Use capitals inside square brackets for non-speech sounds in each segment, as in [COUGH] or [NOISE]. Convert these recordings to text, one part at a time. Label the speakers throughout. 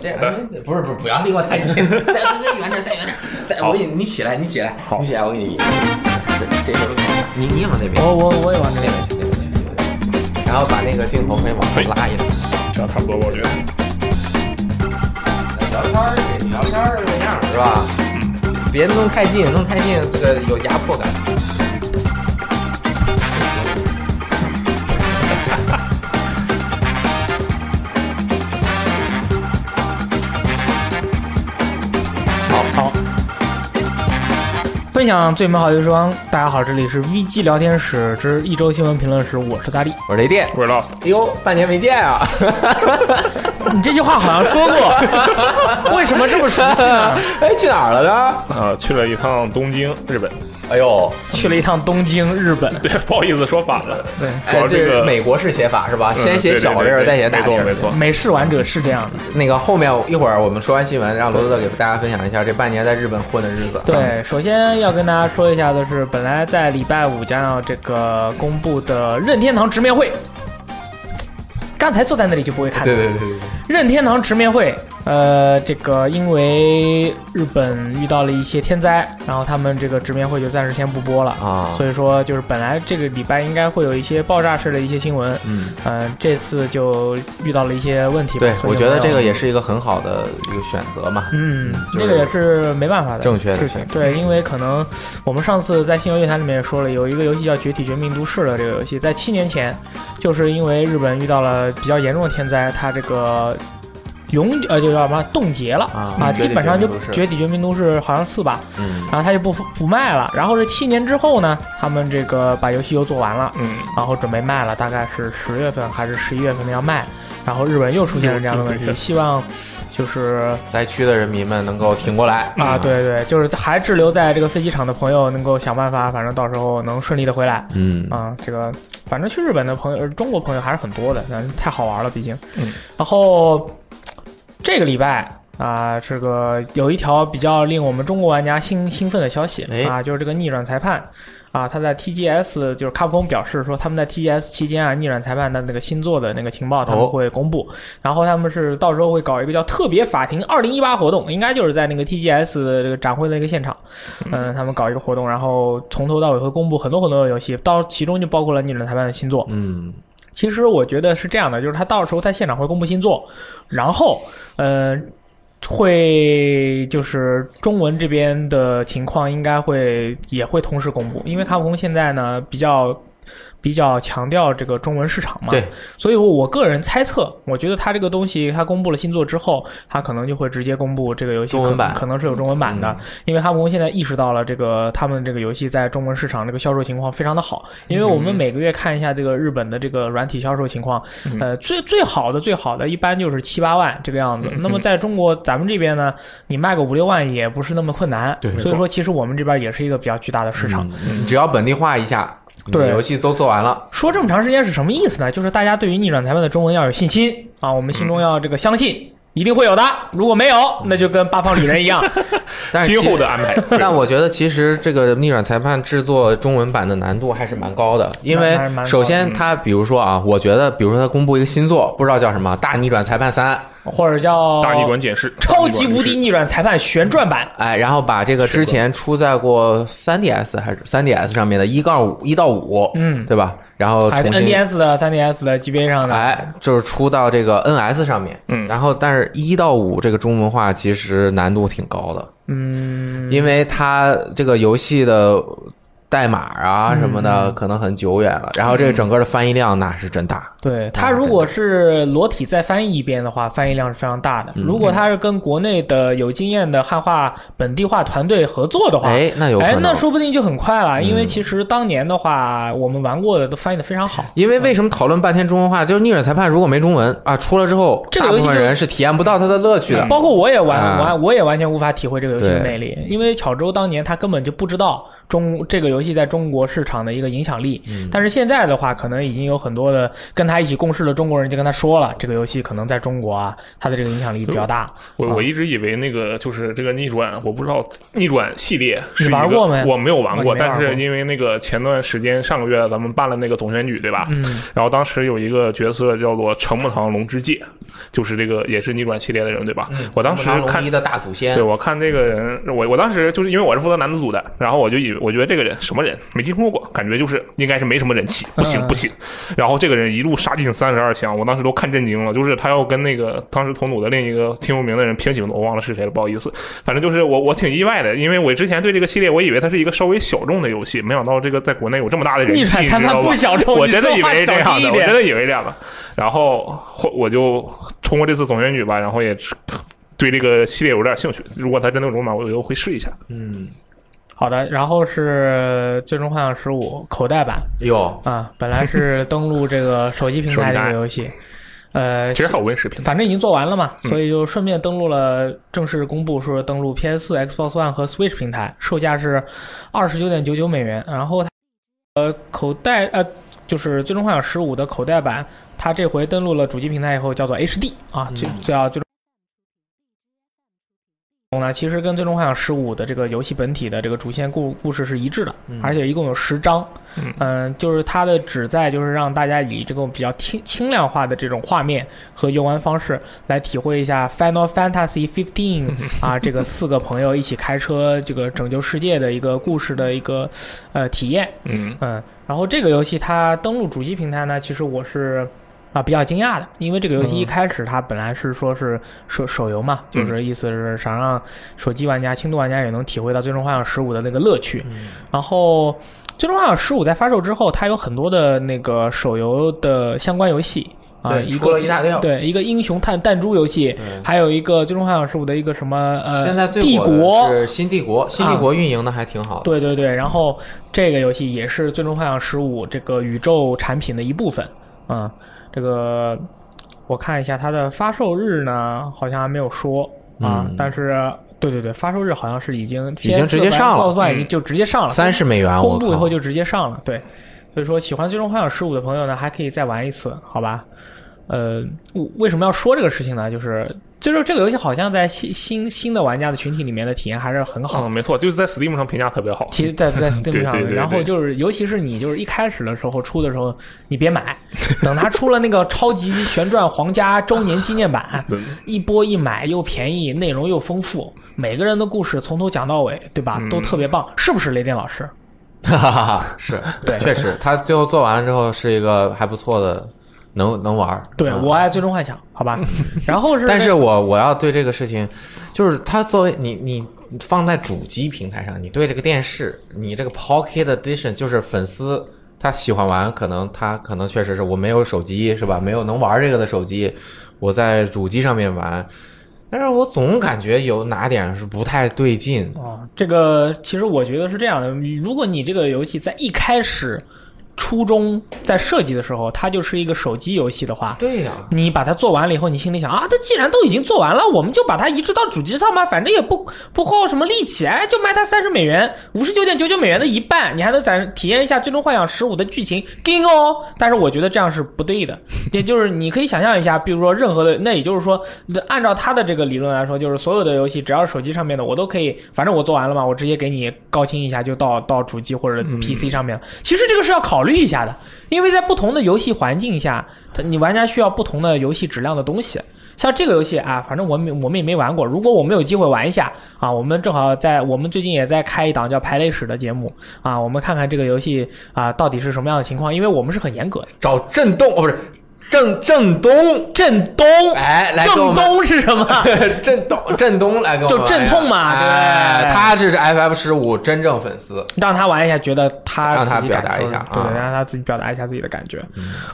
Speaker 1: 这样不是不是，不要离我太近，再再远点，再远点，再我给你，你起来，你起来，你起来，我给你。这这你你也往那边，
Speaker 2: 我我我也往
Speaker 1: 那边去，那边去，那边去。然后把那个镜头可以往后拉一拉，
Speaker 3: 这样差不多我觉得。
Speaker 1: 聊天儿，聊天儿这样是吧？别弄太近，弄太近这个有压迫感。
Speaker 2: 分享最美好的时光，大家好，这里是 VG 聊天室之一周新闻评论室，我是大力。
Speaker 1: 我是雷电，
Speaker 3: We lost，
Speaker 1: 哎呦，半年没见啊！
Speaker 3: [LAUGHS]
Speaker 2: 你这句话好像说 [LAUGHS] 过，为什么这么熟悉呢？
Speaker 1: 哎，去哪儿了呢？
Speaker 3: 啊，去了一趟东京，日本。 [LAUGHS]
Speaker 1: 哎呦，
Speaker 2: 去了一趟东京，日本。
Speaker 3: 对，不好意思说反了。
Speaker 2: 对，
Speaker 3: 主要
Speaker 1: 哎，这
Speaker 3: 这
Speaker 1: 是
Speaker 3: 个
Speaker 1: 美国式写法是
Speaker 2: 啊
Speaker 1: 吧？
Speaker 3: 嗯
Speaker 1: 先写小字儿，再写大字
Speaker 3: 对
Speaker 1: 儿。
Speaker 3: 对对没错，没错。
Speaker 2: 美式玩者是这样的。
Speaker 1: 那个后面一会儿我们说完新闻，让罗德给大家分享一下这半年在日本混的日子。啊
Speaker 2: 对，首先要跟大家说一下的是，本来在礼拜五将要这个公布的任天堂直面会，刚才坐在那里就不会看到。
Speaker 1: 对对对对，
Speaker 2: 任天堂直面会，呃，这个因为日本遇到了一些天灾，然后他们这个直面会就暂时先不播了。
Speaker 1: 啊，
Speaker 2: 所以说，就是本来这个礼拜应该会有一些爆炸式的一些新闻，
Speaker 1: 嗯，
Speaker 2: 嗯、这次就遇到了一些问题吧。
Speaker 1: 对，
Speaker 2: 所以
Speaker 1: 我觉得
Speaker 2: 没有
Speaker 1: 这个也是一个很好的一个选择嘛。
Speaker 2: 嗯，
Speaker 1: 就是
Speaker 2: 这个也是没办法的，
Speaker 1: 正确的
Speaker 2: 事情。对，因为可能我们上次在《新游乐坛》里面也说了，有一个游戏叫《绝体绝命都市》的这个游戏，在七年前，就是因为日本遇到了比较严重的天灾，它这个永呃就叫什么冻结了
Speaker 1: 啊
Speaker 2: 啊，基本上就
Speaker 1: 绝体绝命都市
Speaker 2: 绝体绝命都市好像四吧，
Speaker 1: 嗯，
Speaker 2: 然后它就不不卖了。然后这七年之后呢，他们这个把游戏又做完了，
Speaker 3: 嗯，
Speaker 2: 然后准备卖了，大概是十月份还是十一月份要卖，然后日本又出现了这样的问题，希望就是。
Speaker 1: 灾区的人民们能够挺过来嗯
Speaker 2: 啊，，对对，就是还滞留在这个飞机场的朋友能够想办法，反正到时候能顺利的回来
Speaker 1: 嗯，
Speaker 2: 啊。这个反正去日本的朋友，呃中国朋友还是很多的，那太好玩了，毕竟。
Speaker 3: 嗯。
Speaker 2: 然后这个礼拜。啊，这个有一条比较令我们中国玩家兴兴奋的消息
Speaker 1: 哎
Speaker 2: 啊，就是这个逆转裁判啊，他在 TGS 就是卡普空表示说，他们在 TGS 期间啊，逆转裁判的那个新作的那个情报他
Speaker 1: 哦
Speaker 2: 们会公布，然后他们是到时候会搞一个叫特别法庭二零一八活动，应该就是在那个 TGS 的这个展会的一个现场，嗯，他们搞一个活动，然后从头到尾会公布很多很多的游戏，到其中就包括了逆转裁判的新作，
Speaker 1: 嗯，
Speaker 2: 其实我觉得是这样的，就是他到时候他现场会公布新作，然后呃，会就是中文这边的情况应该会也会同时公布，因为卡普空现在呢比较比较强调这个中文市场嘛，
Speaker 1: 对，
Speaker 2: 所以我个人猜测，我觉得他这个东西他公布了新作之后，他可能就会直接公布这个游戏
Speaker 1: 中文
Speaker 2: 可
Speaker 1: 版嗯
Speaker 2: 可能是有中文版的，因为卡普空现在意识到了这个他们这个游戏在中文市场这个销售情况非常的好，因为我们每个月看一下这个日本的这个软体销售情况，
Speaker 3: 嗯
Speaker 2: 呃，最最好的最好的一般就是七八万这个样子。
Speaker 3: 嗯
Speaker 2: 那么在中国咱们这边呢，你卖个五六万也不是那么困难，
Speaker 1: 对
Speaker 2: 所以说其实我们这边也是一个比较巨大的市场。
Speaker 1: 嗯，只要本地化一下，你
Speaker 2: 对
Speaker 1: 游戏都做完了，
Speaker 2: 说这么长时间是什么意思呢？就是大家对于逆转裁判的中文要有信心啊，我们心中要这个相信。一定会有的，如果没有，那就跟八方旅人一样，
Speaker 1: 但是
Speaker 3: 今
Speaker 1: 其
Speaker 3: 后的安
Speaker 2: [LAUGHS]
Speaker 3: 排。
Speaker 1: [LAUGHS] 但我觉得其实这个逆转裁判制作中文版的难度还是蛮高的，因为
Speaker 2: 还是蛮高的嗯
Speaker 1: 首先他比如说啊，我觉得比如说他公布一个新作，不知道叫什么《大逆转裁判三》，
Speaker 2: [LAUGHS] 或者叫
Speaker 3: 大逆转检视，
Speaker 2: 超级
Speaker 3: 大逆
Speaker 2: 无敌
Speaker 3: 转检视
Speaker 2: 逆转裁判旋转版，
Speaker 1: 哎，然后把这个之前出在过 3DS 还是 3DS 上面的一杠五一到五，
Speaker 2: 嗯
Speaker 1: 对吧？然后
Speaker 2: 啊
Speaker 1: 重新。
Speaker 2: ，NDS 的、3DS 的 GB 上的，
Speaker 1: 哎，就是出到这个 NS 上面，
Speaker 3: 嗯
Speaker 1: 然后但是一到五这个中文化其实难度挺高的，
Speaker 2: 嗯，
Speaker 1: 因为它这个游戏的代码啊
Speaker 2: 嗯
Speaker 1: 什么的可能很久远了，然后这个整个的翻译量那是真大，
Speaker 2: 对它
Speaker 1: 啊
Speaker 2: 如
Speaker 1: 对
Speaker 2: 果是裸体再翻译一遍的话，翻译量是非常大
Speaker 1: 嗯
Speaker 2: 的。如果它是跟国内的有经验的汉化本地化团队合作的话，
Speaker 1: 哎，那有可
Speaker 2: 哎，
Speaker 1: 能。嗯
Speaker 2: 那说不定就很快了，因为其实当年的话，我们玩过的都翻译的非常好。
Speaker 1: 因为为什么讨论半天中文化？就是逆转裁判如果没中文啊，出了之后，
Speaker 2: 这个
Speaker 1: 大
Speaker 2: 游
Speaker 1: 部
Speaker 2: 戏
Speaker 1: 分
Speaker 2: 就嗯
Speaker 1: 人是体验不到它的乐趣的。
Speaker 2: 包括我也玩、
Speaker 1: 啊
Speaker 2: 玩，我也完全无法体会这个游戏的
Speaker 1: 对
Speaker 2: 魅力，因为巧周当年他根本就不知道中这个游游戏在中国市场的一个影响力。
Speaker 1: 嗯
Speaker 2: 但是现在的话，可能已经有很多的跟他一起共事的中国人就跟他说了，这个游戏可能在中国啊，它的这个影响力比较大。
Speaker 3: 我
Speaker 2: 啊
Speaker 3: 我一直以为那个就是这个逆转，我不知道逆转系列是
Speaker 2: 你玩
Speaker 3: 一个
Speaker 2: 过没
Speaker 3: 我没有玩
Speaker 2: 哦
Speaker 3: 过，
Speaker 2: 你没玩
Speaker 3: 但是
Speaker 2: 过
Speaker 3: 因为那个前段时间上个月咱们办了那个总选举，对吧？
Speaker 2: 嗯，
Speaker 3: 然后当时有一个角色叫做成木堂龙之介，就是这个也是逆转系列的人，对吧？
Speaker 2: 嗯
Speaker 3: 我当时
Speaker 1: 木狼
Speaker 3: 看
Speaker 1: 龙一的大祖先
Speaker 3: 对，，我看这个人，我我当时就是因为我是负责男子组的，然后我就以我觉得这个人什么人没听说过，感觉就是应该是没什么人气，不行
Speaker 2: 嗯
Speaker 3: 不行。然后这个人一路杀进三十二强，我当时都看震惊了，就是他要跟那个当时同组的另一个挺有名的人平行的，我忘了是谁了，不好意思。反正就是我我挺意外的，因为我之前对这个系列我以为它是一个稍微小众的游戏，没想到这个在国内有这么
Speaker 2: [LAUGHS]
Speaker 3: 大的人气，
Speaker 2: 逆
Speaker 3: 你
Speaker 2: 转裁
Speaker 3: 知
Speaker 2: 判
Speaker 3: 道吧
Speaker 2: 不？小众，
Speaker 3: 我
Speaker 2: 哦你
Speaker 3: 真的
Speaker 2: 说
Speaker 3: 以
Speaker 2: 话
Speaker 3: 为是
Speaker 2: 小
Speaker 3: 这样
Speaker 2: 心
Speaker 3: 的，
Speaker 2: 一
Speaker 3: 我
Speaker 2: 点
Speaker 3: 真的以为这样的。然后后我就通过这次总选举吧，然后也对这个系列有点兴趣。如果它真的有中码，我我会试一下。
Speaker 1: 嗯，
Speaker 2: 好的，然后是《最终幻想十五》口袋版
Speaker 1: 哎呦，
Speaker 2: 啊，本来是登录这个手机平台这个游戏，
Speaker 3: [LAUGHS]
Speaker 2: 呃，
Speaker 3: 其实还有 Win 视频，
Speaker 2: 反正已经做完了嘛，
Speaker 3: 嗯
Speaker 2: 所以就顺便登录了，正式公布说登录 PS 4 Xbox One 和 Switch 平台，售价是二十九点九九美元。然后它呃口袋呃就是《最终幻想十五》的口袋版，它这回登录了主机平台以后叫做 HD 啊，最
Speaker 1: 嗯
Speaker 2: 最要最终。呢，其实跟《最终幻想十五》的这个游戏本体的这个主线故故事是一致的，
Speaker 1: 嗯
Speaker 2: 而且一共有十章。
Speaker 3: 嗯
Speaker 2: 嗯，就是它的旨在就是让大家以这种比较轻轻量化的这种画面和游玩方式来体会一下 Final Fantasy Fifteen 啊，这个四个朋友一起开车这个拯救世界的一个故事的一个呃体验。
Speaker 3: 嗯，
Speaker 2: 嗯，然后这个游戏它登陆主机平台呢，其实我是。啊，比较惊讶的，因为这个游戏一开始它本来是说是手手游嘛，就是意思是想让手机玩家、轻度玩家也能体会到《最终幻想十五》的那个乐趣。
Speaker 1: 嗯
Speaker 2: 然后，《最终幻想十五》在发售之后，它有很多的那个手游的相关游戏啊，
Speaker 1: 对，
Speaker 2: 一
Speaker 1: 出
Speaker 2: 个
Speaker 1: 了一大哦嗯料。
Speaker 2: 对一个英雄探弹珠游戏，
Speaker 1: 对
Speaker 2: 还有一个《最终幻想十五》的一个什么呃，
Speaker 1: 现在最
Speaker 2: 帝
Speaker 1: 火的
Speaker 2: 国。啊
Speaker 1: 是新帝国，新帝国运营的还挺好的。
Speaker 2: 对对对，然后这个游戏也是《最终幻想十五》这个宇宙产品的一部分。嗯，这个我看一下它的发售日呢，好像还没有说啊，
Speaker 1: 嗯
Speaker 2: 但是对对对，发售日好像是已经
Speaker 1: 已经直接上了
Speaker 2: 算已
Speaker 3: 嗯
Speaker 2: 经就直接上了，
Speaker 1: 三十美
Speaker 3: 啊
Speaker 1: 元，啊
Speaker 2: 公
Speaker 1: 我
Speaker 2: 布以
Speaker 1: 靠
Speaker 2: 后！就直接上了，对。所以说，喜欢《最终幻想十五》的朋友呢，还可以再玩一次，好吧？呃，我为什么要说这个事情呢？就是就是这个游戏好像在新新新的玩家的群体里面的体验还是很好。
Speaker 3: 嗯，没错，就是在 Steam 上评价特别好。
Speaker 2: 其实
Speaker 3: [LAUGHS]
Speaker 2: 在，在 Steam 上
Speaker 3: 对对
Speaker 2: 面，
Speaker 3: 对
Speaker 2: 然后就是，尤其是你就是一开始的时候出的时候，你别买，等它出了那个超级旋转皇家周年纪念版，
Speaker 3: 对
Speaker 2: 一波一买又便宜，内容又丰富，每个人的故事从头讲到尾，对
Speaker 3: 嗯
Speaker 2: 吧？都特别棒，是不是雷电老师？
Speaker 1: 哈哈哈， [LAUGHS] 是，
Speaker 2: 对
Speaker 1: 确实，他最后做完了之后是一个还不错的，能能玩儿。
Speaker 2: 对，
Speaker 1: 嗯
Speaker 2: 我爱最终幻想，啊好吧。然后是，
Speaker 1: 但是我我要对这个事情，就是它作为你你你放在主机平台上，你对这个电视，你这个 Pocket Edition 就是粉丝他喜欢玩，可能他可能确实是我没有手机是吧？没有能玩这个的手机，我在主机上面玩，但是我总感觉有哪点是不太对劲。
Speaker 2: 啊，这个其实我觉得是这样的：如果你这个游戏在一开始初衷在设计的时候，它就是一个手机游戏的话。
Speaker 1: 对呀、
Speaker 2: 你把它做完了以后，你心里想啊，这既然都已经做完了，我们就把它移植到主机上吧，反正也不不耗什么力气，哎，就卖它三十美元，五十九点九九美元的一半，你还能再体验一下《最终幻想十五》的剧情，劲哦！但是我觉得这样是不对的，也就是你可以想象一下，比如说任何的，那也就是说，按照他的这个理论来说，就是所有的游戏只要是手机上面的，我都可以，反正我做完了嘛，我直接给你高清一下就到到主机或者 PC 上面了。其实这个是要考虑一下的，因为在不同的游戏环境下，它你玩家需要不同的游戏质量的东西。像这个游戏啊，反正我们我们也没玩过，如果我们有机会玩一下啊，我们正好在我们最近也在开一档叫《排雷史》的节目啊，我们看看这个游戏啊到底是什么样的情况，因为我们是很严格的。
Speaker 1: 找震动哦，不是郑振东，
Speaker 2: 振东，
Speaker 1: 哎，来给我
Speaker 2: 正
Speaker 1: 们
Speaker 2: 东是什么？
Speaker 1: 振东，振东来跟我
Speaker 2: 就
Speaker 1: 们
Speaker 2: 振
Speaker 1: 玩
Speaker 2: 痛嘛
Speaker 1: 一下
Speaker 2: 对
Speaker 1: 哎他是 FF 十五真正粉丝，
Speaker 2: 让他玩一下，觉得他自己感受
Speaker 1: 让他表达一下
Speaker 2: 对，
Speaker 1: 啊嗯
Speaker 2: 让他自己表达一下自己的感觉。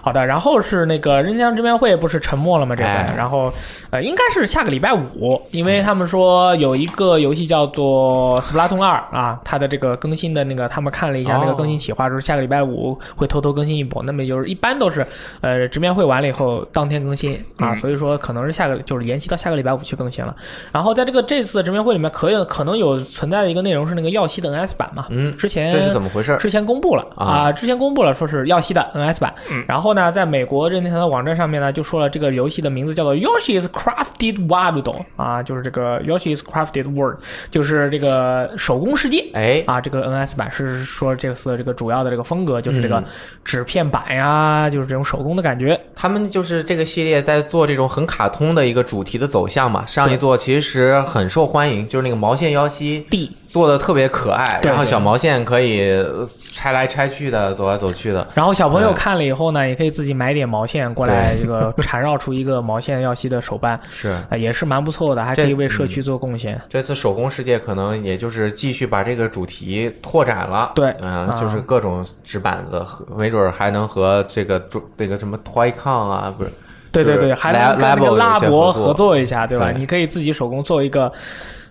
Speaker 2: 好的，然后是那个任天堂这边会不是沉默了吗？这回，
Speaker 1: 哎
Speaker 2: 然后呃，应该是下个礼拜五，因为他们说有一个游戏叫做《Splatoon 二》啊，它的这个更新的那个，他们看了一下那个
Speaker 1: 哦
Speaker 2: 更新企划，就是下个礼拜五会偷偷更新一波。那么就是一般都是呃，直面会会完了以后当天更新啊，
Speaker 3: 嗯
Speaker 2: 所以说可能是下个就是延期到下个礼拜五去更新了。然后在这个这次的直面会里面，可有可能有存在的一个内容是那个耀西的 NS 版嘛，
Speaker 1: 嗯，
Speaker 2: 之前
Speaker 1: 这是怎么回事？
Speaker 2: 之前公布了
Speaker 1: 啊
Speaker 2: 啊、之前公布了说是耀西的 NS 版，
Speaker 3: 嗯
Speaker 2: 然后呢，在美国任天堂的网站上面呢，就说了这个游戏的名字叫做 Yoshi's Crafted World 啊，就是这个 Yoshi's Crafted World，就是这个手工世界。
Speaker 1: 哎，
Speaker 2: 啊，这个 NS 版是说这次这个主要的这个风格就是这个
Speaker 1: 嗯
Speaker 2: 纸片版呀，就是这种手工的感觉。
Speaker 1: 他们就是这个系列在做这种很卡通的一个主题的走向嘛。上一座其实很受欢迎，就是那个毛线妖姬
Speaker 2: D
Speaker 1: 做的特别可爱，
Speaker 2: 对
Speaker 1: 然后
Speaker 2: 对
Speaker 1: 小毛线可以呃拆来拆去的，走来走去的。
Speaker 2: 然后小朋友
Speaker 1: 嗯
Speaker 2: 看了以后呢，也可以自己买点毛线过来，这个缠绕出一个毛线耀西的
Speaker 1: [LAUGHS]
Speaker 2: 手办，
Speaker 1: 是，
Speaker 2: 啊，也是蛮不错的，还可
Speaker 1: 这嗯
Speaker 2: 以为社区做贡献。
Speaker 1: 这次手工世界可能也就是继续把这个主题拓展了，
Speaker 2: 对
Speaker 1: 嗯、
Speaker 2: 啊
Speaker 1: 就是各种纸板子，和没准儿还能和这个主那个什么 Toycon 啊，
Speaker 2: [LAUGHS]
Speaker 1: 不是，
Speaker 2: 对对
Speaker 1: 就是
Speaker 2: 对，还能跟那
Speaker 1: Lab-
Speaker 2: 个
Speaker 1: Labo
Speaker 2: 拉博
Speaker 1: 有些合作
Speaker 2: 合作一下，对吧？
Speaker 1: 对
Speaker 2: 你可以自己手工做一个，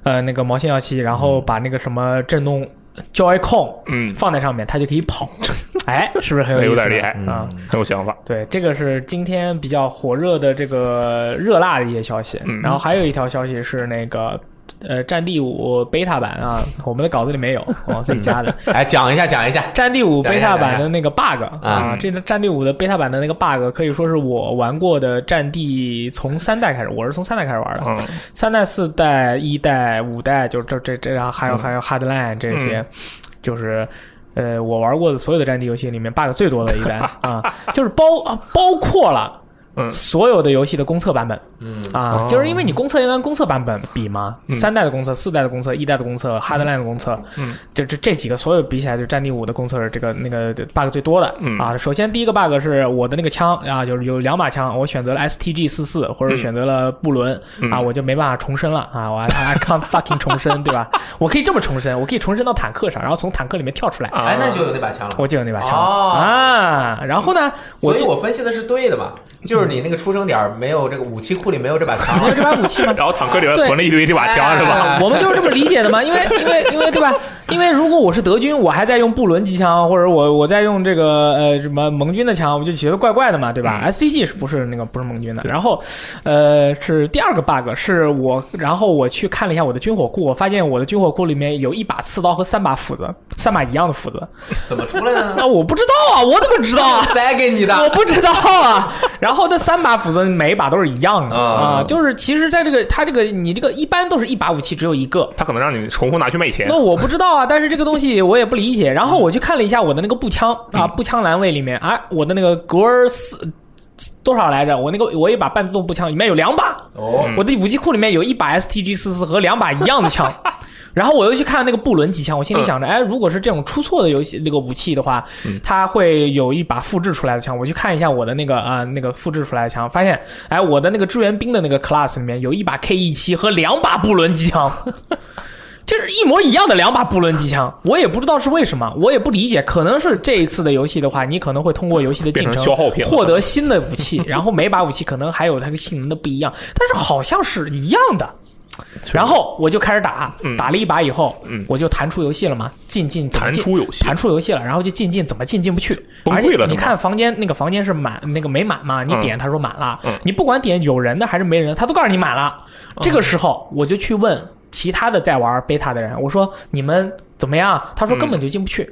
Speaker 2: 呃，那个毛线药器，然后把那个什么震动 Joy-Con
Speaker 3: 嗯，
Speaker 2: 放在上面，它就可以跑。
Speaker 1: [LAUGHS]
Speaker 2: 哎，是不是很有
Speaker 3: 有
Speaker 2: 意思呢？
Speaker 3: 点厉害，
Speaker 1: 嗯，
Speaker 2: 啊
Speaker 3: 很有想法。
Speaker 2: 对，这个是今天比较火热的这个热辣的一些消息。
Speaker 3: 嗯
Speaker 2: 然后还有一条消息是那个。呃，《战地五》贝塔版啊，我们的稿子里
Speaker 1: [LAUGHS]
Speaker 2: 没有，我自己加的。
Speaker 1: 哎，讲一下，讲一下，
Speaker 2: 《战地五》贝塔版的那个 bug 啊，
Speaker 3: 嗯
Speaker 1: 啊
Speaker 2: 这个《战地五》的贝塔版的那个 bug 可以说是我玩过的《战地》从三代开始，我是从三代开始玩的，
Speaker 3: 嗯，
Speaker 2: 三代、四代、一代、五代，就这这这，然后还有
Speaker 3: 嗯
Speaker 2: 还有 Hardline 这些，
Speaker 3: 嗯
Speaker 2: 就是。呃，我玩过的所有的战地游戏里面 bug 最多的
Speaker 3: [LAUGHS]
Speaker 2: 一代啊，就是包啊包括了
Speaker 3: 嗯
Speaker 2: 所有的游戏的公测版本
Speaker 1: 嗯，
Speaker 2: 啊
Speaker 3: 哦，
Speaker 2: 就是因为你公测要跟公测版本比嘛，
Speaker 3: 嗯
Speaker 2: 三代的公测、四代的公测、一代的公测、Hardline 的公测，
Speaker 3: 嗯，
Speaker 2: 就这这几个所有比起来，就战地五的公测是这个那个 bug 最多的、
Speaker 3: 嗯
Speaker 2: 啊。首先第一个 bug 是我的那个枪啊，就是有两把枪，我选择了 STG 四四或者
Speaker 3: 嗯
Speaker 2: 选择了布伦、
Speaker 3: 嗯
Speaker 2: 啊，我就没办法重生了啊，我 I can't fucking 重生，对吧？我可以这么重生，我可以重生到坦克上，然后从坦克里面跳出来，
Speaker 1: 哎，那就有那把枪了。
Speaker 2: 我就有那把枪、
Speaker 1: 哦
Speaker 2: 啊。然后呢，我
Speaker 1: 所以
Speaker 2: 就
Speaker 1: 我分析的是对的嘛，就是你那个出生点儿没有这个武器库里没有这把枪
Speaker 2: 没有这把武器吗？
Speaker 3: 然后坦克里边存了一堆这把枪是吧？
Speaker 1: 哎
Speaker 3: [LAUGHS]
Speaker 2: 我们就是这么理解的嘛，因为因为因为对吧？因为如果我是德军，我还在用布伦机枪，或者我我在用这个呃什么盟军的枪，我就觉得怪怪的嘛，对吧、s
Speaker 3: 嗯
Speaker 2: d g 是不是那个不是盟军的？然后，呃，是第二个 bug 是我，然后我去看了一下我的军火库，我发现我的军火库里面有一把刺刀和三把斧子，三把一样的斧子。
Speaker 1: 怎么出来的呢？
Speaker 2: 那 [LAUGHS] 我不知道啊，我怎么知道啊？
Speaker 1: 塞给你
Speaker 2: 我
Speaker 1: 的，
Speaker 2: 不知道啊。然后那三把斧子每一把都是一样
Speaker 3: 嗯
Speaker 2: 的
Speaker 1: 啊
Speaker 2: 啊、就是其实在这个它这个你这个一般都是一把武器只有一个，
Speaker 3: 他可能让你重复拿去卖钱
Speaker 2: 那。我不知道啊，但是这个东西我也不理解。然后我去看了一下我的那个步枪啊，步枪栏位里面啊，我的那个格尔斯多少来着？我那个我一把半自动步枪里面有两把，
Speaker 1: 哦，
Speaker 2: 我的武器库里面有一把 STG 四四和两把一样的枪。 [LAUGHS] 然后我又去看那个布伦机枪，我心里想着，哎，如果是这种出错的游戏那个武器的话，它会有一把复制出来的枪。我去看一下我的那个啊、呃那个复制出来的枪，发现，哎，我的那个支援兵的那个 class 里面有一把 K E 七和两把布伦机枪。 [LAUGHS] 这是一模一样的两把布伦机枪，我也不知道是为什么，我也不理解。可能是这一次的游戏的话，你可能会通过游戏的进
Speaker 3: 变
Speaker 2: 程
Speaker 3: 成消耗品了
Speaker 2: 获得新的武器，然后每把武器可能还有它的性能的不一样，但是好像是一样的。然后我就开始打，打了一把以后，
Speaker 3: 嗯
Speaker 2: 我就弹出游戏了嘛，进进怎么
Speaker 3: 弹
Speaker 2: 进
Speaker 3: 出游戏，
Speaker 2: 弹出游戏了，然后就进进怎么进进不去，
Speaker 3: 崩
Speaker 2: 而
Speaker 3: 溃了
Speaker 2: 且你
Speaker 3: 是吗
Speaker 2: 看房间那个房间是满那个没满嘛，你
Speaker 3: 嗯
Speaker 2: 点他说满了
Speaker 3: 嗯，
Speaker 2: 你不管点有人的还是没人，他都告诉你满了。这个时候我就去问其他的在玩贝塔的人，我说你们怎么样？他说根本就进不去。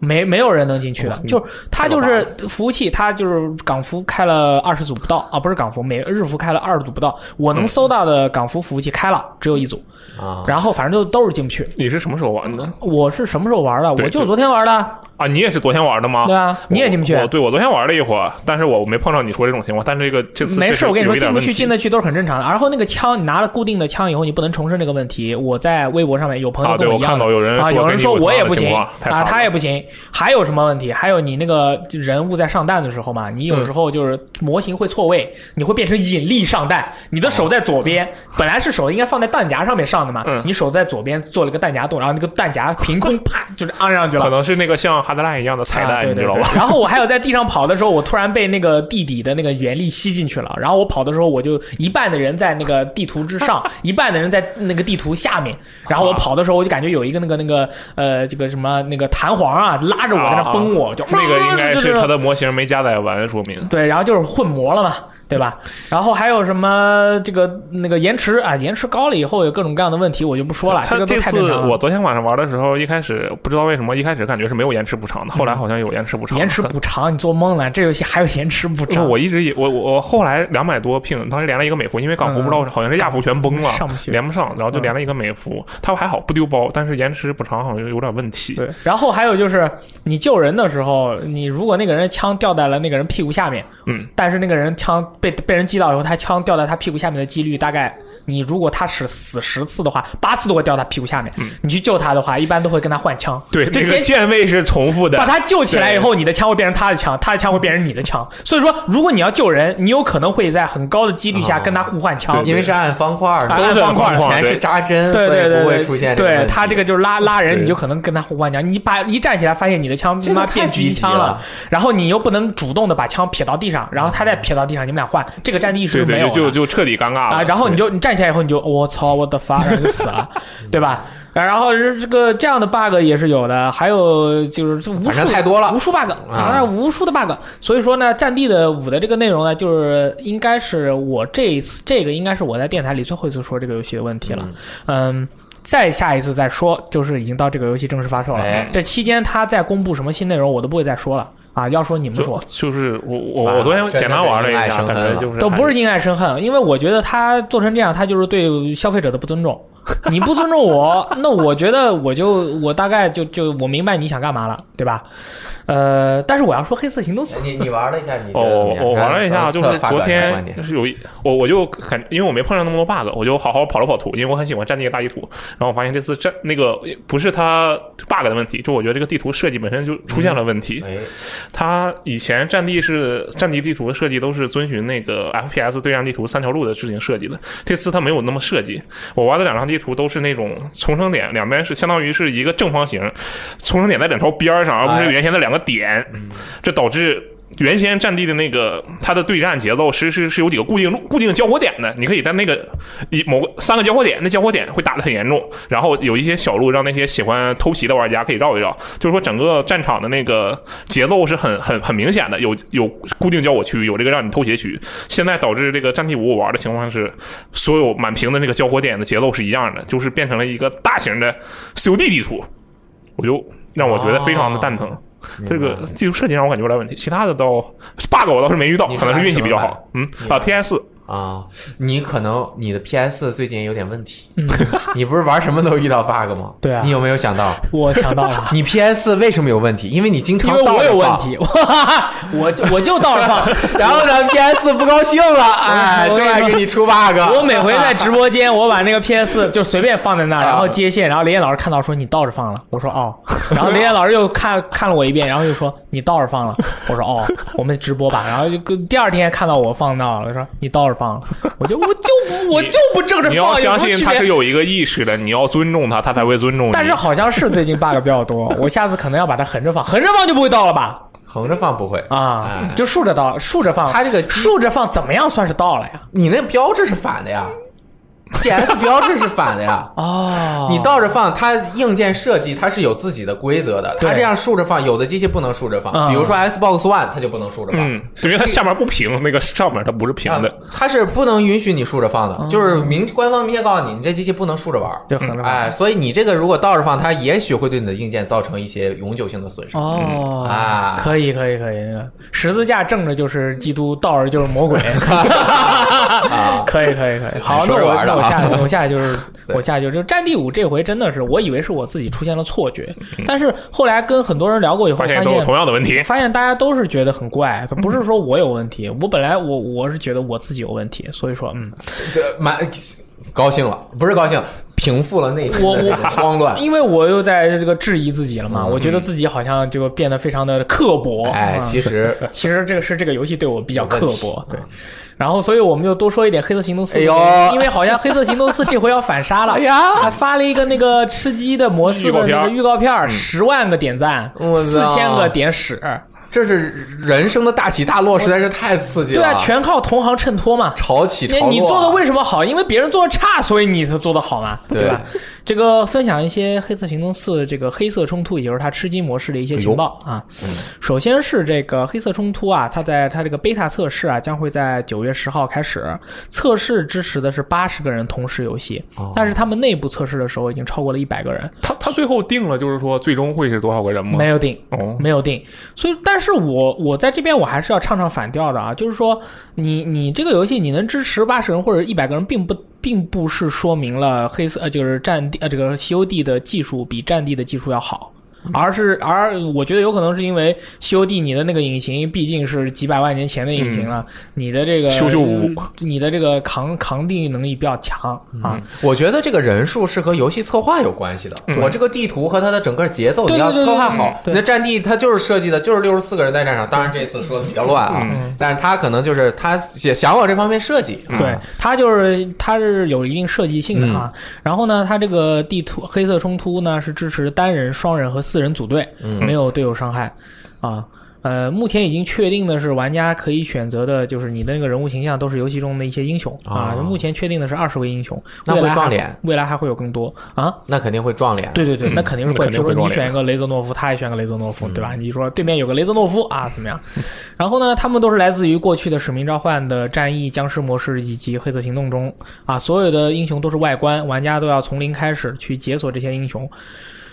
Speaker 2: 没没有人能进去的
Speaker 3: 嗯哇，
Speaker 2: 就是他
Speaker 3: 太
Speaker 2: 就
Speaker 3: 可怕
Speaker 2: 是服务器，他就是港服开了二十组不到啊，不是港服，美日服开了二十组不到，我能
Speaker 3: 嗯
Speaker 2: 搜到的港服服务器开了只有一组，
Speaker 1: 啊，
Speaker 2: 然后反正就都是进不去。
Speaker 3: 你是什么时候玩的
Speaker 2: 我是什么时候玩的？
Speaker 3: 对
Speaker 2: 我就
Speaker 3: 对
Speaker 2: 昨天玩的，
Speaker 3: 啊？你也是昨天玩的吗？
Speaker 2: 对啊，你也进不去
Speaker 3: 我。我对我昨天玩了一会儿，但是我没碰到你说这种情况。但是这个这次
Speaker 2: 没事，我跟你说，进不去、进
Speaker 3: 的
Speaker 2: 得去都是很正常的。然后那个枪，你拿了固定的枪以后，你不能重生这个问题。我在微博上面有朋友
Speaker 3: 啊，对
Speaker 2: 跟
Speaker 3: 我
Speaker 2: 一样
Speaker 3: 看
Speaker 2: 的
Speaker 3: 到有人
Speaker 2: 啊，有人
Speaker 3: 跟你
Speaker 2: 说我也
Speaker 3: 同样
Speaker 2: 不
Speaker 3: 的情
Speaker 2: 行
Speaker 3: 况太
Speaker 2: 啊，
Speaker 3: 惨
Speaker 2: 他
Speaker 3: 了
Speaker 2: 也不行。还有什么问题？还有你那个人物在上弹的时候嘛，你
Speaker 3: 嗯
Speaker 2: 有时候就是模型会错位，你会变成引力上弹。你的手在左边，本来是手应该放在弹夹上面上的嘛
Speaker 3: 哦嗯， [LAUGHS]
Speaker 2: 你手在左边做了个弹夹洞，然后那个弹夹凭空啪就是按上去了
Speaker 3: 可。能是那个像哈德烂一样的彩蛋，
Speaker 2: 啊对
Speaker 3: 你
Speaker 2: 对
Speaker 3: 知道
Speaker 2: 对
Speaker 3: 吧？。 [LAUGHS]
Speaker 2: 然后我还有在地上跑的时候，我突然被那个地底的那个原力吸进去了。然后我跑的时候，我就一半的人在那个地图
Speaker 3: [LAUGHS]
Speaker 2: 之上，一半的人在那个地图下面。然
Speaker 3: 啊
Speaker 2: 后我跑的时候，我就感觉有一个那个那个呃，这个什么那个弹簧啊，拉着我在那崩我，就
Speaker 3: [LAUGHS] 那个应该
Speaker 2: 就是
Speaker 3: 它的模嗯型没加载完，说明
Speaker 2: 对，然后就是混魔了嘛，对吧？然后还有什么这个那个延迟啊，延迟高了以后有各种各样的问题，我就不说了，
Speaker 3: 它
Speaker 2: 个都
Speaker 3: 这
Speaker 2: 太
Speaker 3: 次
Speaker 2: 正常了。
Speaker 3: 我昨天晚上玩的时候，一开始不知道为什么，一开始感觉是没有延迟补偿的，后来好像有延迟补偿。
Speaker 2: 嗯延迟补偿，你做梦了？这游戏还有延迟补
Speaker 3: 不是，
Speaker 2: 偿？
Speaker 3: 我一直以我我我后来两百多聘，当时连了一个美服，因为港服不
Speaker 2: 嗯
Speaker 3: 知道好像是亚服全崩了，
Speaker 2: 上不去嗯
Speaker 3: 连不上，然后就连了一个美服，它还好不丢包，但是延迟补偿好像有点问题。
Speaker 2: 对，然后还有就是，你救人的时候，你如果那个人的枪掉在了那个人屁股下面，
Speaker 3: 嗯，
Speaker 2: 但是那个人枪被被人击倒以后，他枪掉在他屁股下面的几率大概，你如果他使死十次的话，八次都会掉他屁股下面。你去救他的话，一般都会跟他换枪，
Speaker 3: 嗯对，
Speaker 2: 就
Speaker 3: 这个
Speaker 2: 捡起
Speaker 3: 键位是重复的
Speaker 2: 把。他救起来以后，你的枪会变成他的枪，他的枪会变成你的枪。所以说，如果你要救人，你有可能会在很高的几率下
Speaker 1: 哦
Speaker 2: 跟他互换枪。
Speaker 3: 对
Speaker 1: 因为是按方块儿的，
Speaker 2: 按
Speaker 3: 都是
Speaker 2: 方块
Speaker 3: 儿
Speaker 1: 以前是扎针，
Speaker 2: 对
Speaker 1: 所
Speaker 2: 对
Speaker 1: 以
Speaker 2: 对，
Speaker 1: 不会
Speaker 2: 对
Speaker 1: 出现。
Speaker 2: 对他这个就是拉拉人，
Speaker 3: 对
Speaker 2: 你就可能跟他互换枪。你把一站起来，发现你的枪他
Speaker 1: 这个
Speaker 2: 妈
Speaker 1: 太
Speaker 2: 变狙击
Speaker 1: 积极
Speaker 2: 枪
Speaker 1: 了，嗯
Speaker 2: 然后你又不能主动的把枪撇到地上，然后他再撇到地上，你们俩换，这个占地意识
Speaker 3: 对
Speaker 2: 就没
Speaker 3: 对，
Speaker 2: 有
Speaker 3: 就
Speaker 2: 了
Speaker 3: 就就彻底尴尬了
Speaker 2: 啊。然后你就你站起来以后，你就我操我的发，然后就死
Speaker 1: [LAUGHS]
Speaker 2: 了，对吧？然后是这个这样的 bug 也是有的，还有就是这无
Speaker 1: 反
Speaker 2: 数
Speaker 1: 正太多了
Speaker 2: 无数 bug
Speaker 1: 啊
Speaker 2: 无数的 bug。所以说呢，《战地的五》的这个内容呢，就是应该是我这一次这个应该是我在电台里最后一次说这个游戏的问题了。嗯，再下一次再说，就是已经到这个游戏正式发售了。
Speaker 1: 哎
Speaker 2: 这期间他再公布什么新内容，我都不会再说了啊！要说你们
Speaker 3: 就
Speaker 2: 说，
Speaker 3: 就是我我
Speaker 1: 哇
Speaker 3: 我昨天简单玩了一
Speaker 1: 真的
Speaker 3: 下，
Speaker 1: 是
Speaker 3: 感
Speaker 1: 因为爱生恨
Speaker 3: 觉就是
Speaker 2: 都不
Speaker 3: 还
Speaker 2: 是因爱生恨，因为我觉得他做成这样，他就是对消费者的不尊重。你不尊重我，那我觉得我就我大概就就我明白你想干嘛了，对吧？呃，但是我要说《黑色行动四》，
Speaker 1: 哎你你玩了一下，你觉
Speaker 3: 哦，
Speaker 1: 得怎么
Speaker 3: 我
Speaker 1: 样
Speaker 3: 我玩了一下，就是昨
Speaker 1: 发表一下观
Speaker 3: 天就
Speaker 1: 点
Speaker 3: 是有一我我就感，因为我没碰上那么多 bug，我就好好跑了跑图，因为我很喜欢战地的大地图。然后我发现这次战那个不是它 bug 的问题，就我觉得这个地图设计本身就出现了问
Speaker 2: 嗯
Speaker 3: 题。
Speaker 1: 哎
Speaker 3: 它以前战地是战地地图的设计都是遵循那个 FPS 对战地图三条路的制定设计的，这次它没有那么设计。我玩的两张地图都是那种重生点，两边是相当于是一个正方形，重生点在两条边儿上，而不
Speaker 1: 哎
Speaker 3: 是原先的两个点，这导致。原先战地的那个它的对战节奏是是是有几个固定路固定交火点的，你可以在那个一某个三个交火点，那交火点会打得很严重，然后有一些小路让那些喜欢偷袭的玩家可以绕一绕，就是说整个战场的那个节奏是很很很明显的，有有固定交火区，有这个让你偷袭区。现在导致这个战地五我玩的情况是，所有满屏的那个交火点的节奏是一样的，就是变成了一个大型的 COD 地图，我就让我觉得非常的蛋疼。这个技术设计让我感觉有点问题，其他的倒 bug 我倒是没遇到，
Speaker 1: 你是
Speaker 3: 可能是运气比较
Speaker 1: 安
Speaker 3: 好。嗯
Speaker 1: 你是
Speaker 3: 啊，PS
Speaker 1: 啊，你可能你的 PS 最近有点问题， [LAUGHS] 你不是玩什么都遇到 bug 吗？
Speaker 2: 嗯对啊
Speaker 1: 你有没有想到
Speaker 2: 我想到
Speaker 1: [LAUGHS]
Speaker 2: 了。
Speaker 1: 你 PS 为什么有问题？因为你经
Speaker 2: 因
Speaker 1: 常
Speaker 2: 为
Speaker 1: 倒
Speaker 2: 我
Speaker 1: 着
Speaker 2: 有问
Speaker 1: 放。
Speaker 2: 题，我就 [LAUGHS] 我就倒着放。
Speaker 1: [LAUGHS] 然后呢，PS 不高兴了，哎，
Speaker 2: 我
Speaker 1: 就
Speaker 2: 跟你
Speaker 1: 爱
Speaker 2: 说
Speaker 1: 给你出 bug。
Speaker 3: 啊
Speaker 2: 我每回在直播间，我把那个 PS 就随便放在那儿，
Speaker 1: 啊
Speaker 2: 然后接线，然后雷燕老师看到说你倒着放了，我说
Speaker 3: [LAUGHS]
Speaker 2: 哦，然后雷燕老师又看看了我一遍，然后又说你倒着放了，我说哦，我们直播吧，然后就跟第二天看到我放那儿了，说你倒着放了，我就我就不我就不正着
Speaker 3: 你要
Speaker 2: 放，有
Speaker 3: 相
Speaker 2: 什么
Speaker 3: 信
Speaker 2: 区
Speaker 3: 他是
Speaker 2: 别？
Speaker 3: 有一个意识的，你要尊重他，他才会尊重你。
Speaker 2: 但是好像是最近 bug 比较多，我下次可能要把它横着放，横着放就不会倒了吧？
Speaker 1: [LAUGHS] 横着放不会
Speaker 2: 啊
Speaker 1: 哎，
Speaker 2: 就竖着倒，竖着放，
Speaker 1: 它这个
Speaker 2: 竖着放怎么样算是倒了呀？
Speaker 1: 你那标志是反的呀，PS
Speaker 2: [LAUGHS]
Speaker 1: 标志是反的呀。
Speaker 2: 哦
Speaker 1: 你倒着放，它硬件设计它是有自己的规则的。
Speaker 2: 对
Speaker 1: 它这样竖着放，有的机器不能竖着放，
Speaker 2: 嗯
Speaker 1: 比如说 Xbox One 它就不能竖着放。
Speaker 3: 嗯，因为它下面不平，那个上面它不是平的。
Speaker 1: 啊它是不能允许你竖着放的，就是明官方明确告诉你，你这机器不能竖着玩儿。
Speaker 2: 哦就横着放
Speaker 1: 哎，所以你这个如果倒着放，它也许会对你的硬件造成一些永久性的损伤。
Speaker 2: 哦
Speaker 1: 嗯啊
Speaker 2: 可以可以可以，十字架正着就是基督，倒着就是
Speaker 1: [LAUGHS]
Speaker 2: 魔鬼，
Speaker 1: 啊
Speaker 2: 可以可以可以。好，那
Speaker 1: 说着
Speaker 2: 我
Speaker 1: 玩儿的
Speaker 2: 那我
Speaker 1: 啊
Speaker 2: 下
Speaker 1: [LAUGHS]
Speaker 2: 我下就是
Speaker 1: 对
Speaker 2: 我下就是《战地五》这回真的是，我以为是我自己出现了错觉，
Speaker 1: 嗯
Speaker 2: 但是后来跟很多人聊过以后，
Speaker 3: 发
Speaker 2: 发
Speaker 3: 现
Speaker 2: 现
Speaker 3: 都有同样的问题
Speaker 2: 我。发现大家都是觉得很怪，
Speaker 1: 嗯
Speaker 2: 不是说我有问题，我本来我我是觉得我自己有问题，所以说嗯，
Speaker 1: 这蛮高兴了，不是高兴。平复了内心
Speaker 2: 我
Speaker 1: 的这个慌乱。
Speaker 2: [LAUGHS] 因为我又在这个质疑自己了嘛，
Speaker 1: 啊嗯
Speaker 2: 我觉得自己好像就变得非常的刻薄。
Speaker 1: 哎，
Speaker 2: 嗯
Speaker 1: 其实
Speaker 2: 其实这个是这个游戏对我比较刻
Speaker 1: 有问
Speaker 2: 薄
Speaker 1: 题，
Speaker 2: 对。然后，所以我们就多说一点《黑色行动四》
Speaker 1: 哎呦哎
Speaker 2: 因为好像《黑色行动四》这回要反杀了，呀，还发了一个那个吃鸡的模式的那个预告片，十万个点赞，
Speaker 1: 嗯我操哎
Speaker 2: 四千个点屎，
Speaker 1: 这是人生的大起大落，实在是太刺激了。
Speaker 2: 对啊，全靠同行衬托嘛。
Speaker 1: 潮起
Speaker 2: 你
Speaker 1: 潮落。
Speaker 2: 哎
Speaker 1: 啊
Speaker 2: 你做的为什么好？因为别人做的差，所以你才做的好嘛，
Speaker 1: 对
Speaker 2: 吧？这个分享一些《黑色行动四》这个黑色冲突，也就是它吃鸡模式的
Speaker 1: 哎
Speaker 2: 一些情报啊。
Speaker 1: 嗯
Speaker 2: 首先是这个黑色冲突啊，它在它这个贝塔测试啊，将会在九月十号开始测试，支持的是八十个人同时游戏
Speaker 1: 哦，
Speaker 2: 但是他们内部测试的时候已经超过了一百个人，
Speaker 3: 他他最后定了，就是说最终会是多少个人吗？
Speaker 2: 没有定。
Speaker 3: 哦，
Speaker 2: 没有定，所以，但是我我在这边我还是要唱唱反调的啊，就是说你，你这个游戏你能支持八十人或者一百个人，并不并不是说明了黑色呃就是战地呃这个 COD 的技术比战地的技术要好，
Speaker 3: 嗯
Speaker 2: 而是而我觉得有可能是因为 COD 你的那个引擎毕竟是几百万年前的引擎了，你的这个
Speaker 3: 嗯修修武嗯
Speaker 2: 你的这个扛扛地能力比较强啊，
Speaker 1: 我觉得这个人数是和游戏策划有关系的。我这个地图和它的整个节奏
Speaker 2: 嗯对
Speaker 1: 你要
Speaker 2: 对对
Speaker 1: 策划
Speaker 2: 对
Speaker 1: 好。你
Speaker 2: 对
Speaker 1: 的战地它就是设计的就是六十四个人在战场，当然这次说的比较乱
Speaker 3: 嗯
Speaker 2: 嗯
Speaker 1: 啊，但是他可能就是他也想往这方面设计。啊
Speaker 2: 对，它就是它是有一定设计性的啊。
Speaker 1: 嗯
Speaker 2: 然后呢，它这个地图黑色冲突呢是支持单人、双人和四人组队，
Speaker 1: 嗯
Speaker 2: 没有队友伤害啊。呃，目前已经确定的是，玩家可以选择的就是你的那个人物形象都是游戏中的一些英雄啊。
Speaker 1: 哦
Speaker 2: 目前确定的是二十位英雄，
Speaker 1: 那
Speaker 2: 未来
Speaker 1: 会撞
Speaker 2: 还
Speaker 1: 脸，
Speaker 2: 未来还会有更多啊。
Speaker 1: 那肯定会撞脸。
Speaker 2: 对对对，
Speaker 3: 嗯
Speaker 2: 那肯定是
Speaker 3: 那
Speaker 2: 会。
Speaker 3: 肯
Speaker 2: 比
Speaker 3: 定
Speaker 2: 如
Speaker 3: 会
Speaker 2: 说你
Speaker 3: 撞脸嗯
Speaker 2: 选一个雷泽诺夫，他也选个雷泽诺夫，对吧？你说对面有个雷泽诺夫啊，怎
Speaker 3: [LAUGHS]
Speaker 2: 么样？然后呢，他们都是来自于过去的《使命召唤》的战役、僵尸模式以及黑色行动中啊，所有的英雄都是外观，玩家都要从零开始去解锁这些英雄。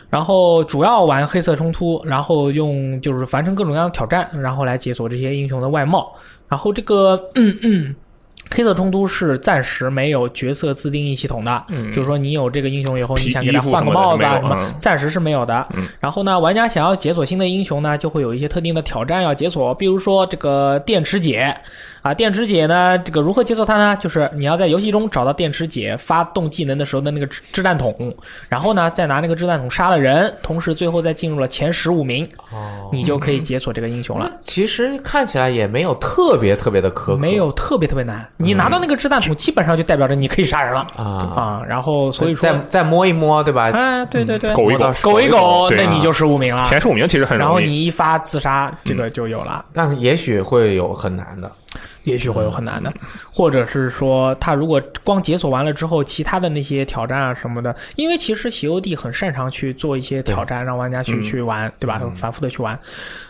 Speaker 2: 然后主要玩黑色冲突，然后用就是完成各种各样的挑战，然后来解锁这些英雄的外貌。然后这个 [CLEARS THROAT] 黑色冲突是暂时没有角色自定义系统的，
Speaker 3: 嗯
Speaker 2: 就是说你有这个英雄以后，
Speaker 3: 皮
Speaker 2: 你想给他
Speaker 3: 衣服
Speaker 2: 换个帽子啊
Speaker 3: 什
Speaker 2: 什
Speaker 3: 么的
Speaker 2: 么
Speaker 3: 没有嗯，
Speaker 2: 暂时是没有的
Speaker 3: 嗯。
Speaker 2: 然后呢，玩家想要解锁新的英雄呢，就会有一些特定的挑战要解锁，比如说这个电池姐啊，电池姐呢，这个如何解锁它呢？就是你要在游戏中找到电池姐发动技能的时候的那个掷掷弹筒，然后呢，再拿那个掷弹筒杀了人，同时最后再进入了前十五名，
Speaker 1: 哦，
Speaker 2: 你就可以解锁这个英雄了
Speaker 1: 那。其实看起来也没有特别特别的苛刻，
Speaker 2: 没有特别特别难，你拿到那个掷弹筒，基本上就代表着你可以杀人了。
Speaker 3: 嗯
Speaker 1: 啊。
Speaker 2: 啊，然后所以说
Speaker 1: 再，再摸一摸，对吧？
Speaker 2: 啊，对对对，
Speaker 3: 狗一
Speaker 1: 摸到
Speaker 3: 狗，
Speaker 1: 手
Speaker 2: 一狗，
Speaker 3: 对
Speaker 2: 那
Speaker 1: 啊
Speaker 2: 你就十五名了。
Speaker 3: 前十五名其实很
Speaker 2: 然后
Speaker 3: 容易。嗯
Speaker 2: 你一发自杀，这个就有了，
Speaker 1: 但也许会有很难的。
Speaker 2: 也许会有很难的，或者是说他如果光解锁完了之后，其他的那些挑战啊什么的，因为其实喜欧弟很擅长去做一些挑战，让玩家去
Speaker 3: 嗯
Speaker 2: 去玩，对吧？反复的去玩，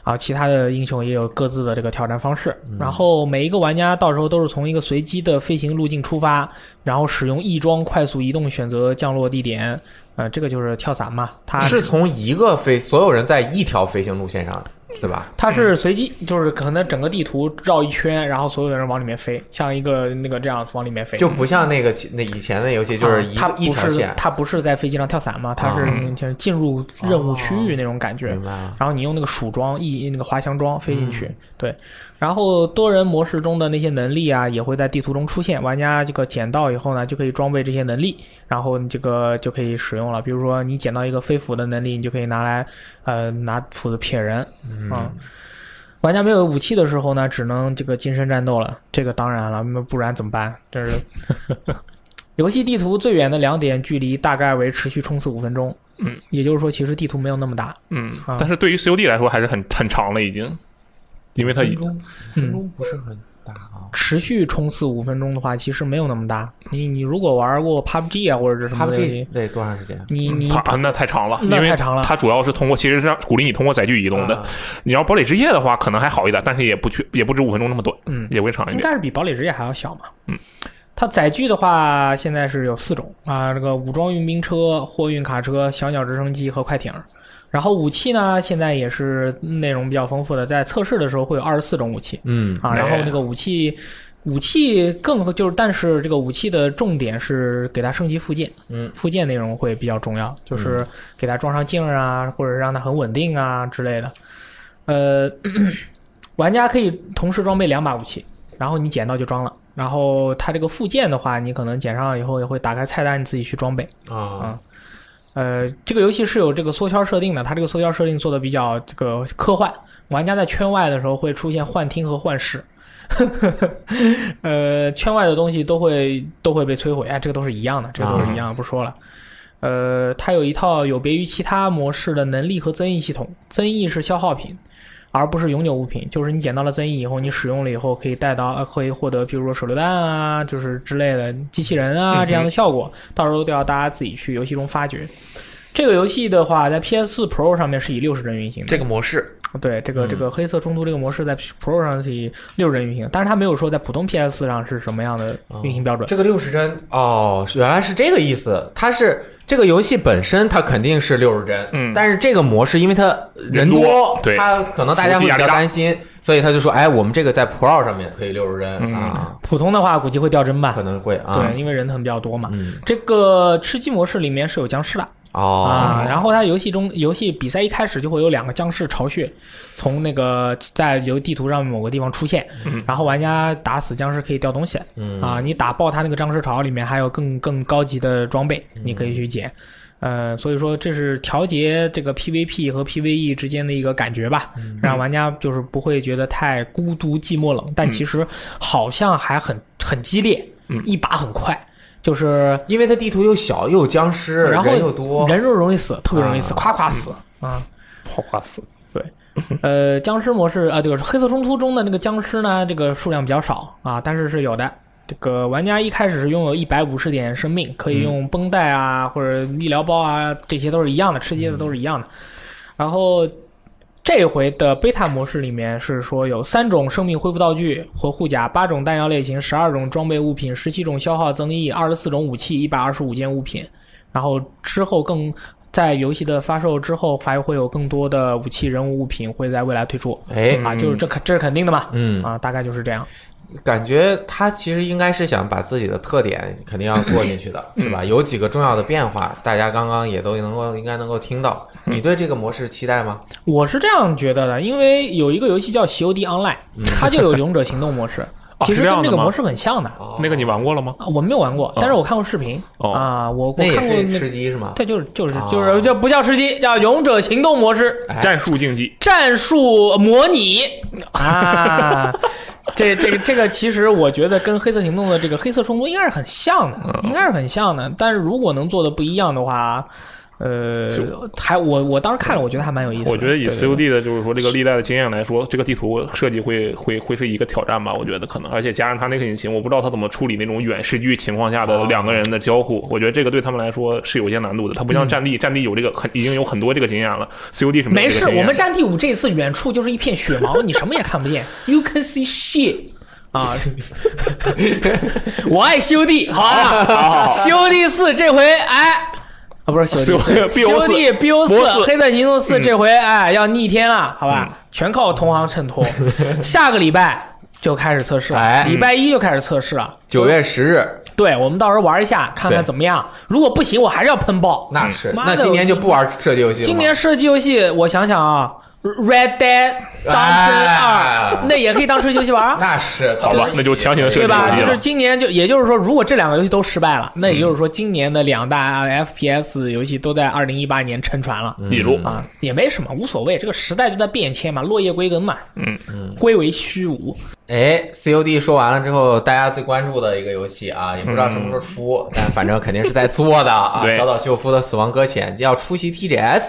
Speaker 2: 啊，其他的英雄也有各自的这个挑战方式，
Speaker 3: 嗯
Speaker 2: 然后每一个玩家到时候都是从一个随机的飞行路径出发，然后使用翼装快速移动选择降落地点，呃，这个就是跳伞嘛，它
Speaker 1: 是从一个飞，所有人在一条飞行路线上，对吧？
Speaker 2: 它是随机，就是可能整个地图绕一圈，然后所有的人往里面飞，像一个那个这样往里面飞。啊
Speaker 1: 就不像那个其那以前的游戏，就是一、
Speaker 2: 它
Speaker 1: 一
Speaker 2: 不
Speaker 1: 条
Speaker 2: 是
Speaker 1: 线。啊
Speaker 2: 它不是在飞机上跳伞嘛，它是
Speaker 3: 嗯
Speaker 2: 就是进入任务区域那种感觉
Speaker 1: 哦明。白嗯了。
Speaker 2: 然后你用那个鼠装一那个滑翔装飞进去，对。然后多人模式中的那些能力啊，也会在地图中出现。玩家这个捡到以后呢，就可以装备这些能力，然后你这个就可以使用了。比如说你捡到一个飞斧的能力，你就可以拿来呃拿斧子撇人，
Speaker 1: 嗯
Speaker 2: 啊。玩家没有武器的时候呢，只能这个近身战斗了。这个当然了，那不然怎么办？这是游戏地图最远的两点距离大概为持续冲刺五分钟。
Speaker 3: 嗯，
Speaker 2: 也就是说，其实地图没有那么大。
Speaker 3: 嗯
Speaker 2: 啊，
Speaker 3: 但是对于 COD 来说还是很很长了已经，因为它已
Speaker 1: 钟，
Speaker 2: 嗯
Speaker 1: 钟不是很大啊。
Speaker 2: 持续冲刺五分钟的话，其实没有那么大。你你如果玩过 PUBG 啊或者是什么
Speaker 1: 他
Speaker 2: 游
Speaker 1: 们这
Speaker 2: 戏，
Speaker 1: 得多长时间？
Speaker 2: 你你
Speaker 3: 啊那太长了，
Speaker 2: 那
Speaker 3: 因为
Speaker 2: 太长了
Speaker 3: 它主要是通过其实是让鼓励你通过载具移动的
Speaker 1: 啊。
Speaker 3: 你要堡垒之夜的话，可能还好一点，但是也不去也不止五分钟那么短，
Speaker 2: 嗯
Speaker 3: 也会长一
Speaker 2: 应
Speaker 3: 点。
Speaker 2: 该是比堡垒之夜还要小嘛。
Speaker 3: 嗯，
Speaker 2: 它载具的话，现在是有四种啊，这个武装运兵车、货运卡车、小鸟直升机和快艇。然后武器呢，现在也是内容比较丰富的，在测试的时候会有二十四种武器
Speaker 1: 嗯，
Speaker 2: 啊。
Speaker 3: 哎
Speaker 2: 然后那个武器，武器更就是，但是这个武器的重点是给它升级附件，
Speaker 1: 嗯，
Speaker 2: 附件内容会比较重要，就是给它装上镜儿啊，或者让它很稳定啊之类的。 [CLEARS THROAT] 呃，玩家可以同时装备两把武器，然后你捡到就装了。然后它这个附件的话，你可能捡上以后也会打开菜单，你自己去装备。
Speaker 1: 啊
Speaker 2: 呃，这个游戏是有这个缩圈设定的，它这个缩圈设定做的比较这个科幻，玩家在圈外的时候会出现幻听和幻视， [LAUGHS] 呃，圈外的东西都会都会被摧毁，哎，这个都是一样的，这个都是一
Speaker 3: 啊
Speaker 2: 样的，不说了。呃，它有一套有别于其他模式的能力和增益系统，增益是消耗品，而不是永久物品，就是你捡到了增益以后，你使用了以后可以带到，呃可以获得，比如说手榴弹啊，就是之类的机器人
Speaker 3: 嗯
Speaker 2: 啊
Speaker 3: 哼
Speaker 2: 这样的效果，到时候都要大家自己去游戏中发掘。这个游戏的话，在 PS 4 Pro 上面是以六十帧运行的，
Speaker 1: 这个模式
Speaker 2: 对，这个
Speaker 1: 嗯
Speaker 2: 这个黑色冲突这个模式在 Pro 上是以六人运行，但是它没有说在普通 PS 上是什么样的运行标准。
Speaker 1: 嗯这个六十帧哦，原来是这个意思。它是这个游戏本身，它肯定是六十帧，
Speaker 3: 嗯
Speaker 1: 但是这个模式因为它人
Speaker 3: 人多对
Speaker 1: 它可能大家会比较担心，所以他就说，哎，我们这个在 Pro 上面可以六十帧、
Speaker 3: 嗯
Speaker 1: 啊，
Speaker 2: 普通的话估计会掉帧吧
Speaker 1: 可，能会啊，
Speaker 2: 对，，因为人可能比较多嘛。
Speaker 1: 嗯，
Speaker 2: 这个吃鸡模式里面是有僵尸的
Speaker 1: 哦，
Speaker 2: 啊，然后它游戏中游戏比赛一开始就会有两个僵尸巢穴，从那个在游地图上某个地方出现
Speaker 3: 嗯，
Speaker 2: 然后玩家打死僵尸可以掉东西，
Speaker 1: 嗯
Speaker 2: 啊，你打爆它那个僵尸巢里面还有更更高级的装备，你可以去捡。呃，所以说这是调节这个 PVP 和 PVE 之间的一个感觉吧，让玩家就是不会觉得太孤独、寂寞、冷，但其实好像还很很激烈，
Speaker 3: 嗯
Speaker 2: 一把很快，就是
Speaker 1: 因为它地图又小又有僵尸，
Speaker 2: 然后
Speaker 1: 人又多，
Speaker 2: 人肉容易死，特别容易死，
Speaker 1: 啊
Speaker 2: 夸夸死啊。
Speaker 3: 好花死，
Speaker 2: 呃，僵尸模式啊，对，黑色冲突中的那个僵尸呢，这个数量比较少啊，但是是有的。这个玩家一开始是拥有一百五十点生命，可以用绷带啊、或者医疗包啊，这些都是一样的，吃鸡的都是一样的。然后这回的贝塔模式里面是说有三种生命恢复道具和护甲，八种弹药类型，十二种装备物品，十七种消耗增益，二十四种武器，一百二十五件物品。然后之后更在游戏的发售之后，还会有更多的武器、人物、物品会在未来推出
Speaker 1: 哎，
Speaker 3: 嗯
Speaker 2: 啊，就是这肯这是肯定的嘛。
Speaker 1: 嗯，
Speaker 2: 啊，大概就是这样。
Speaker 1: 感觉他其实应该是想把自己的特点肯定要做进去的，
Speaker 3: 嗯
Speaker 1: 是吧？有几个重要的变化，大家刚刚也都能够应该能够听到。
Speaker 3: 嗯
Speaker 1: 你对这个模式期待吗？
Speaker 2: 我是这样觉得的，因为有一个游戏叫《COD Online》，它就有勇者行动模式，
Speaker 3: 嗯 [LAUGHS] 哦
Speaker 2: 其实
Speaker 3: 是这样
Speaker 2: 跟
Speaker 3: 的
Speaker 2: 这个
Speaker 3: 吗
Speaker 2: 模式很像的。
Speaker 1: 哦
Speaker 3: 那个你玩过了吗？
Speaker 2: 啊我没有玩过，但是我看过视频
Speaker 3: 哦
Speaker 2: 啊，我我
Speaker 1: 那
Speaker 2: 看过
Speaker 1: 也是
Speaker 2: 那，
Speaker 1: 吃鸡是吗？
Speaker 2: 对，就是就是
Speaker 1: 哦
Speaker 2: 就是这不叫吃鸡，叫勇者行动模式，
Speaker 1: 哎
Speaker 3: 战术竞技，
Speaker 2: 战术模拟啊。这这个这个，其实我觉得跟黑色行动的这个黑色冲突应该是很像的，应该是很像的。但是如果能做的不一样的话，呃，还我我当时看了，我觉得还蛮有意思的。
Speaker 3: 我觉得以
Speaker 2: 对对对
Speaker 3: COD 的就是说这个历代的经验来说，这个地图设计会会会是一个挑战吧？我觉得可能，而且加上它那个引擎，我不知道它怎么处理那种远视距情况下的
Speaker 1: 啊
Speaker 3: 两个人的交互。我觉得这个对他们来说是有些难度的。它不像战地，战地有这个很已经有很多这个经验了，COD 是没
Speaker 2: 嗯没
Speaker 3: 有这
Speaker 2: 事，
Speaker 3: 个经
Speaker 2: 我
Speaker 3: 验
Speaker 2: 们
Speaker 3: 的。
Speaker 2: 战地五这次远处就是一片雪毛，你什么也看不 [LAUGHS] 见，You can see shit 啊！ [LAUGHS] 我爱修弟，好啊，修弟四这回哎。啊，不是修弟四，
Speaker 3: 修
Speaker 2: 修弟
Speaker 3: 博
Speaker 2: BO 四，
Speaker 3: 四
Speaker 2: 黑色行动
Speaker 1: 嗯
Speaker 2: 四这回哎要逆天了，好吧，全靠同行
Speaker 1: [LAUGHS]
Speaker 2: 衬托。下个礼拜就开始测试了
Speaker 1: 哎，
Speaker 2: 礼拜一就开始测试了。
Speaker 1: 九月十日，
Speaker 2: 对，我们到时候玩一下，看看
Speaker 1: 对
Speaker 2: 怎么样。如果不行，我还是要喷爆。
Speaker 1: 那是
Speaker 2: 妈的
Speaker 1: 那今年就不玩射击游戏了吗。
Speaker 2: 嗯今年射击游戏，我想想啊，Red Dead 当真二、
Speaker 1: 哎
Speaker 2: 那也可以当射击游戏
Speaker 1: [LAUGHS]
Speaker 2: 玩儿，
Speaker 1: 那是
Speaker 3: 好吧
Speaker 1: 对
Speaker 3: 那就强行设
Speaker 2: 对
Speaker 3: 计
Speaker 2: 吧？
Speaker 3: 游戏
Speaker 2: 就
Speaker 3: 了
Speaker 2: 是今年就也就是说，如果这两个游戏都失败了，那
Speaker 1: 嗯
Speaker 2: 也就是说今年的两大 FPS 游戏都在二零一八年沉船了。
Speaker 3: 比如
Speaker 2: 啊，也没什么，无所谓，这个时代就在变迁嘛，落叶归根嘛，
Speaker 3: 嗯
Speaker 2: 归为虚无。
Speaker 1: 哎，COD 说完了之后，大家最关注的一个游戏啊，也不知道什么时候出，但反正肯定是在做的啊。
Speaker 3: 对
Speaker 1: 小岛秀夫的《死亡搁浅》要出席 TGS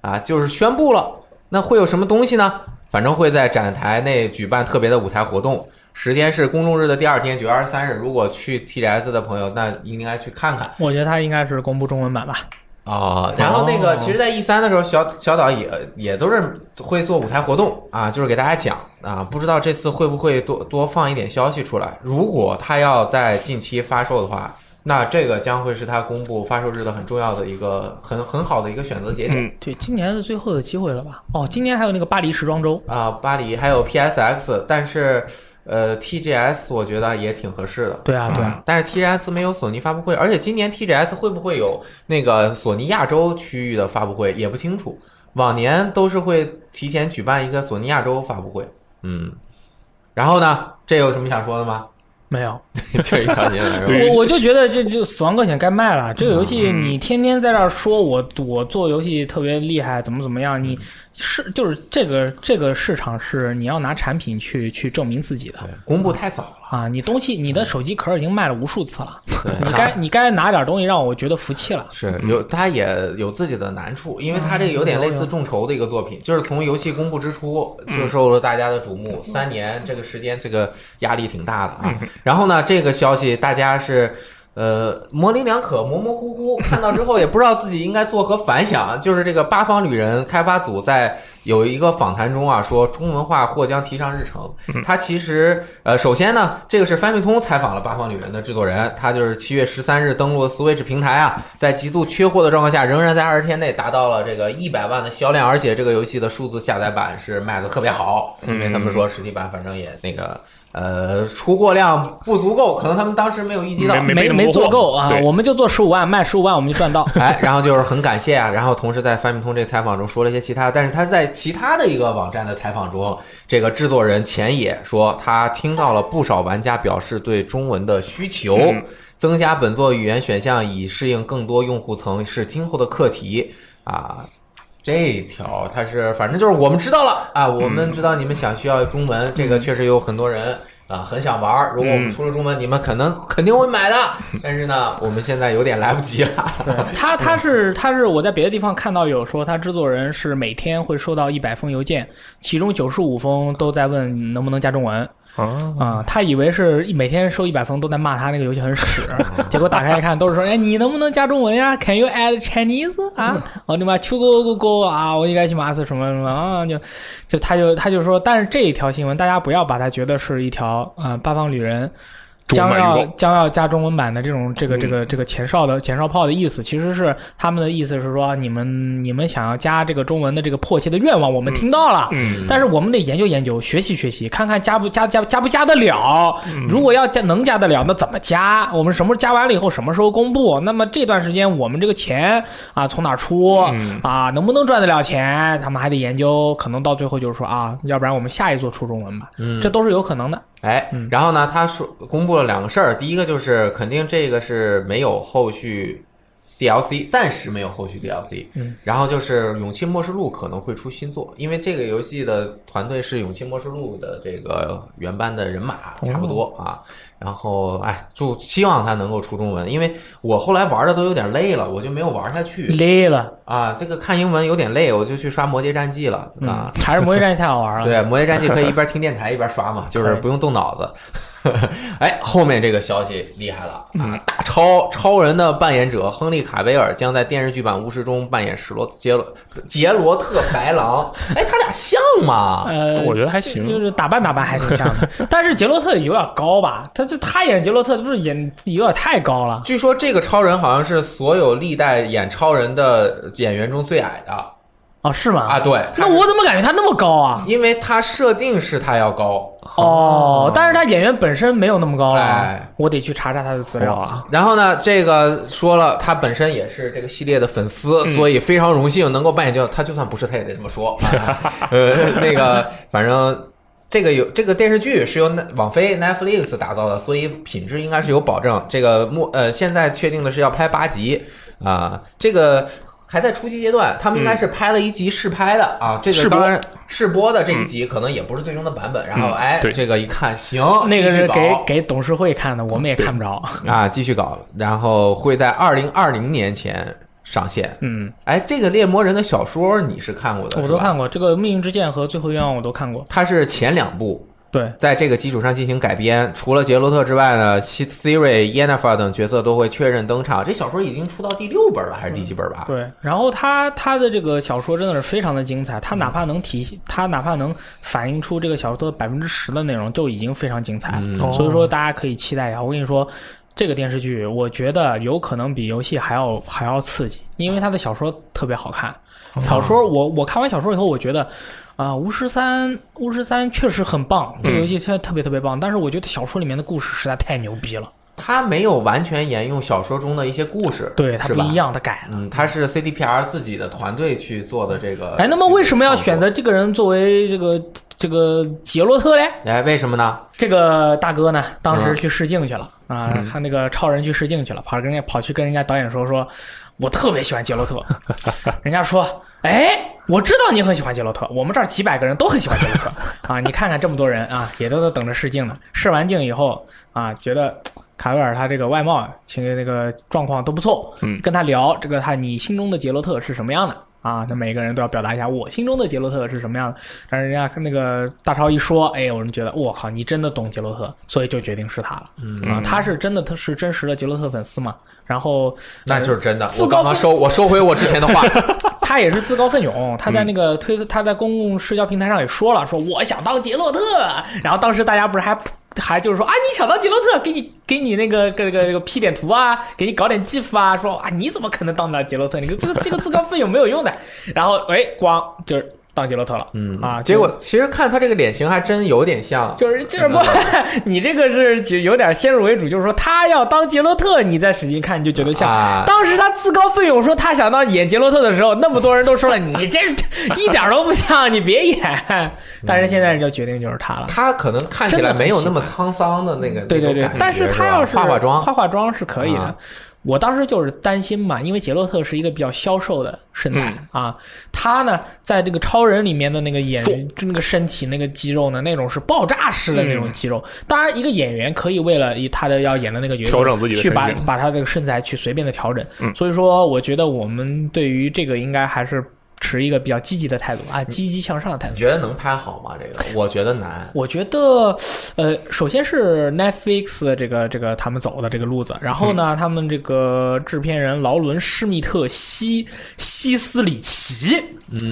Speaker 1: 啊，就是宣布了。那会有什么东西呢？反正会在展台内举办特别的舞台活动，时间是公众日的第二天，九月二十三日。如果去 TGS 的朋友，那应该去看看。
Speaker 2: 我觉得它应该是公布中文版吧。
Speaker 1: 哦，然后那个，其实，在 E 三的时候，小小岛也也都是会做舞台活动啊，就是给大家讲啊，不知道这次会不会多多放一点消息出来。如果他要在近期发售的话，那这个将会是他公布发售日的很重要的一个很很好的一个选择节点
Speaker 3: 嗯，
Speaker 2: 对，今年是最后的机会了吧？哦，今年还有那个巴黎时装周，
Speaker 1: 啊、巴黎还有 PSX，但是呃 TGS 我觉得也挺合适的。
Speaker 2: 对啊，对啊。
Speaker 1: 但是 TGS 没有索尼发布会，而且今年 TGS 会不会有那个索尼亚洲区域的发布会也不清楚。往年都是会提前
Speaker 2: [LAUGHS]
Speaker 1: 举办一个索尼亚洲发布会，嗯。然后呢，这有什么想说的吗？
Speaker 2: 没有，
Speaker 1: 就一条街来
Speaker 3: 对于
Speaker 1: 说，
Speaker 2: 我我就觉得这就死亡搁浅该卖了。这个游戏你天天在这儿说我我做游戏特别厉害，怎么怎么样？你是就是这个这个市场是你要拿产品去去证明自己的
Speaker 1: 对公布太早了。
Speaker 2: 啊！你东西你的手机壳已经卖了无数次了，
Speaker 1: 对
Speaker 2: 你该你该拿点东西让我觉得服气了。
Speaker 1: [LAUGHS] 是有，它也有自己的难处，因为它这个有点类似众筹的一个作品，就是从游戏公布之初就受了大家的瞩目，三年这个时间，这个压力挺大的啊。
Speaker 2: 嗯
Speaker 1: 然后呢，这个消息大家是。呃，模棱两可，模模糊糊，看到之后也不知道自己应该作何反响。就是这个八方旅人开发组在有一个访谈中啊，说中文化或将提上日程。他其实呃，首先呢，这个是翻译通采访了《八方旅人》的制作人，他就是七月十三日登陆 Switch 平台啊，在极度缺货的状况下，仍然在二十天内达到了这个一百万的销量，而且这个游戏的数字下载版是卖的特别好，因为他们说实体版反正也那个。呃，出货量不足够，可能他们当时没有预计到，
Speaker 3: 没
Speaker 2: 没
Speaker 3: 没那么多
Speaker 2: 做
Speaker 3: 货
Speaker 2: 够啊，
Speaker 3: 对
Speaker 2: 我们就做十五万，卖十五万我们就赚到。
Speaker 3: [LAUGHS]
Speaker 1: 哎，然后就是很感谢啊，然后同时在范明通这采访中说了一些其他，但是他在其他的一个网站的采访中，这个制作人钱野说他听到了不少玩家表示对中文的需求。
Speaker 3: 嗯
Speaker 1: 增加本作语言选项以适应更多用户层是今后的课题啊。这条它是反正就是我们知道了啊，我们知道你们想需要中文，这个确实有很多人啊很想玩儿。如果我们出了中文，你们可能肯定会买的。但是呢，我们现在有点来不及了。
Speaker 2: 他他是他是我在别的地方看到有说他制作人是每天会收到一百封邮件，其中九十五封都在问能不能加中文
Speaker 3: 啊，
Speaker 2: 啊、他以为是一每天收一百封都在骂他那个游戏很屎，
Speaker 3: [LAUGHS]
Speaker 2: 结果打开一看都是说哎你能不能加中文呀？Can you add Chinese 啊？
Speaker 3: 嗯
Speaker 2: 我的妈，秋狗狗狗啊！我应该去马斯什么什么啊？就就他就他就说，但是这一条新闻大家不要把它觉得是一条啊、呃八方旅人
Speaker 3: 中
Speaker 2: 将
Speaker 3: 文
Speaker 2: 要
Speaker 3: 预告
Speaker 2: 将要加中文版的这种这个
Speaker 3: 嗯
Speaker 2: 这个这个前哨的前哨炮的意思，其实是他们的意思是说，你们你们想要加这个中文的这个迫切的愿望，我们听到了。
Speaker 3: 嗯，
Speaker 2: 但是我们得研究研究，学习学习，看看加不加加加不加得了。
Speaker 3: 嗯
Speaker 2: 如果要加能加得了，那怎么加？我们什么时候加完了以后，什么时候公布？那么这段时间我们这个钱啊从哪儿出
Speaker 3: 嗯
Speaker 2: 啊？能不能赚得了钱？他们还得研究，可能到最后就是说啊，要不然我们下一座出中文吧，
Speaker 1: 嗯
Speaker 2: 这都是有可能的。
Speaker 1: 哎，
Speaker 2: 嗯
Speaker 1: 然后呢，他说公布了两个事儿，第一个就是肯定这个是没有后续 DLC，暂时没有后续 DLC。
Speaker 2: 嗯，
Speaker 1: 然后就是《勇气末世录》可能会出新作，因为这个游戏的团队是《勇气末世录》的这个原班的人马，差不多
Speaker 2: 哦
Speaker 1: 啊。然后，哎，祝希望它能够出中文，因为我后来玩的都有点累了，我就没有玩下去
Speaker 2: 累了。
Speaker 1: 啊。这个看英文有点累，我就去刷《魔界战记》了啊。
Speaker 2: 嗯，还是魔界战役太好玩了。
Speaker 1: 对，《魔界战记》可以一边听电台一边刷嘛，就是不用动脑子。 [LAUGHS] 哎，后面这个消息厉害了
Speaker 2: 嗯
Speaker 1: 啊！大超超人的扮演者亨利·卡维尔将在电视剧版《巫师》中扮演史罗杰罗杰罗特白狼。哎，他俩像吗？
Speaker 2: 呃，
Speaker 3: 我觉得还
Speaker 2: 就
Speaker 3: 行。
Speaker 2: 是打扮打扮还挺像
Speaker 3: [LAUGHS]
Speaker 2: 的，但是杰洛特有点高吧？他就他演杰洛特不是演有点太高了。
Speaker 1: 据说这个超人好像是所有历代演超人的演员中最矮的
Speaker 2: 哦，是吗？
Speaker 1: 啊！，对，他
Speaker 2: 那我怎么感觉他那么高啊？
Speaker 1: 因为他设定是他要高，
Speaker 2: 哦，但是他演员本身没有那么高啊
Speaker 1: 哎。
Speaker 2: 我得去查查他的资料啊。
Speaker 3: 哇，
Speaker 1: 然后呢，这个说了，他本身也是这个系列的粉丝，
Speaker 3: 嗯
Speaker 1: 所以非常荣幸能够扮演角色。他就算不是，他也得这么说。
Speaker 3: [LAUGHS]
Speaker 1: 啊、呃，那个，反正这个有这个电视剧是由那网飞 Netflix 打造的，所以品质应该是有保证。这个目呃，现在确定的是要拍八集啊、这个。还在初期阶段，他们应该是拍了一集试拍的、啊，这个
Speaker 3: 嗯试播
Speaker 1: 当然试播的这一集可能也不是最终的版本，然后
Speaker 3: 嗯
Speaker 1: 哎，
Speaker 3: 对
Speaker 1: 这个一看行，
Speaker 2: 那个
Speaker 1: 继续
Speaker 2: 是
Speaker 1: 搞
Speaker 2: 给给董事会看的，我们也看不着。
Speaker 1: 啊，继续搞，然后会在二零二零年前上线。
Speaker 2: 嗯，
Speaker 1: 哎，这个猎魔人的小说你是看过的，
Speaker 2: 我都看
Speaker 1: 过。
Speaker 2: 过这个《命运之剑》和《最后愿望》，我都看过。
Speaker 1: 它是前两部，
Speaker 2: 对，
Speaker 1: 在这个基础上进行改编。除了杰洛特之外呢，西 Siri、耶娜法等角色都会确认登场。这小说已经出到第六本了，还是第几本吧？
Speaker 2: 对，然后他他的这个小说真的是非常的精彩，他
Speaker 1: 嗯
Speaker 2: 哪怕能体，他哪怕能反映出这个小说百分之十的内容，就已经非常精彩了。哦
Speaker 1: 嗯
Speaker 2: 所以说大家可以期待一下。我跟你说，这个电视剧我觉得有可能比游戏还要还要刺激，因为他的小说特别好看。
Speaker 1: 哦
Speaker 2: 小说我我看完小说以后，我觉得。啊，巫师三，巫师三确实很棒，这
Speaker 1: 嗯
Speaker 2: 个游戏确实特别特别棒。但是我觉得小说里面的故事实在太牛逼了，
Speaker 1: 它没有完全沿用小说中的一些故事，
Speaker 2: 对它
Speaker 1: 是
Speaker 2: 不
Speaker 1: 吧
Speaker 2: 一。样，它改了。
Speaker 1: 嗯，它是 CDPR 自己的团队去做的这个。
Speaker 2: 哎哎，那么为什么要选择这个人作为这个这个杰洛特嘞，
Speaker 1: 哎，为什么呢？
Speaker 2: 这个大哥呢，当时
Speaker 1: 嗯
Speaker 2: 去试镜去了啊，看那个超人去试镜去了，跑跟人家跑去跟人家导演说说，我特别喜欢杰洛特，人家说，哎，我知道你很喜欢杰洛特，我们这儿几百个人都很喜欢杰洛特啊，你看看这么多人啊，也都在等着试镜呢。试完镜以后啊，觉得卡维尔他这个外貌、情那个状况都不错，
Speaker 3: 嗯
Speaker 2: 跟他聊这个他你心中的杰洛特是什么样的。啊，那每个人都要表达一下我心中的杰洛特是什么样的，但是人家那个大超一说，哎，有人觉得我靠，你真的懂杰洛特，所以就决定是他了。嗯啊，他是真的，他是真实的杰洛特粉丝嘛。然后
Speaker 1: 那就是真的。
Speaker 2: 自
Speaker 1: 我
Speaker 2: 告
Speaker 1: 刚刚
Speaker 2: 奋
Speaker 1: 收，我收回我之前的话。
Speaker 2: 他也是自告奋勇，他在那个推，他在公共社交平台上也说了，说我想当杰洛特。然后当时大家不是还还就是说啊，你想当杰洛特，给你给你那个给个个 P 点图啊，给你搞点 GIF 啊，说啊你怎么可能当得了杰洛特？你这个这个自告奋勇没有用的。然后哎，光就是当杰洛特了，嗯啊，
Speaker 1: 结果其实看他这个脸型，还真有点像。
Speaker 2: 就是就是不， [LAUGHS] 你这个是就有点先入为主，就是说他要当杰洛特，你再使劲看，你就觉得像。
Speaker 1: 啊
Speaker 2: 当时他自告奋勇说他想当演杰洛特的时候，那么多人都说了你这 [LAUGHS] 一点都不像，你别演。但是现在人就决定就是他了。
Speaker 1: 他可能看起来没有那么沧桑的那个，
Speaker 2: 对对
Speaker 1: 那种
Speaker 2: 对
Speaker 1: 感，觉
Speaker 2: 但是他
Speaker 1: 吧
Speaker 2: 要是
Speaker 1: 化化妆，
Speaker 2: 化化妆是可以的
Speaker 1: 啊。
Speaker 2: 我当时就是担心嘛，因为杰洛特是一个比较消瘦的身材
Speaker 1: 嗯
Speaker 2: 啊，他呢在这个超人里面的那个演
Speaker 3: 重
Speaker 2: 就那个身体那个肌肉呢，那种是爆炸式的那
Speaker 1: 嗯
Speaker 2: 种肌肉。当然，一个演员可以为了以他的要演的那个角色
Speaker 3: 调整自己的
Speaker 2: 去把
Speaker 3: 身形
Speaker 2: 把他这个身材去随便的调整。
Speaker 3: 嗯
Speaker 2: 所以说，我觉得我们对于这个应该还是持一个比较积极的态度
Speaker 1: 嗯
Speaker 2: 啊，积极向上的态度
Speaker 1: 你。觉得能拍好吗？这个我觉得难。
Speaker 2: 我觉得，呃，首先是 Netflix 的这个这个他们走的这个路子，然后呢，他们这个制片人劳伦·施密特西西斯里奇，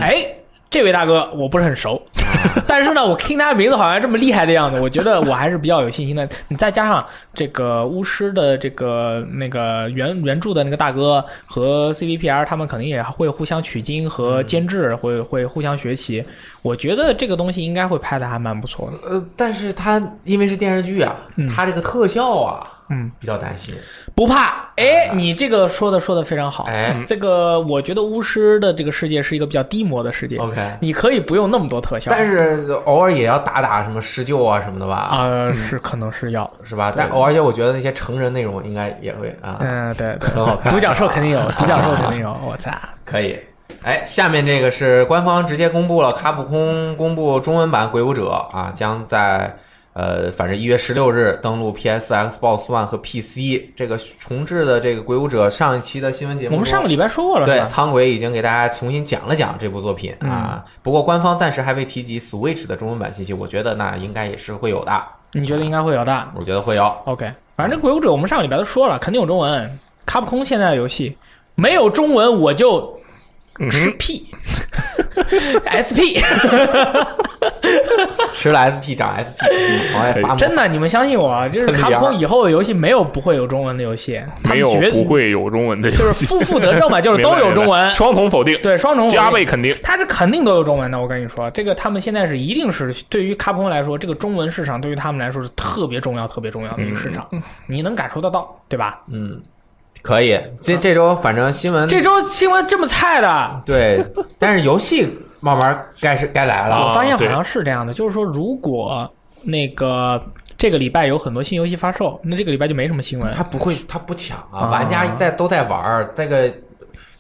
Speaker 2: 哎。这位大哥，我不是很熟，但是呢，我听他名字好像这么厉害的样子，我觉得我还是比较有信心的。你再加上这个巫师的这个那个原原著的那个大哥和 CDPR，他们肯定也会互相取经和监制，会会互相学习。我觉得这个东西应该会拍的还蛮不错的。
Speaker 1: 呃，但是他因为是电视剧啊，他这个特效啊，
Speaker 2: 嗯，
Speaker 1: 比较担心。
Speaker 2: 不怕，哎，你这个说的说的非常好。嗯
Speaker 1: 哎
Speaker 2: 这个我觉得巫师的这个世界是一个比较低模的世界，
Speaker 1: OK，
Speaker 2: 你可以不用那么多特效，
Speaker 1: 哦但是偶尔也要打打什么施救啊什么的吧，
Speaker 2: 啊、是可能是要，
Speaker 1: 是吧？但而且我觉得那些成人内容应该也会啊，
Speaker 2: 嗯，对对，
Speaker 1: 很好看
Speaker 2: 独角兽肯定有，
Speaker 1: [LAUGHS]
Speaker 2: 独角兽肯定有，我操，
Speaker 1: 可以。哎，下面这个是官方直接公布了，卡普空公布中文版《鬼武者》啊，将在呃，反正一月十六日登陆 PS、Xbox One 和 PC。这个重置的这个《鬼武者》，上一期的新闻节目
Speaker 2: 我
Speaker 1: 中
Speaker 2: 们上个礼拜说过了，
Speaker 1: 对
Speaker 2: 是吧？
Speaker 1: 苍鬼已经给大家重新讲了讲这部作品啊，
Speaker 2: 嗯
Speaker 1: 不过官方暂时还未提及 Switch 的中文版信息，我觉得那应该也是会有的，
Speaker 2: 你觉得应该会有的
Speaker 1: 我觉得会
Speaker 2: [LAUGHS]
Speaker 1: 有。
Speaker 2: ？OK，反正鬼武者我们上个礼拜都说了，肯定有中文。卡普空现在的游戏没有中文我就
Speaker 3: 嗯
Speaker 2: 吃
Speaker 3: 哼，
Speaker 2: 屁、s
Speaker 1: 嗯 [LAUGHS]
Speaker 2: [LAUGHS] p
Speaker 1: 吃了 SP 长 SP，往外嗯发
Speaker 2: 哎真
Speaker 1: 的
Speaker 2: 的，你们相信我，就是
Speaker 1: 真的
Speaker 2: 卡普
Speaker 1: 呀
Speaker 2: 空以后的游戏没有不会有中文的游戏，他
Speaker 3: 没
Speaker 2: 们
Speaker 3: 有
Speaker 2: 绝
Speaker 3: 不会有中文的
Speaker 2: 就
Speaker 3: 游戏，
Speaker 2: 是 [LAUGHS] 负负得正嘛，就是都
Speaker 3: 明白
Speaker 2: 有中
Speaker 3: 明
Speaker 2: 文
Speaker 3: 白，双重否定，
Speaker 2: 对双重
Speaker 3: 加
Speaker 2: 文
Speaker 3: 倍肯定。
Speaker 2: 它是肯定都有中文的，我跟你说，这个他们现在是一定是对于卡普空来说，这个中文市场对于他们来说是特别重要、特别重要的一个市场，
Speaker 3: 嗯
Speaker 2: 你能感受得到，对吧？
Speaker 1: 嗯，可以。这这周反正新
Speaker 3: 嗯
Speaker 1: 闻
Speaker 2: 这周新闻这么菜
Speaker 3: 啊
Speaker 2: 的，
Speaker 1: 对，但是游戏慢慢该是该来了。
Speaker 3: 啊
Speaker 2: 我发现好
Speaker 3: 对
Speaker 2: 像是这样的，就是说，如果那个这个礼拜有很多新游戏发售，那这个礼拜就没什么新
Speaker 3: [LAUGHS]
Speaker 2: 闻。
Speaker 1: 他不会，他不抢啊！
Speaker 2: 啊
Speaker 1: 玩家在都在玩儿，这个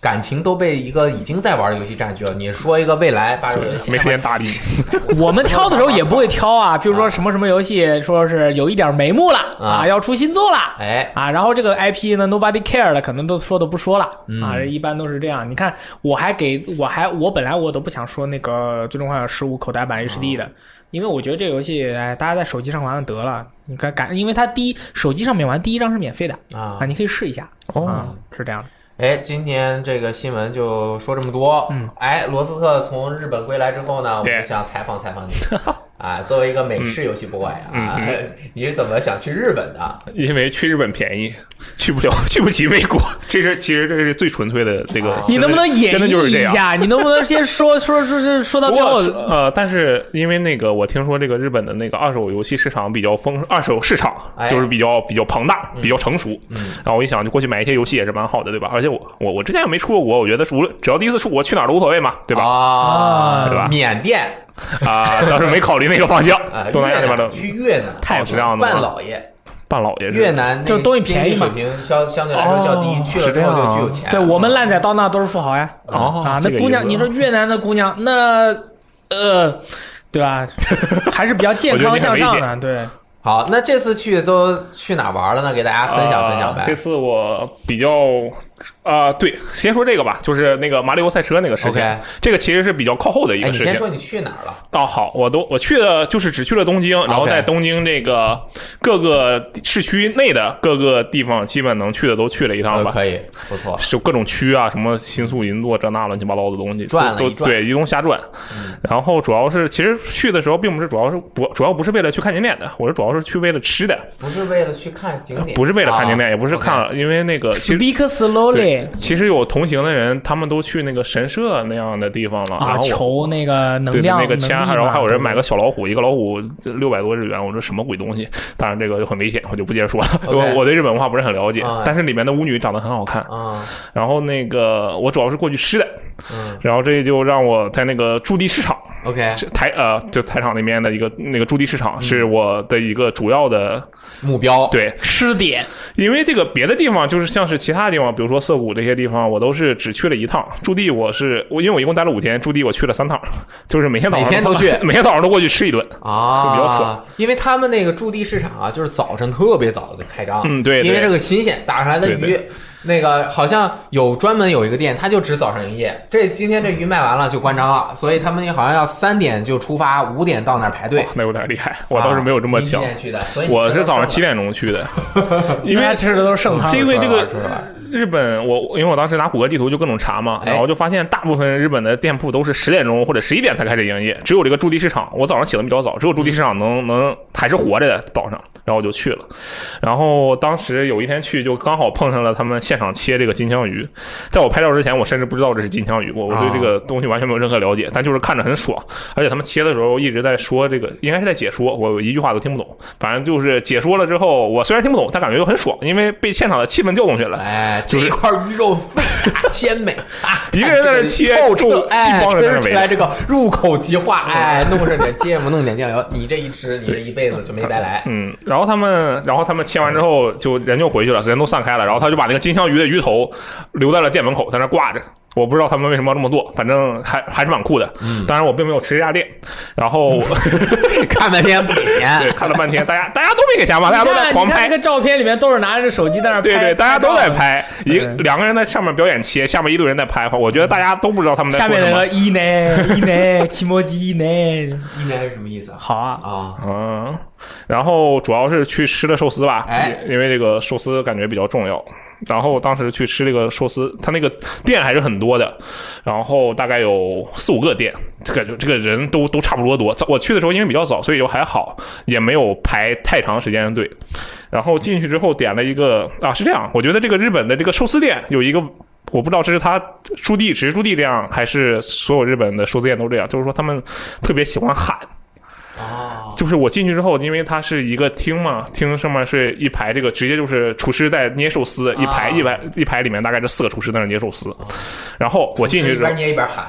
Speaker 1: 感情都被一个已经在玩儿的游戏占据了。你说一个未来八月
Speaker 3: 没时间搭理你，
Speaker 2: 我们挑的时候也不会挑啊，比如说什么什么游戏，说是有一点眉目了
Speaker 1: 啊
Speaker 2: 啊，要出新作了。
Speaker 1: 哎，
Speaker 2: 啊，然后这个 IP 呢，Nobody Care 了，可能都说都不说了、
Speaker 3: 嗯
Speaker 2: 啊，一般都是这样。你看，我还给我还我本来我都不想说那个《最终幻想十五》口袋版
Speaker 3: 哦
Speaker 2: HD 的，因为我觉得这游戏，哎，大家在手机上玩玩得了。你看，感，因为它第一手机上面玩第一张是免费的
Speaker 1: 啊
Speaker 2: 啊，
Speaker 3: 哎
Speaker 2: 你可以试一下。
Speaker 3: 哦
Speaker 2: 啊，是这样的。
Speaker 1: 哎，今天这个新闻就说这么多。嗯，哎，罗斯特从日本归来之后呢，我
Speaker 3: 对
Speaker 1: 就想采访采
Speaker 3: [LAUGHS]
Speaker 1: 访你啊。作为一个美式游戏 boy
Speaker 3: 嗯
Speaker 1: 啊，你是怎么想去日本的？
Speaker 3: 因为去日本便宜，去不了， [LAUGHS] 去不起美国。其实其实这是最纯粹的这个
Speaker 1: 啊，
Speaker 2: 你能不能
Speaker 3: 真的
Speaker 2: 演
Speaker 3: 真的就是
Speaker 2: 绎
Speaker 3: 这
Speaker 2: 一
Speaker 3: 样？
Speaker 2: 下？你能不能先说说说说说到
Speaker 3: 不
Speaker 2: 最
Speaker 3: 过
Speaker 2: 后？
Speaker 3: 是呃，但是因为那个，我听说这个日本的那个二手游戏市场比较丰，二手市场
Speaker 1: 哎
Speaker 3: 就是比较比较庞大，比较成熟。然后我一想，就过去买一些游戏也是蛮好的，对吧？而且我我 [LAUGHS] 我之前也没出过国，我觉得无论只要第一次出国，去哪儿都无所谓嘛，对吧？
Speaker 1: 啊，
Speaker 3: 对吧
Speaker 1: 缅甸
Speaker 3: 啊，当时没考虑那个方向
Speaker 1: 啊，，
Speaker 3: 东南亚那
Speaker 1: 越
Speaker 3: 边
Speaker 1: 南
Speaker 3: 的
Speaker 1: 去越南，
Speaker 2: 泰
Speaker 3: 是这样的吗
Speaker 1: 半老爷，
Speaker 3: 半老爷是
Speaker 1: 越南
Speaker 2: 就东西便宜嘛
Speaker 1: 水平相相对来说较低，
Speaker 3: 哦
Speaker 1: 去了
Speaker 3: 是
Speaker 1: 之
Speaker 3: 这样
Speaker 1: 后
Speaker 3: 啊
Speaker 1: 就具有钱了。
Speaker 2: 对我们烂仔到那都是富豪呀。
Speaker 3: 哦
Speaker 2: 啊，那
Speaker 3: 这个
Speaker 2: 姑
Speaker 3: 意
Speaker 2: 娘，
Speaker 3: 思
Speaker 2: 你说越南的姑娘，那呃，对吧？ [LAUGHS] 还是比较健康向上的，对。
Speaker 1: 好，那这次去都去哪玩了呢？给大家分享分享
Speaker 3: 呃这
Speaker 1: 呗。
Speaker 3: 次我比较啊、对，先说这个吧，就是那个马里奥赛车那个事情
Speaker 1: OK
Speaker 3: 这个其实是比较靠后的一
Speaker 1: 哎，
Speaker 3: 个
Speaker 1: 你
Speaker 3: 事
Speaker 1: 先
Speaker 3: 情。
Speaker 1: 说你去哪儿了？
Speaker 3: 哦，好，我都我去了，就是只去了东京，然后
Speaker 1: OK
Speaker 3: 在东京这个各个市区内的各个地方，基本能去的都去了一趟
Speaker 1: 呃
Speaker 3: 吧。
Speaker 1: 可以，不错。
Speaker 3: 就各种区啊，什么新宿银座这那乱七八糟的东西，
Speaker 1: 转了
Speaker 3: 都
Speaker 1: 一
Speaker 3: 都
Speaker 1: 转嗯
Speaker 3: 对，一通瞎转。然后主要是，其实去的时候并不是主要是不主要不是为了去看景点的，我是主要是去为了吃的，
Speaker 1: 不是为了去看景点，
Speaker 3: 不是为了看景点，
Speaker 1: 啊
Speaker 3: 也不是看，了，因为那个呃其实
Speaker 2: Speak
Speaker 3: 对
Speaker 2: slowly，
Speaker 3: 其实有同行的人，他们都去那个神社那样的地方了
Speaker 2: 啊，
Speaker 3: 然后我
Speaker 2: 求那个能
Speaker 3: 对对
Speaker 2: 量
Speaker 3: 那个
Speaker 2: 能
Speaker 3: 签，
Speaker 2: 力嘛
Speaker 3: 然后还有人买个小老虎，一个老虎六百多日元，我说什么鬼东西？当然这个就很危险，我就不接着说
Speaker 2: [LAUGHS]
Speaker 3: 了，因
Speaker 1: OK
Speaker 3: 为我对日本文化不是很了解
Speaker 1: 啊。
Speaker 3: 但是里面的舞女长得很好看，
Speaker 1: 啊，
Speaker 3: 然后那个我主要是过去吃的，
Speaker 1: 嗯
Speaker 3: 然后这就让我在那个驻地市场
Speaker 1: ，OK，
Speaker 2: 哎
Speaker 3: 是台呃就台场那边的一个那个驻地市
Speaker 2: 嗯
Speaker 3: 场是我的一个主要的
Speaker 1: 目标
Speaker 3: 对
Speaker 2: 吃点，
Speaker 3: 因为这个别的地方就是像是其他地方，比如说涩谷这些地方，我都是只去了一趟。驻地我是我，因为我一共待了五天，驻地我去了三趟，就是每天早上
Speaker 1: 每天都去
Speaker 3: [LAUGHS] 每天早上都过去吃一顿。
Speaker 1: 啊，
Speaker 3: 比较爽
Speaker 1: 因为他们那个驻地市场啊，就是早晨特别早就开张，
Speaker 3: 嗯对对
Speaker 1: 因为这个新鲜打上来的鱼。
Speaker 3: 对
Speaker 1: 那个好像有专门有一个店，它就只早上营业。这今天这鱼卖完了就关张了，所以他们好像要三点就出发，五点到那儿排队。
Speaker 3: 那有点厉害，我倒是没有这么
Speaker 1: 啊你几
Speaker 3: 想。
Speaker 1: 点去的？所以你
Speaker 3: 我是早上
Speaker 1: 吃
Speaker 3: 七点钟
Speaker 1: [LAUGHS]
Speaker 3: 去的，因
Speaker 2: 大家
Speaker 3: 为
Speaker 2: 吃的都是剩
Speaker 3: 嗯
Speaker 2: 汤
Speaker 3: 是。因为这个
Speaker 1: 吃了吧
Speaker 3: 日本，我因为我当时拿谷歌地图就各种查嘛，
Speaker 1: 哎
Speaker 3: 然后就发现大部分日本的店铺都是十点钟或者十一点才开始营业，只有这个驻地市场，我早上起得比较早，只有驻地市场
Speaker 1: 嗯
Speaker 3: 能能还是活着的早上，然后我就去了。然后当时有一天去，就刚好碰上了他们现场切这个金枪鱼，在我拍照之前，我甚至不知道这是金枪鱼，我我对
Speaker 1: 啊
Speaker 3: 这个东西完全没有任何了解，但就是看着很爽，而且他们切的时候一直在说这个，应该是在解说，我一句话都听不懂，反正就是解说了之后，我虽然听不懂，但感觉就很爽，因为被现场的气氛调动起来
Speaker 1: 饭了。。哎，这
Speaker 3: 就是
Speaker 1: 一块鱼肉肥大鲜美啊！
Speaker 3: [LAUGHS] 一个人在
Speaker 2: 哎
Speaker 3: 那儿切
Speaker 1: 看这个
Speaker 3: 众
Speaker 1: 透彻哎，
Speaker 3: 一帮人在那
Speaker 1: 吃
Speaker 3: 儿围
Speaker 1: 出
Speaker 3: 着
Speaker 1: 来这个入口即化，哎，弄上
Speaker 3: [LAUGHS]
Speaker 1: 点芥末，弄点酱油，你这一吃，你这一辈子就没白来。
Speaker 3: 嗯，然后他们，然后他们切完之后，就人就回去了，人都散开了。然后他就把那个金枪鱼的鱼头留在了店门口，在那挂着。我不知道他们为什么要这么做，反正还还是蛮酷的。
Speaker 2: 嗯
Speaker 3: 当然我并没有吃这家店。然
Speaker 2: [LAUGHS]
Speaker 3: 后
Speaker 1: 看半天不给钱，
Speaker 3: 对看了半天，大家大家都没给钱吧？大家都在
Speaker 2: 你看
Speaker 3: 狂
Speaker 2: 你看
Speaker 3: 拍
Speaker 2: 那。个照片里面都是拿着手机在那儿
Speaker 3: [LAUGHS]
Speaker 2: 拍，
Speaker 3: 对对，大家都在。拍，一
Speaker 2: 对嗯
Speaker 3: 两个人在上面表演切，下面一堆人在拍。我觉得大家都不知道他们在
Speaker 2: 下
Speaker 3: 说
Speaker 2: 面
Speaker 3: 什
Speaker 2: 那
Speaker 3: 么
Speaker 2: 个。一呢一呢，提莫吉一呢，
Speaker 1: 应该是什么意思啊？
Speaker 2: 好啊，
Speaker 1: 啊，
Speaker 3: 嗯，然后主要是去吃了寿司吧，
Speaker 1: 哎
Speaker 3: 因因为这个寿司感觉比较重要。然后当时去吃这个寿司，他那个店还是很多的，然后大概有四五个店，这个这个人都都差不多多。早我去的时候因为比较早，所以就还好，也没有排太长时间的队。然后进去之后点了一个啊，是这样，我觉得这个日本的这个寿司店有一个。我不知道这是他驻地，只是驻地这样，还是所有日本的寿司店都这样。就是说，他们特别喜欢喊，
Speaker 1: 哦，
Speaker 3: 就是我进去之后，因为它是一个厅嘛，厅上面是一排这个，直接就是厨师在捏寿司，一排一排一排里面大概这四个厨师在那捏寿司。然后我 [LAUGHS] 进去
Speaker 1: 一
Speaker 3: 之后
Speaker 1: 边，捏一边喊，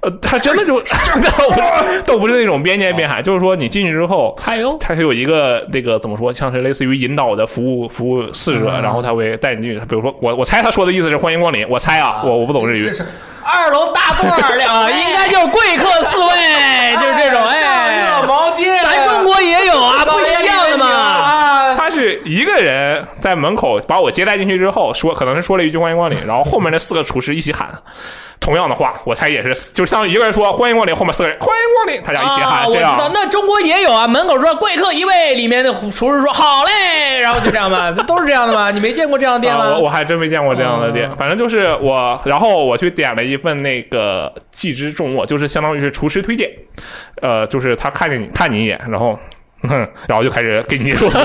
Speaker 3: 呃，他真的就倒不是倒不是那种边捏边喊，就是说你进去之后。
Speaker 2: 还有
Speaker 3: 它是有一个那个怎么说，像是类似于引导的服务服务侍者，
Speaker 2: 啊
Speaker 3: 然后他会带你进去。比如说，我我猜他说的意思是欢迎光临，我猜啊，我我不懂日语
Speaker 1: 是，是二楼大座儿两
Speaker 3: 哎
Speaker 2: 啊，
Speaker 1: 位
Speaker 2: 应该就是贵客四位，就是这种
Speaker 1: 上热
Speaker 2: 哎，
Speaker 1: 毛巾，
Speaker 2: 咱中国也有啊，不一样的嘛。
Speaker 1: 啊，
Speaker 3: 他是一个人在门口把我接待进去之后，说可能是说了一句“欢迎光临”，然后后面那四个厨师一起喊同样的话，我猜也是，就像一个人说“欢迎光临”，后面四个人“欢迎光临”，大家一起喊，
Speaker 2: 啊，我
Speaker 3: 哎这
Speaker 2: 知道，
Speaker 3: 样。
Speaker 2: 那中国也有啊。门口说贵客一位，里面的厨师说好嘞，然后就这样嘛， [LAUGHS] 都是这样的嘛。你没见过这样的店
Speaker 3: 啊，
Speaker 2: 吗
Speaker 3: 我？我还真没见过这样的店
Speaker 2: 哦，
Speaker 3: 反正就是我，然后我去点了一份那个寄之重物，就是相当于是厨师推荐，呃，就是他看见你看你一眼，然后。哼，然后就开始给你
Speaker 2: [LAUGHS]
Speaker 3: 肉丝，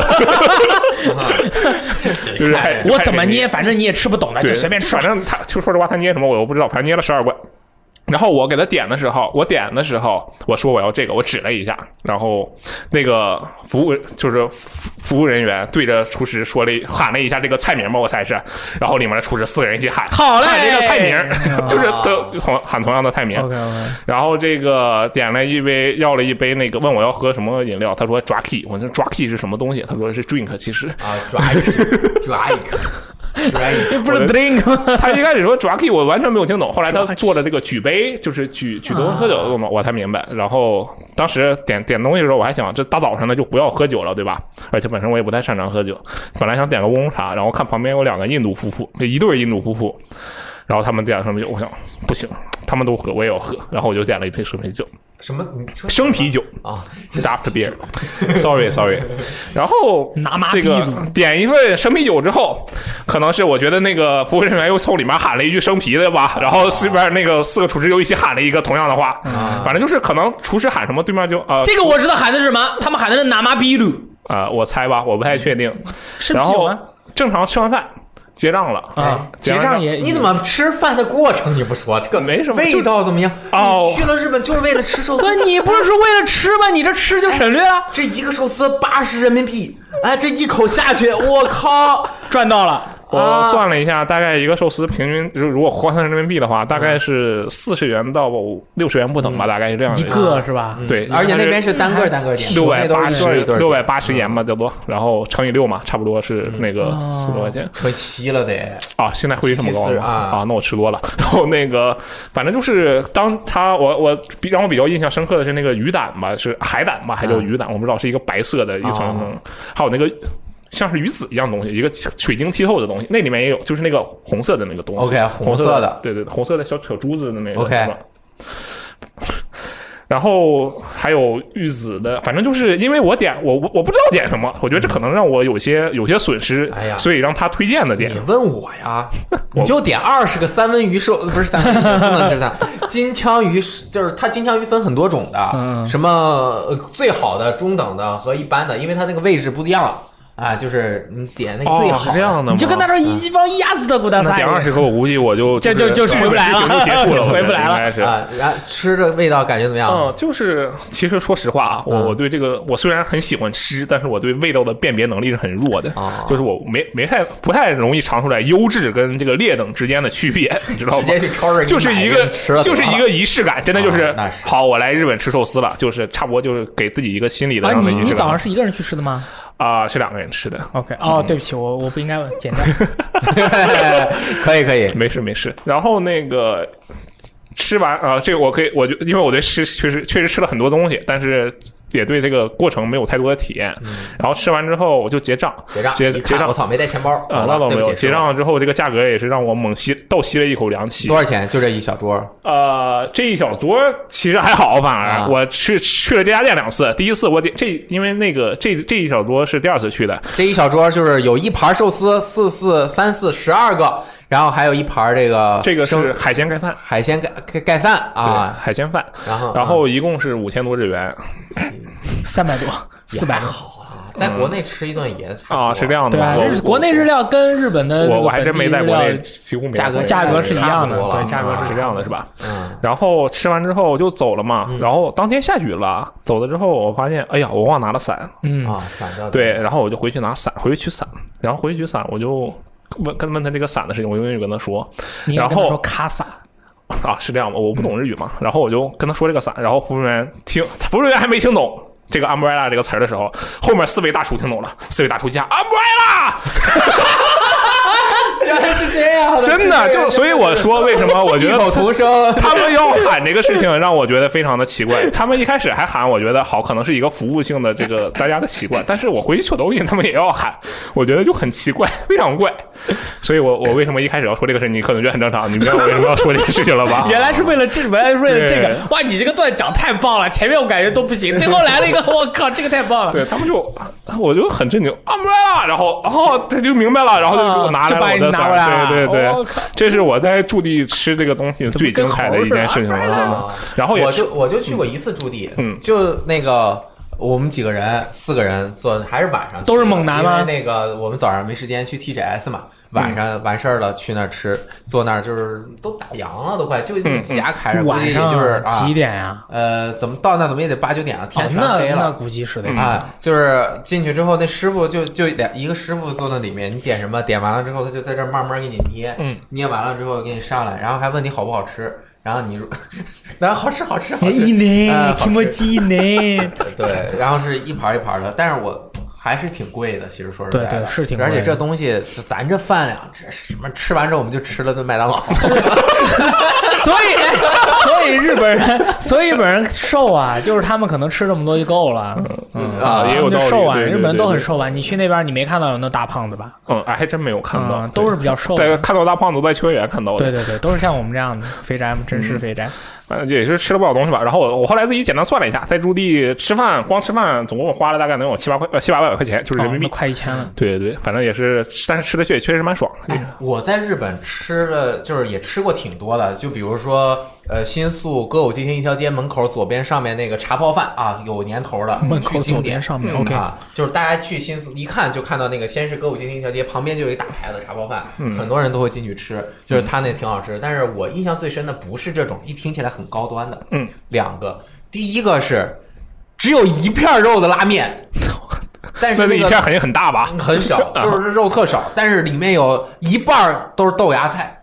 Speaker 3: [LAUGHS] 就是还
Speaker 1: 哎
Speaker 2: 我怎么捏，反正你也吃不懂的，
Speaker 3: 对，
Speaker 2: 就随便吃
Speaker 3: 反。正他就说实话，他捏什么我又不知道，反正捏了十二罐。然后我给他点的时候，我点的时候我说我要这个，我指了一下，然后那个服务就是服服务人员对着厨师说了一喊了一下这个菜名吧，我猜是，然后里面的厨师四个人一起喊，
Speaker 2: 好嘞
Speaker 3: 喊这个菜
Speaker 2: [LAUGHS]
Speaker 3: 名，就是
Speaker 1: 啊
Speaker 3: 都同喊同样的菜名， [LAUGHS]
Speaker 2: OK OK，
Speaker 3: 然后这个点了一杯，要了一杯那个，问我要喝什么饮料，他说 drink，我说 drink 是什么东西？他说是 drink，其实
Speaker 1: 啊，drink，drink，drink，
Speaker 2: 这不
Speaker 3: 我
Speaker 2: 是
Speaker 3: 的
Speaker 2: drink
Speaker 3: [LAUGHS]
Speaker 2: 吗？
Speaker 3: 他一开始说 drink，我完全没有听懂，后来他做了这个举杯，就是举举东西喝酒
Speaker 1: 啊
Speaker 3: 的动作，我才明白。然后当时点点东西的时候，我还想这大早上的就不要喝酒了，对吧？而且本身我也不太擅长喝酒，本来想点个乌龙茶，然后看旁边有两个印度夫妇，一对印度夫妇。然后他们点了什么酒？我想不行，他们都喝，我也要喝。然后我就点了一杯生啤酒，
Speaker 1: 什么？你说
Speaker 3: 生啤酒，
Speaker 1: 啊？ [LAUGHS]
Speaker 3: Draft beer，sorry sorry，然后
Speaker 2: 拿马
Speaker 3: 这个 [LAUGHS] 点一份生啤酒之后，可能是我觉得那个服务人员又从里面喊了一句生啤的吧，然后随便那个四个厨师又一起喊了一个同样的话，反正就是可能厨师喊什么，对面就呃
Speaker 2: 这个我知道喊的是什么，他们喊的是拿马比鲁，
Speaker 3: 呃，我猜吧，我不太确定。
Speaker 2: 是
Speaker 3: 然
Speaker 2: 啤酒
Speaker 3: 后
Speaker 2: 吗？
Speaker 3: 正常吃完饭结账了
Speaker 2: 啊，
Speaker 3: 结
Speaker 2: 结
Speaker 3: 账
Speaker 2: 账也
Speaker 1: 你怎么吃饭的过程你不说？这个
Speaker 3: 没什么
Speaker 1: 味道怎么样？
Speaker 3: 哦
Speaker 1: 你去了日本就是为了吃寿司
Speaker 2: 不，是你不是说为了吃吗？你这吃就省略了，
Speaker 1: 这一个寿司八十人民币，哎，这一口下去，我靠！
Speaker 2: 赚到了。
Speaker 3: 我算了一下，大概一个寿司平均，如如果换算成人民币的话，大概是四十元到六十元不等吧，大概是这样的
Speaker 2: 一个是吧？
Speaker 3: 对，
Speaker 1: 而且那边
Speaker 3: 是。
Speaker 1: 是单个单个点，
Speaker 3: 六
Speaker 1: 国
Speaker 3: 百
Speaker 1: 内都
Speaker 3: 八
Speaker 1: 是一
Speaker 3: 十
Speaker 1: 对儿一对儿
Speaker 3: 六百八
Speaker 1: 啊
Speaker 3: 十元吧，这不，然后乘以六嘛，差不多是那个
Speaker 1: 嗯
Speaker 3: 四十多块钱
Speaker 1: 乘以七了得。
Speaker 3: 啊。现在汇率这么高
Speaker 1: 七四
Speaker 3: 了
Speaker 1: 啊
Speaker 3: 啊，那我吃多了。然后那个，反正就是当他我我比让我比较印象深刻的是那个鱼胆吧，是海胆吧，还叫鱼胆，我不知道是一个白色的一层
Speaker 1: 嗯
Speaker 3: 嗯
Speaker 1: 哦，
Speaker 3: 还有那个。像是鱼子一样东西，一个水晶剔透的东西，那里面也有，就是那个红色的那个东西
Speaker 1: OK，
Speaker 3: 红
Speaker 1: 红色
Speaker 3: 的
Speaker 1: 的，
Speaker 3: 对对，对红色的小小珠子的那个
Speaker 1: OK
Speaker 3: 是吧 [LAUGHS] 然后还有玉子的，反正就是因为我点我我我不知道点什么，我觉得这可能让我有些有些损失，
Speaker 1: 嗯哎呀
Speaker 3: 所以让他推荐的点
Speaker 1: 你问我
Speaker 3: [LAUGHS]
Speaker 1: 呀，你就点二十个三文鱼寿，呃不是三文鱼，不能吃
Speaker 3: [LAUGHS]
Speaker 1: 三金枪鱼是，就是它金枪鱼分很多种的
Speaker 2: 嗯，
Speaker 1: 什么呃最好的、中等的和一般的，因为它那个位置不一样啊，就是你点那个最
Speaker 3: 哦是
Speaker 1: 好
Speaker 3: 这
Speaker 1: 的。
Speaker 3: 样的吗？
Speaker 2: 你就跟他说一帮鸭子的古大
Speaker 3: 那
Speaker 2: 赛，
Speaker 3: 点二十个，我估计我就
Speaker 2: 这就就是回不来了
Speaker 3: 这节目结束了，我觉得
Speaker 2: 回不来了
Speaker 3: 应该是。
Speaker 1: 啊，然后吃着味道感觉怎么样？
Speaker 3: 嗯，就是其实说实话啊，我
Speaker 1: 嗯
Speaker 3: 我对这个我虽然很喜欢吃，但是我对味道的辨别能力是很弱的
Speaker 1: 哦，
Speaker 3: 就是我没没太不太容易尝出来优质跟这个劣等之间的区别，你知道吗
Speaker 1: 直？接去超市给你
Speaker 3: 就是
Speaker 1: 买
Speaker 3: 一
Speaker 1: 个吃
Speaker 3: 个
Speaker 1: 了，
Speaker 3: 就是一个仪式感，真的就是
Speaker 1: 啊那是
Speaker 3: 好，我来日本吃寿司了，就是差不多就是给自己一个心理的
Speaker 2: 啊，
Speaker 3: 上的
Speaker 2: 你
Speaker 3: 仪
Speaker 2: 你
Speaker 3: 式
Speaker 2: 早上
Speaker 3: 感
Speaker 2: 是一个人去吃的吗
Speaker 3: 啊，是两个人吃的，
Speaker 2: ？OK，哦，对不起，我我不应该问，简单。
Speaker 1: [LAUGHS] 可以可以，
Speaker 3: 没事没事。然后那个吃完啊、这个我可以，我就因为我对吃确实确实吃了很多东西，但是也对这个过程没有太多的体验。
Speaker 1: 嗯
Speaker 3: 然后吃完之后我就结账，
Speaker 1: 结账
Speaker 3: 结
Speaker 1: 一
Speaker 3: 结
Speaker 1: 看
Speaker 3: 账
Speaker 1: 我操，没带钱包，
Speaker 3: 啊，
Speaker 1: 好
Speaker 3: 那
Speaker 1: 吧
Speaker 3: 倒
Speaker 1: 对
Speaker 3: 没
Speaker 1: 不
Speaker 3: 有。
Speaker 1: 起，
Speaker 3: 结
Speaker 1: 是吧
Speaker 3: 账之后，这个价格也是让我猛吸倒吸了一口凉气。
Speaker 1: 多少钱？就这一小桌，
Speaker 3: 呃，这一小桌其实还好，反而、
Speaker 1: 啊
Speaker 3: 我去去了这家店两次。第一次我点这，因为那个这这一小桌是第二次去的，
Speaker 1: 这一小桌就是有一盘寿司，四四三四十二个，然后还有一盘这个
Speaker 3: 这个是
Speaker 1: 啊生
Speaker 3: 海鲜盖饭
Speaker 1: 海鲜盖盖盖饭啊，
Speaker 3: 对，海鲜饭，
Speaker 1: 然后
Speaker 3: 然后一共是五千多日元
Speaker 2: 三百多，四百
Speaker 1: 也还。好啊，在国内吃一顿也差不多
Speaker 3: 啊，是这样的
Speaker 2: 对
Speaker 3: 吗？
Speaker 2: 啊，
Speaker 3: 我
Speaker 2: 日国内日料跟日本呃的这
Speaker 3: 我
Speaker 2: 个
Speaker 3: 我还真没在
Speaker 2: 本地
Speaker 3: 国
Speaker 2: 日
Speaker 3: 内
Speaker 2: 料
Speaker 3: 几乎没
Speaker 1: 价格
Speaker 3: 有
Speaker 2: 价格是一样
Speaker 1: 差
Speaker 2: 的
Speaker 1: 不多，了
Speaker 2: 对，价格
Speaker 1: 啊
Speaker 3: 是这样的，是吧？
Speaker 1: 嗯，
Speaker 3: 然后吃完之后就走了
Speaker 2: 嗯
Speaker 3: 嘛，然后当天下雨了，走了之后我发现，哎呀，我忘拿了伞，
Speaker 2: 嗯
Speaker 1: 啊，散掉的 [LAUGHS]
Speaker 3: 对，然后我就回去拿伞，回去取伞，然后回去取伞，我就问跟问他这个伞的事情，我用英语跟他说，
Speaker 2: 你应该
Speaker 3: 然
Speaker 2: 跟他
Speaker 3: 后
Speaker 2: 说卡萨，？
Speaker 3: 啊，是这样吗？我不懂日语嘛，然后我就跟他说这个伞，然后服务员听，服务员还没听懂这个 umbrella 这个词儿的时候，后面四位大厨听懂了，四位大厨一下 umbrella，
Speaker 1: 原来是这样的，
Speaker 3: 真的就，所以我说为什么我觉
Speaker 1: 异
Speaker 3: 得
Speaker 1: 口同声，
Speaker 3: 他们要喊这个事情，让我觉得非常的奇怪。他们一开始还喊，我觉得好，可能是一个服务性的这个大家的习惯。但是我回去取东西，他们也要喊，我觉得就很奇怪，非常怪。所以我我为什么一开始要说这个事情，你可能觉得很正常，你明白我为什么要说这个事情了吧
Speaker 2: 原来是为了这，原来是为了这个
Speaker 3: 对。
Speaker 2: 哇，你这个段讲太棒了，前面我感觉都
Speaker 3: [LAUGHS]
Speaker 2: 不行，最后来了一个，我靠，这个太棒了。
Speaker 3: 对他们就，我就很震惊，umbrella，然后，然后他就明白了，然后就给我拿
Speaker 2: 啊就
Speaker 3: 来
Speaker 2: 把
Speaker 3: 了
Speaker 2: 你
Speaker 3: 我的
Speaker 2: 拿过来
Speaker 3: 伞，
Speaker 2: 了
Speaker 3: 对对
Speaker 2: 我
Speaker 3: 对
Speaker 2: 靠，
Speaker 3: 这是我在驻地吃这个东西最精彩的一件事情
Speaker 2: 怎么跟猴似的
Speaker 3: 了
Speaker 1: 啊。
Speaker 3: 然
Speaker 2: 哦
Speaker 3: 后也
Speaker 1: 我
Speaker 3: 是
Speaker 1: 就我就去过一次驻地，
Speaker 3: 嗯，
Speaker 1: 就那个我们几个人，四个人坐，还是晚上去的，
Speaker 2: 都是猛男吗嗯
Speaker 1: 因为那个我们早上没时间去 TGS 嘛，晚上完事儿了去那儿吃，坐那儿就是都打烊了，都快就
Speaker 3: 嗯嗯
Speaker 1: 牙开着，估
Speaker 2: 晚
Speaker 1: 计也
Speaker 2: 上
Speaker 1: 就是啊
Speaker 2: 几，点呀？
Speaker 1: 呃，怎么到那怎么也得八九点了，天
Speaker 2: 哦，
Speaker 1: 全
Speaker 2: 那
Speaker 1: 黑
Speaker 2: 那
Speaker 1: 了。
Speaker 2: 估计
Speaker 3: 嗯
Speaker 2: 是的。
Speaker 1: 啊，就是进去之后，那师傅就就两一个师傅坐那里面，你点什么，点完了之后，他就在这儿慢慢给你捏，
Speaker 3: 嗯，
Speaker 1: 捏完了之后给你上来，然后还问你好不好吃，然后你如， [LAUGHS] 然后好吃好吃好
Speaker 2: 哎，
Speaker 1: 吃，
Speaker 2: 一呢
Speaker 1: 嗯，好
Speaker 2: 提
Speaker 1: 吃
Speaker 2: 莫基呢？
Speaker 1: 对，然后是一盘儿一盘儿的，但是我还是挺贵的，其实说实在的，
Speaker 2: 对对是挺贵的
Speaker 1: 而且这东西，就咱这饭量，这什么吃完之后我们就吃了顿麦当劳，
Speaker 2: 所以，哎所以日本人，所以日本人瘦啊，就是他们可能吃这么多就够了
Speaker 3: 嗯
Speaker 1: 啊
Speaker 3: 也
Speaker 2: 他
Speaker 3: 有
Speaker 2: 们就
Speaker 3: 道理
Speaker 2: 瘦啊，
Speaker 3: 对对
Speaker 2: 日本人都
Speaker 3: 对
Speaker 2: 很
Speaker 3: 对
Speaker 2: 瘦吧？你去那边，你没看到有那大胖子吧？
Speaker 3: 嗯，哎，还真没有看到
Speaker 2: 嗯，都是比较瘦
Speaker 3: 对在
Speaker 2: 的。
Speaker 3: 看到大胖子都在秋叶原看到的。
Speaker 2: 对对
Speaker 3: [LAUGHS]
Speaker 2: 对，都是像我们这样的肥宅嘛，真是
Speaker 3: 嗯
Speaker 2: 肥宅。
Speaker 3: 反正也是吃了不少东西吧。然后我我后来自己简单算了一下，在驻地吃饭，光吃饭总共花了大概能有七八块呃七八百块钱，就是人民
Speaker 2: 哦那
Speaker 3: 币。
Speaker 2: 快一千了。
Speaker 3: 对对对，反正也是，但是吃的确确实蛮爽的。
Speaker 1: 哎我在日本吃了，就是也吃过挺多的，就比如说，呃，新宿歌舞伎町一条街门口左边上面那个茶泡饭啊，有年头的，
Speaker 2: [LAUGHS] 门
Speaker 1: 巨
Speaker 2: 口
Speaker 1: 经
Speaker 2: 左
Speaker 1: 典
Speaker 2: 边。上面
Speaker 3: 嗯
Speaker 2: ，OK，
Speaker 1: 啊，就是大家去新宿一看就看到那个，先是歌舞伎町一条街旁边就有一大牌子茶包饭，很多人都会进去吃，就是他那挺好吃。但是我印象最深的不是这种，一听起来很高端的，
Speaker 3: 嗯，
Speaker 1: 两个，第一个是只有一片肉的拉面，但
Speaker 3: 那
Speaker 1: 是
Speaker 3: 那
Speaker 1: 那
Speaker 3: 一
Speaker 1: 个
Speaker 3: 片肯定很大吧？
Speaker 1: 很
Speaker 3: [LAUGHS]
Speaker 1: 小，就是肉特少，但是里面有一半儿都是豆芽菜，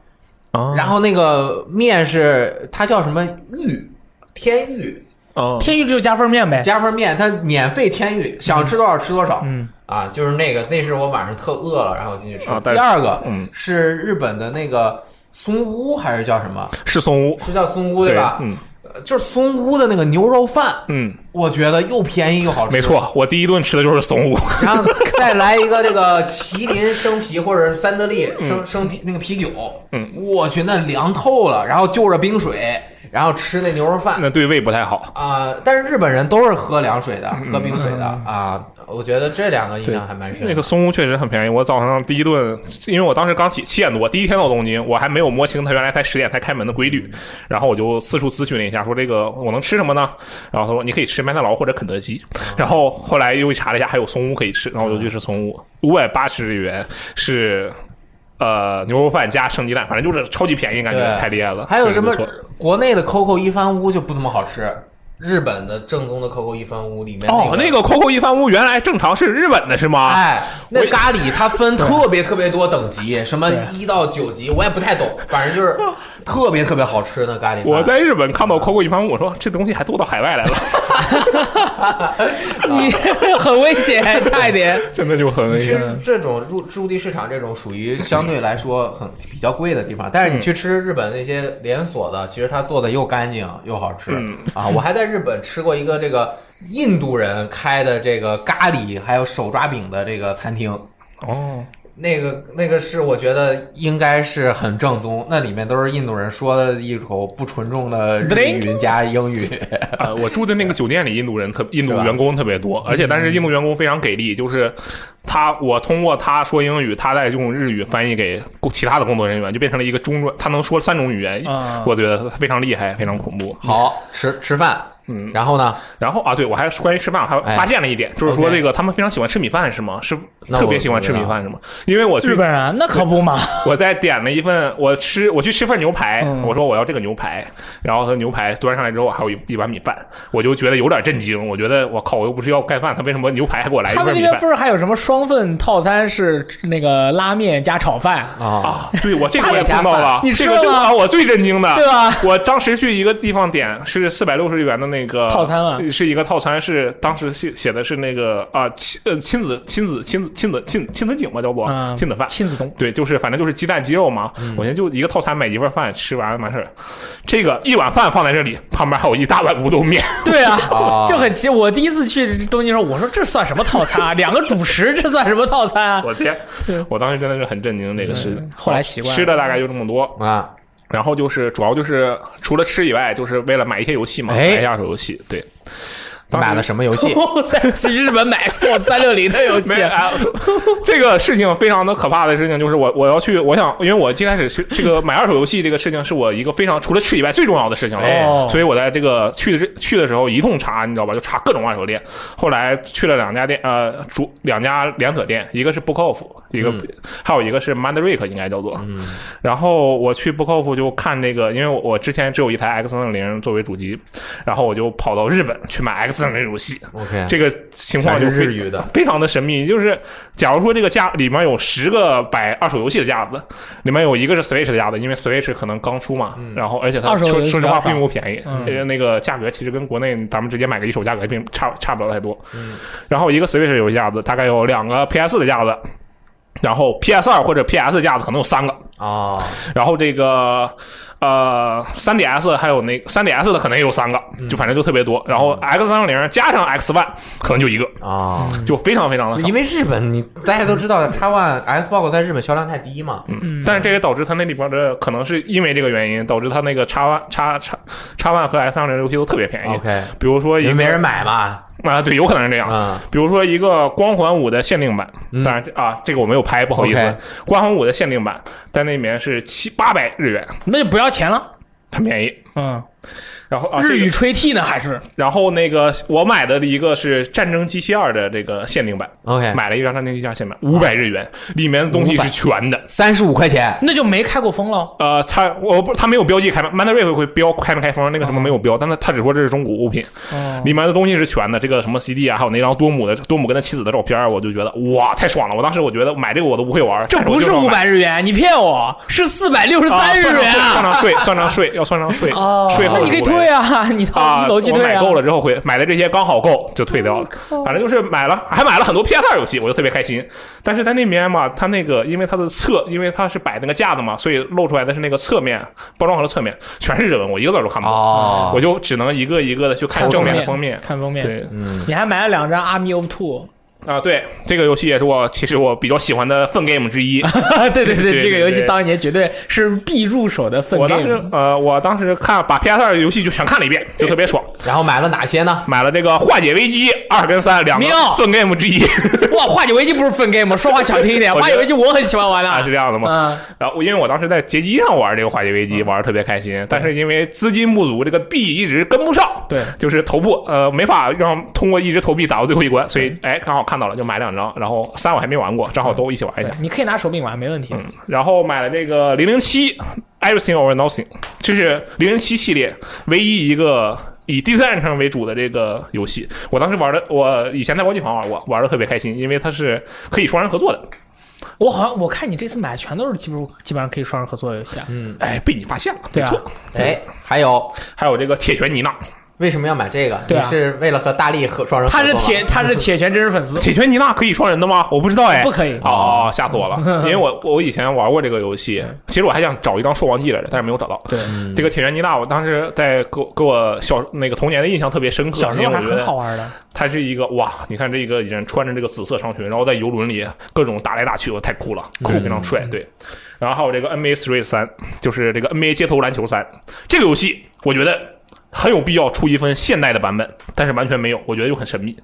Speaker 3: 啊
Speaker 1: 然后那个面是它叫什么玉天玉
Speaker 3: 哦，
Speaker 2: 天域只有加份面呗。
Speaker 1: 加份面，它免费天玉，想吃多少吃多少，
Speaker 2: 嗯，
Speaker 1: 啊，就是那个，那是我晚上特饿了，然后进去吃。
Speaker 3: 啊但
Speaker 1: 第
Speaker 3: 是
Speaker 1: 二个、
Speaker 3: 嗯
Speaker 1: 是日本的那个松屋还是叫什么？
Speaker 3: 是松屋，
Speaker 1: 是叫松屋
Speaker 3: 对
Speaker 1: 吧？
Speaker 3: 嗯
Speaker 1: 呃就是松屋的那个牛肉饭，
Speaker 3: 嗯，
Speaker 1: 我觉得又便宜又好吃。
Speaker 3: 没。错，我第一顿吃的就是松屋。 [LAUGHS]
Speaker 1: 然后再来一个这个麒麟生啤或者是三得利生、生啤那个啤酒，
Speaker 3: 嗯，
Speaker 1: 我去那凉透了，然后就着冰水，然后吃那牛肉饭。
Speaker 3: 那对胃不太好。
Speaker 1: 啊、但是日本人都是喝凉水的，
Speaker 3: 嗯
Speaker 1: 喝冰水的啊、我觉得这两个印象还蛮深的。
Speaker 3: 那个松屋确实很便宜，我早上第一顿，因为我当时刚起七点多，第一天到东京，我还没有摸清它原来才十点才开门的规律，然后我就四处咨询了一下，说这个我能吃什么呢？然后他说你可以吃麦当劳或者肯德基，
Speaker 1: 哦
Speaker 3: 然后后来又查了一下，还有松屋可以吃，然后我就去吃松屋，五百八十日元是。呃，牛肉饭加生鸡蛋，反正就是超级便宜，感觉
Speaker 1: 对
Speaker 3: 太厉害了。
Speaker 1: 还有什么
Speaker 3: 确实不错
Speaker 1: 国内的 COCO 一番屋就不怎么好吃，日本的正宗的 COCO 一番屋里面
Speaker 3: 哦，
Speaker 1: 那
Speaker 3: 那个 COCO 一番屋原来正常是日本的是吗？
Speaker 1: 哎，
Speaker 3: 我
Speaker 1: 那
Speaker 3: 也
Speaker 1: 咖喱它分特别特别多等级，什么一到九级，我也不太懂，反正
Speaker 3: [LAUGHS]
Speaker 1: 就是特别特别好吃那咖喱饭。
Speaker 3: 我在日本看到 COCO 一番屋，我说这东西还做到海外来了，
Speaker 2: 你
Speaker 3: 啊
Speaker 2: [LAUGHS] 很危险，差一点。
Speaker 3: 真的就很危
Speaker 1: 其
Speaker 3: 险。
Speaker 1: 实这种入驻地市场这种属于相对来说很比较贵的地方，但
Speaker 3: 嗯
Speaker 1: 是你去吃日本那些连锁的，其实它做的又干净又好吃、
Speaker 3: 嗯
Speaker 1: 啊！我还在日本吃过一个这个印度人开的这个咖喱还有手抓饼的这个餐厅。
Speaker 3: [LAUGHS] 哦，
Speaker 1: 那个那个是我觉得应该是很正宗，那里面都是印度人说的一口不纯正的日语加英语。
Speaker 3: 呃，我住的那个酒店里，印度人特印度
Speaker 1: 是吧
Speaker 3: 员工特别多，而且但是印度员工非常给力，就是他我通过他说英语，他再用日语翻译给其他的工作人员，就变成了一个中转，他能说三种语言，
Speaker 2: 啊
Speaker 3: 我觉得非常厉害，非常恐怖。
Speaker 1: 好吃吃饭，
Speaker 3: 嗯，
Speaker 1: 然后呢？
Speaker 3: 然后啊，对我还关于吃饭，我还
Speaker 1: 哎
Speaker 3: 发现了一点，就是说
Speaker 1: OK
Speaker 3: 这个他们非常喜欢吃米饭是吗？是
Speaker 1: 那
Speaker 3: 特
Speaker 1: 我
Speaker 3: 别喜欢
Speaker 1: 不
Speaker 3: 吃
Speaker 1: 知
Speaker 3: 米
Speaker 1: 道
Speaker 3: 饭是吗？因为我去
Speaker 2: 日本人啊那可不嘛，
Speaker 3: 我再点了一份，我吃我去吃份牛排，
Speaker 2: 嗯
Speaker 3: 我说我要这个牛排，然后他牛排端上来之后还有一一碗米饭，我就觉得有点震惊，我觉得我靠，我又不是要盖饭，他为什么牛排还给我来一
Speaker 2: 他
Speaker 3: 份
Speaker 2: 们那
Speaker 3: 米
Speaker 2: 边
Speaker 3: 饭
Speaker 2: 不？是还有什么双份套餐是那个拉面加炒饭，
Speaker 1: 啊，
Speaker 3: 啊，对我这个
Speaker 1: 他
Speaker 3: 我
Speaker 1: 也
Speaker 3: 也听
Speaker 1: 加
Speaker 3: 到
Speaker 1: 饭
Speaker 3: 了，
Speaker 2: 你吃
Speaker 3: 这个是
Speaker 2: 了吗
Speaker 3: 啊，我最震惊的，
Speaker 2: 对吧？
Speaker 3: 我当时去一个地方点是四百六十元的那个
Speaker 2: 套餐啊，
Speaker 3: 是一个套餐，是当时写写的是那个啊亲呃亲子亲子亲子亲子亲亲子景吧，叫做
Speaker 2: 嗯
Speaker 3: 亲子饭，
Speaker 2: 亲
Speaker 3: [LAUGHS]
Speaker 2: 子东。
Speaker 3: 对，就是反正就是鸡蛋鸡肉嘛。
Speaker 2: 嗯
Speaker 3: 我先就一个套餐买一份饭，吃完完事儿。这个一碗饭放在这里，旁边还有一大碗乌冬
Speaker 2: [LAUGHS]
Speaker 3: 面。
Speaker 2: 对
Speaker 1: 哦
Speaker 2: 啊，就很奇。我第一次去东京的时候，我说这算什么套餐啊？两个主食，这算什么套餐啊？
Speaker 3: 我天！我当时真的是很震惊这个事情。
Speaker 2: 嗯后来习惯了
Speaker 3: 吃的大概就这么多，
Speaker 1: 啊，
Speaker 3: 然后就是主要就是除了吃以外，就是为了买一些游戏嘛，
Speaker 1: 哎
Speaker 3: 买一下手游戏。对，当时
Speaker 1: 买了什么游
Speaker 3: [LAUGHS]
Speaker 2: [LAUGHS]
Speaker 1: 戏？
Speaker 2: 我在去日本买 Xbox 三六零的游戏
Speaker 3: 没，有啊， [LAUGHS] 这个事情非常的可怕的事情就是我我要去，我想，因为我最开始是这个买二手游戏这个事情是我一个非常除了吃以外最重要的事情了，
Speaker 1: 哎
Speaker 3: 所以我在这个去的去的时候一通查，你知道吧，就查各种二手店。后来去了两家店，呃，主两家连锁店，一个是 Book Off，一个、
Speaker 1: 嗯
Speaker 3: 还有一个是 Mandrake 应该叫做。然后我去 Book Off 就看这个，因为我我之前只有一台 X 3 0作为主机，然后我就跑到日本去买 X 3 0游戏，
Speaker 1: OK，
Speaker 3: 这个情况就
Speaker 1: 啊全是
Speaker 3: 非
Speaker 1: 日语的
Speaker 3: 非常的神秘。就是假如说这个架里面有十个摆二手游戏的架子，里面有一个是 Switch 的架子，因为 Switch 可能刚出嘛，然后而且它
Speaker 2: 二手游
Speaker 3: 说
Speaker 2: 戏
Speaker 3: 说实
Speaker 2: 比较
Speaker 3: 话
Speaker 2: 少
Speaker 3: 并不便宜，
Speaker 2: 嗯
Speaker 3: 那个那个价格其实跟国内咱们直接买个一手价格并差差不了太多。
Speaker 2: 嗯
Speaker 3: 然后一个 Switch 游戏架子大概有两个 PS 的架子。然后 PS 二或者 PS 架子可能有三个，
Speaker 1: 哦，
Speaker 3: 然后这个呃 3DS 还有那 3DS 的可能也有三个，
Speaker 2: 嗯
Speaker 3: 就反正就特别多。然后 X 三六零加上 X One 可能就一个，
Speaker 1: 哦，
Speaker 3: 就非常非常的少
Speaker 1: 因。为日本你大家都知道，台湾 Xbox 在日本销量太低嘛，
Speaker 2: 嗯
Speaker 3: 但是这也导致它那里边的可能是因为这个原因，导致它那个叉 one 叉叉叉 one 和 S 三零游戏都特别便宜。
Speaker 1: 啊 OK，
Speaker 3: 比如说一
Speaker 1: 因为
Speaker 3: 个
Speaker 1: 没人买嘛，
Speaker 3: 啊，对，有可能是这样。
Speaker 1: 嗯，
Speaker 3: 比如说一个《光环五》的限定版，
Speaker 1: 嗯
Speaker 3: 当然这啊，这个我没有拍，不好意思，
Speaker 1: OK
Speaker 3: 光环五》的限定版在那里面是七八百日元，
Speaker 2: 那就不要钱了。
Speaker 3: 很便宜。
Speaker 2: 嗯，
Speaker 3: 然后啊，
Speaker 2: 日
Speaker 3: 这
Speaker 2: 语
Speaker 3: 个
Speaker 2: 吹替呢还是
Speaker 3: 然后那个我买的一个是《战争机器二》的这个限定版，
Speaker 1: OK，
Speaker 3: 买了一张《战争机器二》限定版，五百日元，里面的东西是全的。
Speaker 1: 三啊十五块钱，
Speaker 2: 那就没开过封了。
Speaker 3: 呃，他我不，他没有标记开门 m a n d a r i n 会标开没开封，那个什
Speaker 2: 啊
Speaker 3: 么没有标，但他他只说这是中古物品，
Speaker 2: 哦
Speaker 3: 里面的东西是全的，这个什么 CD 啊，还有那张多姆的多姆跟他妻子的照片，我就觉得哇，太爽了！我当时我觉得买这个我都不会玩，
Speaker 2: 这不是五百日元，你骗我，是四百六十
Speaker 3: 啊，
Speaker 2: 三日
Speaker 3: 算上
Speaker 2: 元
Speaker 3: 税算
Speaker 2: 啊！
Speaker 3: 上税，算上税，要算上税，
Speaker 2: 哦，
Speaker 3: 税后
Speaker 2: 那你可以
Speaker 3: 是500
Speaker 2: 退啊，你到
Speaker 3: 啊，
Speaker 2: 一楼去
Speaker 3: 我
Speaker 2: 退
Speaker 3: 买
Speaker 2: 啊。
Speaker 3: 够了之后回买的这些刚好够就退掉了，反正就是买了，还买了很多 PS 二游戏，我就特别开心。但是在那边嘛，它那个因为它的侧，因为它是摆那个架子嘛，所以露出来的是那个侧面包装盒的侧面全是日文，我一个字儿都看不懂，
Speaker 1: 哦，
Speaker 3: 我就只能一个一个的去看
Speaker 2: 看
Speaker 3: 正面的
Speaker 2: 封
Speaker 3: 封面。
Speaker 2: 看封面。
Speaker 3: 对
Speaker 1: 嗯，
Speaker 2: 你还买了两张《Army of
Speaker 3: [LAUGHS]
Speaker 2: Two，
Speaker 3: 啊，对这个游戏也是我其实我比较喜欢的 fun game 之一。》
Speaker 2: [LAUGHS] 对对
Speaker 3: 对对
Speaker 2: 这个游戏
Speaker 3: 对
Speaker 2: 当年绝对是必入手的分
Speaker 3: 我当时 [LAUGHS]
Speaker 2: game。
Speaker 3: 呃，我当时看把 PS 二游戏就全看了一遍，就特别爽。
Speaker 1: 然后买了哪些呢？
Speaker 3: 买了这个《化解危机二》跟三两个
Speaker 2: 妙
Speaker 3: fun game 之
Speaker 2: [LAUGHS]
Speaker 3: 一
Speaker 2: 哇，化解危机不是分 game 吗？说话小心一点，
Speaker 3: 我觉
Speaker 2: 化
Speaker 3: 得
Speaker 2: 解危机我很喜欢玩的
Speaker 3: 啊，是这样的吗？
Speaker 2: 嗯，
Speaker 3: 然后我因为我当时在街机上玩这个化解危机，玩的特别开心，但是因为资金不足，这个币一直跟不上，
Speaker 2: 对，
Speaker 3: 就是头部呃没法让通过一直投币打到最后一关，所以哎刚好看到了就买两张，然后三我还没玩过，正好都一起玩一下
Speaker 2: 对，，你可以拿手柄玩，没问题。
Speaker 3: 然后买了这个零零七 Everything or Nothing，这是零零七系列唯一一个。以第三人称为主的这个游戏，我当时玩的，我以前在国际房玩过，玩的特别开心，因为它是可以双人合作的。
Speaker 2: 我好像我看你这次买全都是基本基本上可以双人合作的游戏啊。
Speaker 3: 哎，被你发现了，
Speaker 2: 对啊
Speaker 3: 没错。
Speaker 1: 哎，还有
Speaker 3: 还有这个铁拳妮娜，
Speaker 1: 为什么要买这个？
Speaker 2: 对啊
Speaker 1: 你是为了和大力合双人合
Speaker 2: 他
Speaker 1: 作
Speaker 2: 是
Speaker 1: 吗？
Speaker 2: 铁，
Speaker 3: 啊
Speaker 2: 他是铁拳真人粉
Speaker 3: [LAUGHS]
Speaker 2: 丝，
Speaker 3: 铁拳妮娜可以双人的吗？我不知道哎，
Speaker 2: 不可以。
Speaker 3: 哦，吓死我
Speaker 2: [LAUGHS]
Speaker 3: 了！因为我我以前玩过这个游戏，
Speaker 2: 嗯
Speaker 3: 其实我还想找一张《兽王记》来着，但是没有找到。
Speaker 2: 对，
Speaker 1: 嗯
Speaker 3: 这个铁拳妮娜，我当时在给我给我小那个童年的印象特别深刻，
Speaker 2: 小时候
Speaker 3: 因为
Speaker 2: 还
Speaker 3: 我觉
Speaker 2: 很好
Speaker 3: 得
Speaker 2: 玩的。
Speaker 3: 她是一个哇，你看这一个人穿着这个紫色长裙，然后在游轮里各种打来打去，我太酷了，酷非常
Speaker 2: 嗯
Speaker 3: 帅，对。然后还有这个 NBA Three 三，就是这个 NBA 街头篮球三这个游戏，我觉得很有必要出一份现代的版本，但是完全没有，我觉得又很神秘。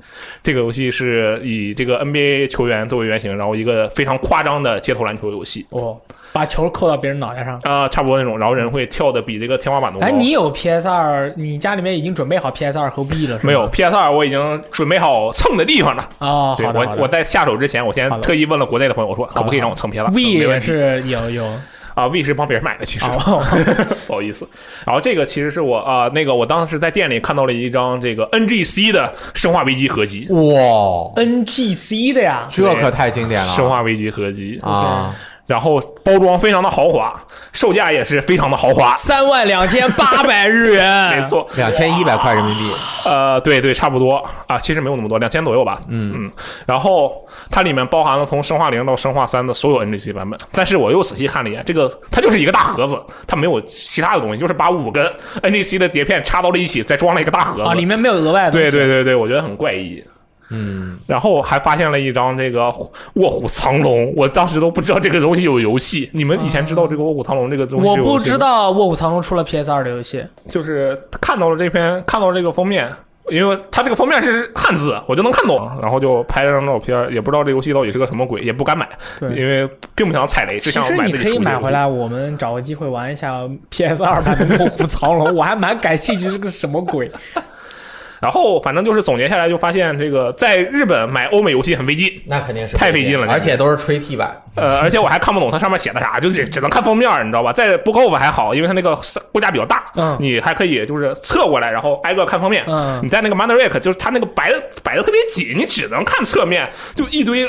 Speaker 3: 这个游戏是以这个 NBA 球员作为原型，然后一个非常夸张的街头篮球游戏
Speaker 2: 哦，把球扣到别人脑袋上。
Speaker 3: 啊、差不多那种，然后人会跳的比这个天花板都高。
Speaker 2: 哎，你有 PS 二？你家里面已经准备好 PS 二和 B 了是吗？
Speaker 3: 没有 PS 二，我已经准备好蹭的地方了。
Speaker 2: 哦，
Speaker 3: 对
Speaker 2: 好的好
Speaker 3: 我我
Speaker 2: 的。
Speaker 3: 在下手之前，我先
Speaker 2: 好的
Speaker 3: 特意问了国内的朋友，我说可不可以
Speaker 2: 好的
Speaker 3: 让我蹭 PS 二
Speaker 2: V
Speaker 3: 没问
Speaker 2: 也
Speaker 3: 题
Speaker 2: 是有有
Speaker 3: 啊，V 是帮别人买的，其实、
Speaker 2: 哦，
Speaker 3: [LAUGHS]
Speaker 2: [LAUGHS]
Speaker 3: 不好意思。然后这个其实是我啊、那个我当时在店里看到了一张这个 NGC 的《生化危机》合集，
Speaker 1: 哇，
Speaker 2: NGC 的呀，
Speaker 1: 这可太经典了！
Speaker 3: 《生化危机》合集
Speaker 1: 啊，
Speaker 3: 然后包装非常的豪华，售价也是非常的豪华。
Speaker 2: 三万两千八百日元，
Speaker 3: [LAUGHS] 没。错，
Speaker 1: 两千一百块人民币，
Speaker 3: 呃，对对，差不多啊，其实没有那么多，两千左右吧。嗯嗯，然后它里面包含了从生化零到生化三的所有 NGC 版本，但是我又仔细看了一眼，这个它就是一个大盒子，它没有其他的东西，就是把五个 NGC 的碟片插到了一起，再装了一个大盒子。
Speaker 2: 啊，里面没有额外的东
Speaker 3: 对
Speaker 2: 西。
Speaker 3: 对对对，我觉得很怪异。
Speaker 1: 嗯，
Speaker 3: 然后还发现了一张这个《卧虎藏龙》，我当时都不知道这个东西有游戏。你们以前知道这个《卧虎藏龙》这个东西？
Speaker 2: 我不知，道《卧虎藏龙》出了 PS 二的游戏，
Speaker 3: 就是看到了这篇，看到了这个封面，因为它这个封面是汉字，我就能看懂，然后就拍了张照片，也不知道这游戏到底是个什么鬼，也不敢买，
Speaker 2: 对
Speaker 3: 因为并不想踩雷，就
Speaker 2: 其
Speaker 3: 像
Speaker 2: 实
Speaker 3: 买
Speaker 2: 你
Speaker 3: 自己
Speaker 2: 可以
Speaker 3: 熟悉的
Speaker 2: 买
Speaker 3: 游戏
Speaker 2: 回来，我们找个机会玩一下 PS 二版的《卧虎藏龙》，我还蛮感兴趣，这个什么鬼？
Speaker 3: 然后反正就是总结下来，就发现这个在日本买欧美游戏很费劲，
Speaker 1: 那肯定是
Speaker 3: 太费劲了
Speaker 1: 而且都是吹替版，
Speaker 3: 呃，而且我还看不懂它上面写的啥，就只只能看封面，你知道吧？在 b o o 还好，因为它那个构架比较大，
Speaker 2: 嗯
Speaker 3: 你还可以就是侧过来，然后挨个看封面。
Speaker 2: 嗯
Speaker 3: 你在那个 Mandrake，就是它那个摆的摆的特别紧，你只能看侧面，就一堆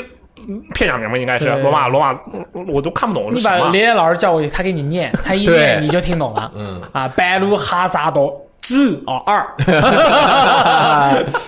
Speaker 3: 嗯片假名吧，应该是
Speaker 2: 对
Speaker 3: 罗马罗马，我我都看不懂
Speaker 2: 你
Speaker 3: 是什
Speaker 2: 把
Speaker 3: 么。
Speaker 2: 连连老师叫过去，他给你念，他一
Speaker 1: 对
Speaker 2: 念你就听懂了。
Speaker 1: 嗯，
Speaker 2: 啊，白鹿哈萨多字
Speaker 3: [LAUGHS]
Speaker 2: 哦二，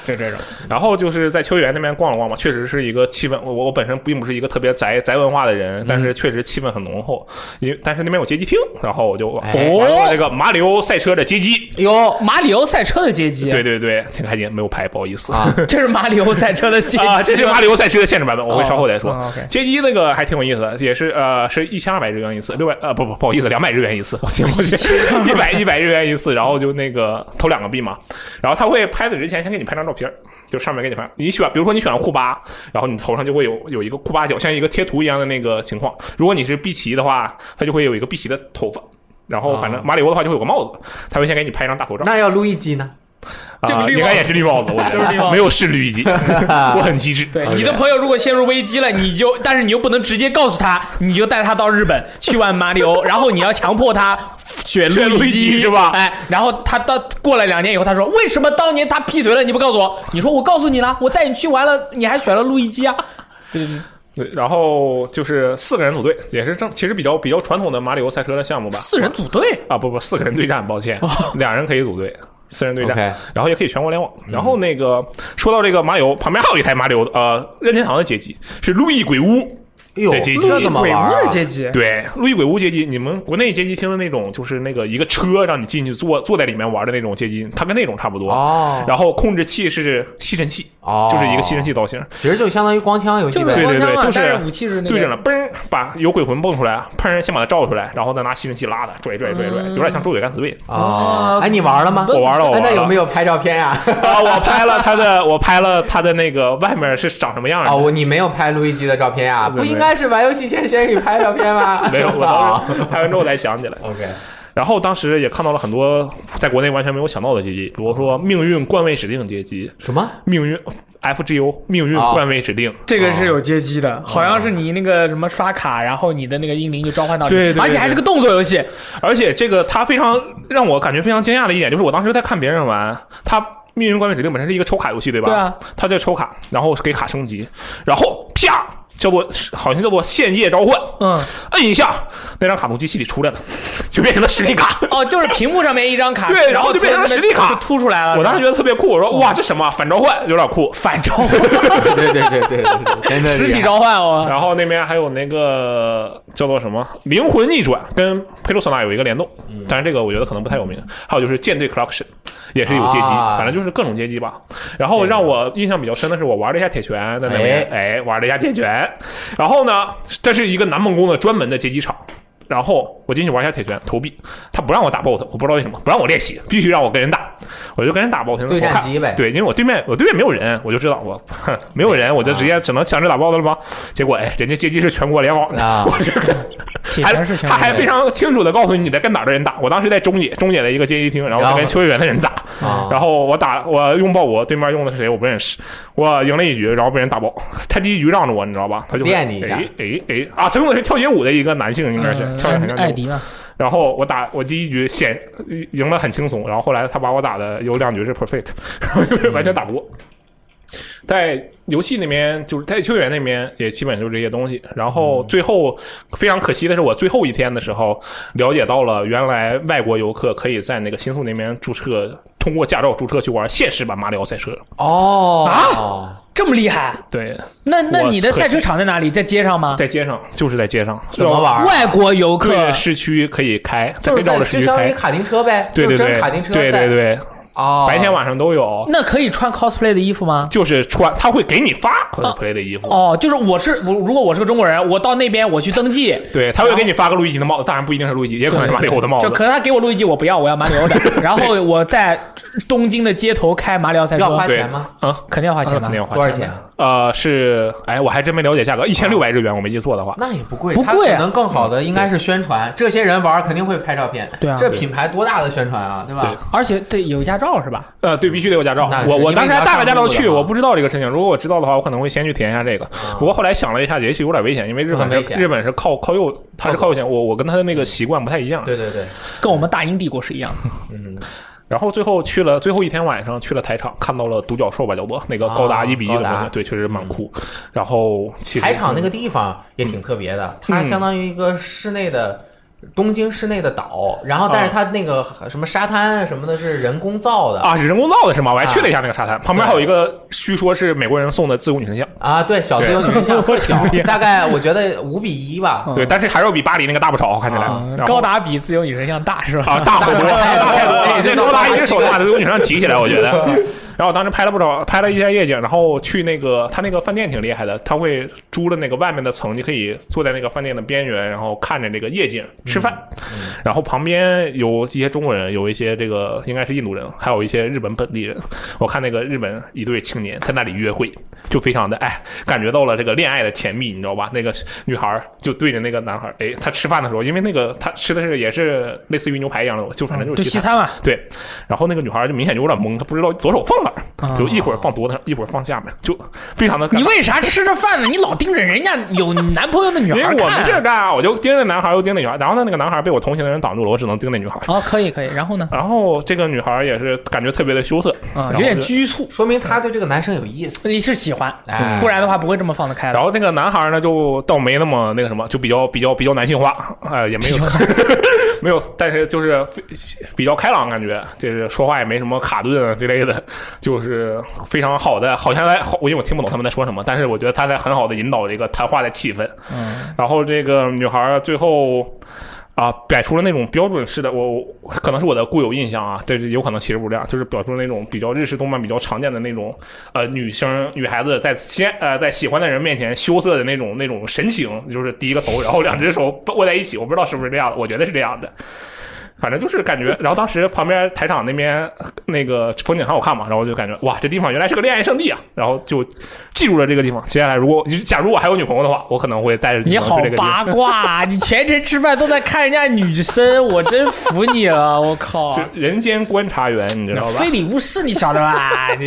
Speaker 2: 就这种。
Speaker 3: 然后就是在秋园那边逛了逛嘛，确实是一个气氛。我我我本身并不是一个特别宅宅文化的人，但
Speaker 2: 嗯
Speaker 3: 是确实气氛很浓厚。因为但是那边有街机厅，然后我就
Speaker 1: 哎
Speaker 3: 玩了这个马里奥赛车的街机。
Speaker 1: 哟
Speaker 2: 马里奥赛车的街机，
Speaker 3: 对，对对，挺开心，没有拍，不好意思。
Speaker 1: 啊，
Speaker 2: 这是马里奥赛车的街
Speaker 3: [LAUGHS]
Speaker 2: 机
Speaker 3: 啊，这是马里奥赛车的限制版本，我会稍后再说。
Speaker 2: 哦嗯，OK
Speaker 3: 街机那个还挺有意思的，也是呃，是一千二百日元一次，六百呃不不不好意思，两百日元一次，我记我记一百一百日元一次，然后就那个投两个币嘛，然后他会拍子之前先给你拍张照片儿，就上面给你拍，你选比如说你选库巴，然后你头上就会有有一个库巴角，像一个贴图一样的那个情况，如果你是碧琪的话，它就会有一个碧琪的头发。然后反正马里奥的话就会有个帽子，他会先给你拍一张大头照，
Speaker 1: 那要路易基呢？
Speaker 2: 这
Speaker 3: 啊
Speaker 2: 个绿帽
Speaker 3: 应该也是绿帽子，我觉
Speaker 2: 就是绿帽
Speaker 3: 得
Speaker 2: 子
Speaker 3: 没有是绿
Speaker 1: [LAUGHS]
Speaker 3: 衣，我很机智。啊
Speaker 2: 对，
Speaker 1: OK
Speaker 2: 你的朋友如果陷入危机了，你就，但是你又不能直接告诉他，你就带他到日本去玩马里奥，然后你要强迫他选
Speaker 3: 选
Speaker 2: 路
Speaker 3: 路易
Speaker 2: 基
Speaker 3: 基是吧
Speaker 2: 哎，然后他到过了两年以后，他说为什么当年他闭嘴了，你不告诉我？你说我告诉你了，我带你去玩了，你还选了路易基啊？ [LAUGHS] 对对
Speaker 3: 对，然后就是四个人组队，也是正其实比较比较传统的马里奥赛车的项目吧。
Speaker 2: 四人组队，
Speaker 3: 啊，不不，四个人对战，抱歉，两人可以组队，四人对战
Speaker 1: OK
Speaker 3: 然后也可以全国联网。然后那个、说到这个马里奥，旁边还有一台马里奥呃任天堂的街机，是路易鬼屋。
Speaker 1: 哟，
Speaker 3: 对街机
Speaker 1: 这怎么
Speaker 2: 鬼
Speaker 1: 玩
Speaker 2: 屋
Speaker 1: 啊
Speaker 2: 的？阶级，
Speaker 3: 对，路易鬼屋街机，你们国内街机厅的那种，就是那个一个车让你进去坐坐在里面玩的那种街机，它跟那种差不多。
Speaker 1: 哦
Speaker 3: 然后控制器是吸尘器，
Speaker 1: 哦，
Speaker 3: 就是一个吸尘器造型。
Speaker 1: 其实就相当于光枪游戏
Speaker 2: 就是
Speaker 1: 呗。
Speaker 3: 对对
Speaker 2: 光枪嘛
Speaker 3: 就是
Speaker 2: 但是武器是那个
Speaker 3: 对准了，嘣儿，把有鬼魂蹦出来，砰，先把它照出来，然后再拿吸尘器拉它，拽一拽拽一拽，有
Speaker 2: 嗯
Speaker 3: 点像捉鬼敢死队。 [LAUGHS]
Speaker 1: 哦，哎，你玩了吗？
Speaker 3: 我玩了，我
Speaker 1: 哎
Speaker 3: 玩了。
Speaker 1: 那有没有拍照片
Speaker 3: [LAUGHS]
Speaker 1: 呀？
Speaker 3: 啊，我拍了它的，我拍了它的那个外面是长什么样
Speaker 1: 啊，
Speaker 3: 的。
Speaker 1: 我你没有拍路易基的照片呀？
Speaker 3: 没
Speaker 1: 不
Speaker 3: 有
Speaker 1: 应该是玩游戏前先给你拍照片吗？
Speaker 3: [LAUGHS] 没有，我
Speaker 1: 啊哦
Speaker 3: 当时拍完之后才想起来。
Speaker 1: OK，
Speaker 3: 然后当时也看到了很多在国内完全没有想到的街机，比如说命运冠位指定街机、
Speaker 1: 什么？
Speaker 3: 命运 FGO、命运
Speaker 1: 哦
Speaker 3: 冠位指定，
Speaker 2: 这个是
Speaker 3: 哦
Speaker 2: 有街机的，好像是你那个什么刷卡，然后你的那个英灵就召唤到你，
Speaker 3: 对对对
Speaker 2: 而且还是个动作游戏，
Speaker 3: 而且这个它非常让我感觉非常惊讶的一点，就是我当时在看别人玩，它命运冠位指定本身是一个抽卡游戏，对吧？
Speaker 2: 对啊，
Speaker 3: 它在抽卡，然后给卡升级，然后啪，叫做好像叫做限界召唤，
Speaker 2: 嗯，
Speaker 3: 摁一下，那张卡从机器里出来了， [LAUGHS] 就变成了实体卡。
Speaker 2: 哦，就是屏幕上面一张卡，
Speaker 3: 对然后就变成了实体卡
Speaker 2: 就凸出来了。
Speaker 3: 我当时
Speaker 2: 是吧
Speaker 3: 觉得特别酷，我说哇，这什么啊反召唤，有点酷。
Speaker 2: 啊嗯反超
Speaker 1: [LAUGHS] 对对对对对对，对真的厉害
Speaker 2: 实体召唤哦，
Speaker 3: 然后那边还有那个叫做什么《灵魂逆转》，跟《佩洛索纳》有一个联动，
Speaker 1: 嗯
Speaker 3: 但是这个我觉得可能不太有名。还有就是《舰队 Collection》，也是有街机，
Speaker 1: 啊
Speaker 3: 反正就是各种街机吧。然后让我印象比较深的是，我玩了一下铁拳，在那边哎玩了一下铁拳。然后呢，这是一个南梦宫的专门的街机场。然后我进去玩一下铁拳，投币，他不让我打 BOSS，我不知道为什么不让我练习，必须让我跟人打，我就跟人打 BOSS。
Speaker 1: 对战
Speaker 3: 我看
Speaker 1: 机呗
Speaker 3: 对，因为我对面我对面没有人，我就知道我哼没有人，我就直接只能强制打 BOSS 了吗？结果哎，人家街机是全国联网的， [LAUGHS]
Speaker 1: 啊，
Speaker 2: 铁
Speaker 3: 还
Speaker 2: 拳是全
Speaker 3: 他还
Speaker 1: 联
Speaker 3: 非常清楚的告诉你你在跟哪儿的人打。我当时在中野中野的一个街机厅，然后
Speaker 1: 然
Speaker 3: 在
Speaker 1: 后
Speaker 3: 跟秋叶原的人打，
Speaker 1: 啊
Speaker 3: [LAUGHS] 然后我打我拥抱我对面用的是谁我不认识，我赢了一局，然后被人打爆。他第一局让着我，你知道吧？他就会
Speaker 1: 练你一下嗯
Speaker 3: 哎哎哎啊！他用的是跳街舞的一个男性，应该是跳的很
Speaker 1: 哎
Speaker 3: 像街舞
Speaker 2: 嗯艾迪嘛，
Speaker 3: 然后我打我第一局显赢得很轻松，然后后来他把我打的有两局是 perfect，然 [LAUGHS] 后就是完全打不过。在游戏那边，就是在球员那边也基本就是这些东西。然后
Speaker 1: 嗯
Speaker 3: 最后非常可惜的是，我最后一天的时候了解到了，原来外国游客可以在那个新宿那边注册，通过驾照注册去玩现实版马里奥赛车。啊
Speaker 1: 哦
Speaker 2: 这么厉害？
Speaker 3: 对，
Speaker 2: 那那
Speaker 3: 我
Speaker 2: 你的
Speaker 3: 可惜
Speaker 2: 赛车场在哪里？在街上吗？
Speaker 3: 在街上就是在街上，
Speaker 1: 怎么玩？
Speaker 2: 外国游客
Speaker 3: 对着市区可以开，
Speaker 1: 就是
Speaker 3: 在
Speaker 1: 在
Speaker 3: 绕着市
Speaker 1: 就
Speaker 3: 区
Speaker 1: 相当于
Speaker 3: 开。
Speaker 1: 卡丁车呗，
Speaker 3: 对对
Speaker 1: 就
Speaker 3: 对，
Speaker 1: 真卡丁车
Speaker 3: 对
Speaker 1: 在
Speaker 3: 对对，
Speaker 1: 哦，
Speaker 3: 白天晚上都有，
Speaker 2: 那可以穿 cosplay 的衣服吗？
Speaker 3: 就是穿他会给你发啊 cosplay 的衣服，
Speaker 2: 哦，就是我是我，如果我是个中国人，我到那边我去登记，
Speaker 3: 对他会给你发个路易吉的帽子，当然不一定是路易吉，也可能是马里欧的帽
Speaker 2: 就
Speaker 3: 子。
Speaker 2: 可能他给我录一集，我不要，我要马里
Speaker 3: [LAUGHS]
Speaker 2: 奥的。然后我在东京的街头开马里奥赛
Speaker 1: 要
Speaker 2: 车
Speaker 1: 花，
Speaker 3: 对
Speaker 1: 钱吗？
Speaker 3: 啊，
Speaker 2: 肯定要花钱
Speaker 3: 那
Speaker 2: 吧
Speaker 3: 肯定？要花
Speaker 1: 多少钱啊
Speaker 3: 的？？呃，是，哎，我还真没了解价格，一千六百日元，我没记错的话。
Speaker 1: 那也不贵，
Speaker 2: 不
Speaker 1: 它
Speaker 2: 贵啊
Speaker 1: 可能更好的应该是宣传，这些人玩儿肯定会拍照片。
Speaker 2: 对啊
Speaker 1: 这品牌多大的宣传啊，对吧？
Speaker 3: 对
Speaker 2: 而且对有驾照是吧？
Speaker 3: 呃，对，必须得有驾照
Speaker 1: 那。是
Speaker 3: 我我
Speaker 1: 因为
Speaker 3: 当时
Speaker 1: 你
Speaker 3: 还
Speaker 1: 要
Speaker 3: 带了驾
Speaker 1: 上
Speaker 3: 照
Speaker 1: 路的
Speaker 3: 去，
Speaker 1: 嘛
Speaker 3: 我不知道这个事情。如果我知道的话，我可能会先去体验一下这个。不过后来想了一下，也许有点危险，因为日本
Speaker 1: 很危
Speaker 3: 是
Speaker 1: 险
Speaker 3: 日本是靠靠右，它是靠右行。我我跟他的那个习惯不太一样。
Speaker 1: 对对对，
Speaker 2: 跟我们大英帝国是一样的。
Speaker 1: 嗯，
Speaker 3: 然后最后去了最后一天晚上去了台场，看到了独角兽吧，叫做那个
Speaker 1: 啊
Speaker 3: 高达一比一的
Speaker 1: 高
Speaker 3: 东西，
Speaker 1: 达
Speaker 3: 对，确实蛮酷。然后其实
Speaker 1: 台场那个地方也
Speaker 3: 嗯
Speaker 1: 挺特别的，它相当于一个室内的。东京室内的岛，然后但是它那个什么沙滩啊什么的是人工造的
Speaker 3: 哦啊是人工造的是吗？我还
Speaker 1: 啊
Speaker 3: 去了一下那个沙滩，旁边还有一个据说是美国人送的自由女神像，
Speaker 1: 啊，对，小自由女神
Speaker 3: [LAUGHS]
Speaker 1: 像特小
Speaker 2: 我，
Speaker 1: 大概我觉得五比一吧
Speaker 2: 嗯，
Speaker 3: 对，但是还是要比巴黎那个大不少，看起来
Speaker 1: 啊
Speaker 3: 嗯然后
Speaker 2: 高达比自由女神像大是吧？
Speaker 3: 啊，大 [LAUGHS] 很多，
Speaker 1: 太
Speaker 3: 大
Speaker 1: 多
Speaker 3: 太多
Speaker 1: 了
Speaker 3: 了！这
Speaker 1: 这
Speaker 3: 高
Speaker 1: 高
Speaker 3: 达
Speaker 1: 达
Speaker 3: 一只手
Speaker 1: 习
Speaker 3: 拿
Speaker 1: 惯
Speaker 3: 着都往你身上提起来，我觉 [LAUGHS] 得。然后我当时拍了不少，拍了一些夜景，然后去那个他那个饭店挺厉害的，他会租了那个外面的层，你可以坐在那个饭店的边缘，然后看着这个夜景吃饭。然后旁边有一些中国人，有一些这个应该是印度人，还有一些日本本地人。我看那个日本一对青年在那里约会，就非常的哎，感觉到了这个恋爱的甜蜜，你知道吧？那个女孩儿就对着那个男孩儿，哎，他吃饭的时候，因为那个他吃的是也是类似于牛排一样的，就反正就
Speaker 2: 就是
Speaker 3: 西
Speaker 2: 西
Speaker 3: 餐。
Speaker 2: 餐嘛，
Speaker 3: 对，然后那个女孩儿就明显就有点懵，她不知道左手放哪儿，就一会儿放桌子上，一会儿放下面，就非常的 [LAUGHS] 尴尬
Speaker 2: 你为啥吃着饭呢？你老盯着人家有男朋友的女
Speaker 3: 因为
Speaker 2: 孩
Speaker 3: 我们
Speaker 2: 看
Speaker 3: 这
Speaker 2: 啊？
Speaker 3: 干啊，我就盯着男孩儿，又盯着女孩儿，然后呢，那个男孩儿被我同行的人挡住了，我只能盯着女孩儿。
Speaker 2: 哦，可以可以，然后呢？
Speaker 3: 然后这个女孩也是感觉特别的羞涩，
Speaker 2: 啊，
Speaker 3: 然后
Speaker 2: 有点
Speaker 3: 就
Speaker 2: 拘束，
Speaker 1: 说明他对这个男生有意思。
Speaker 2: 你是喜欢，
Speaker 3: 嗯
Speaker 1: 哎，
Speaker 2: 不然的话不会这么放得开
Speaker 3: 然
Speaker 2: 的。
Speaker 3: 后那个男孩呢，就倒没那么那个什么，就比较比较比较男性化，呃，也
Speaker 2: [LAUGHS]
Speaker 3: 没有没有，但是就是非比较开朗，感觉就是说话也没什么卡顿啊之类的，就是非常好的，好像在好，因为我听不懂他们在说什么，但是我觉得他在很好的引导这个谈话的气氛。
Speaker 2: 嗯，
Speaker 3: 然后这个女孩最后啊，摆出了那种标准式的，我我可能是我的固有印象啊，但是有可能其实不是这样，就是表出那种比较日式动漫比较常见的那种，呃，女生女孩子在先呃在喜欢的人面前羞涩的那种那种神情，就是低一个头，然后两只手握在一起，我不知道是不是这样的，我觉得是这样的。反正就是感觉，然后当时旁边台场那边那个风景很好看嘛，然后我就感觉哇，这地方原来是个恋爱圣地啊，然后就记住了这个地方。接下来如果假如我还有女朋友的话，我可能会带着女朋
Speaker 2: 你
Speaker 3: 友
Speaker 2: 好
Speaker 3: 去这个地方
Speaker 2: 八卦啊，你全程吃饭都在看人家女生，我真服你了，我靠！
Speaker 3: 就人间观察员， [LAUGHS] 你知道吧
Speaker 2: 啊非？礼勿视，你晓得
Speaker 3: [LAUGHS]
Speaker 2: 吧？你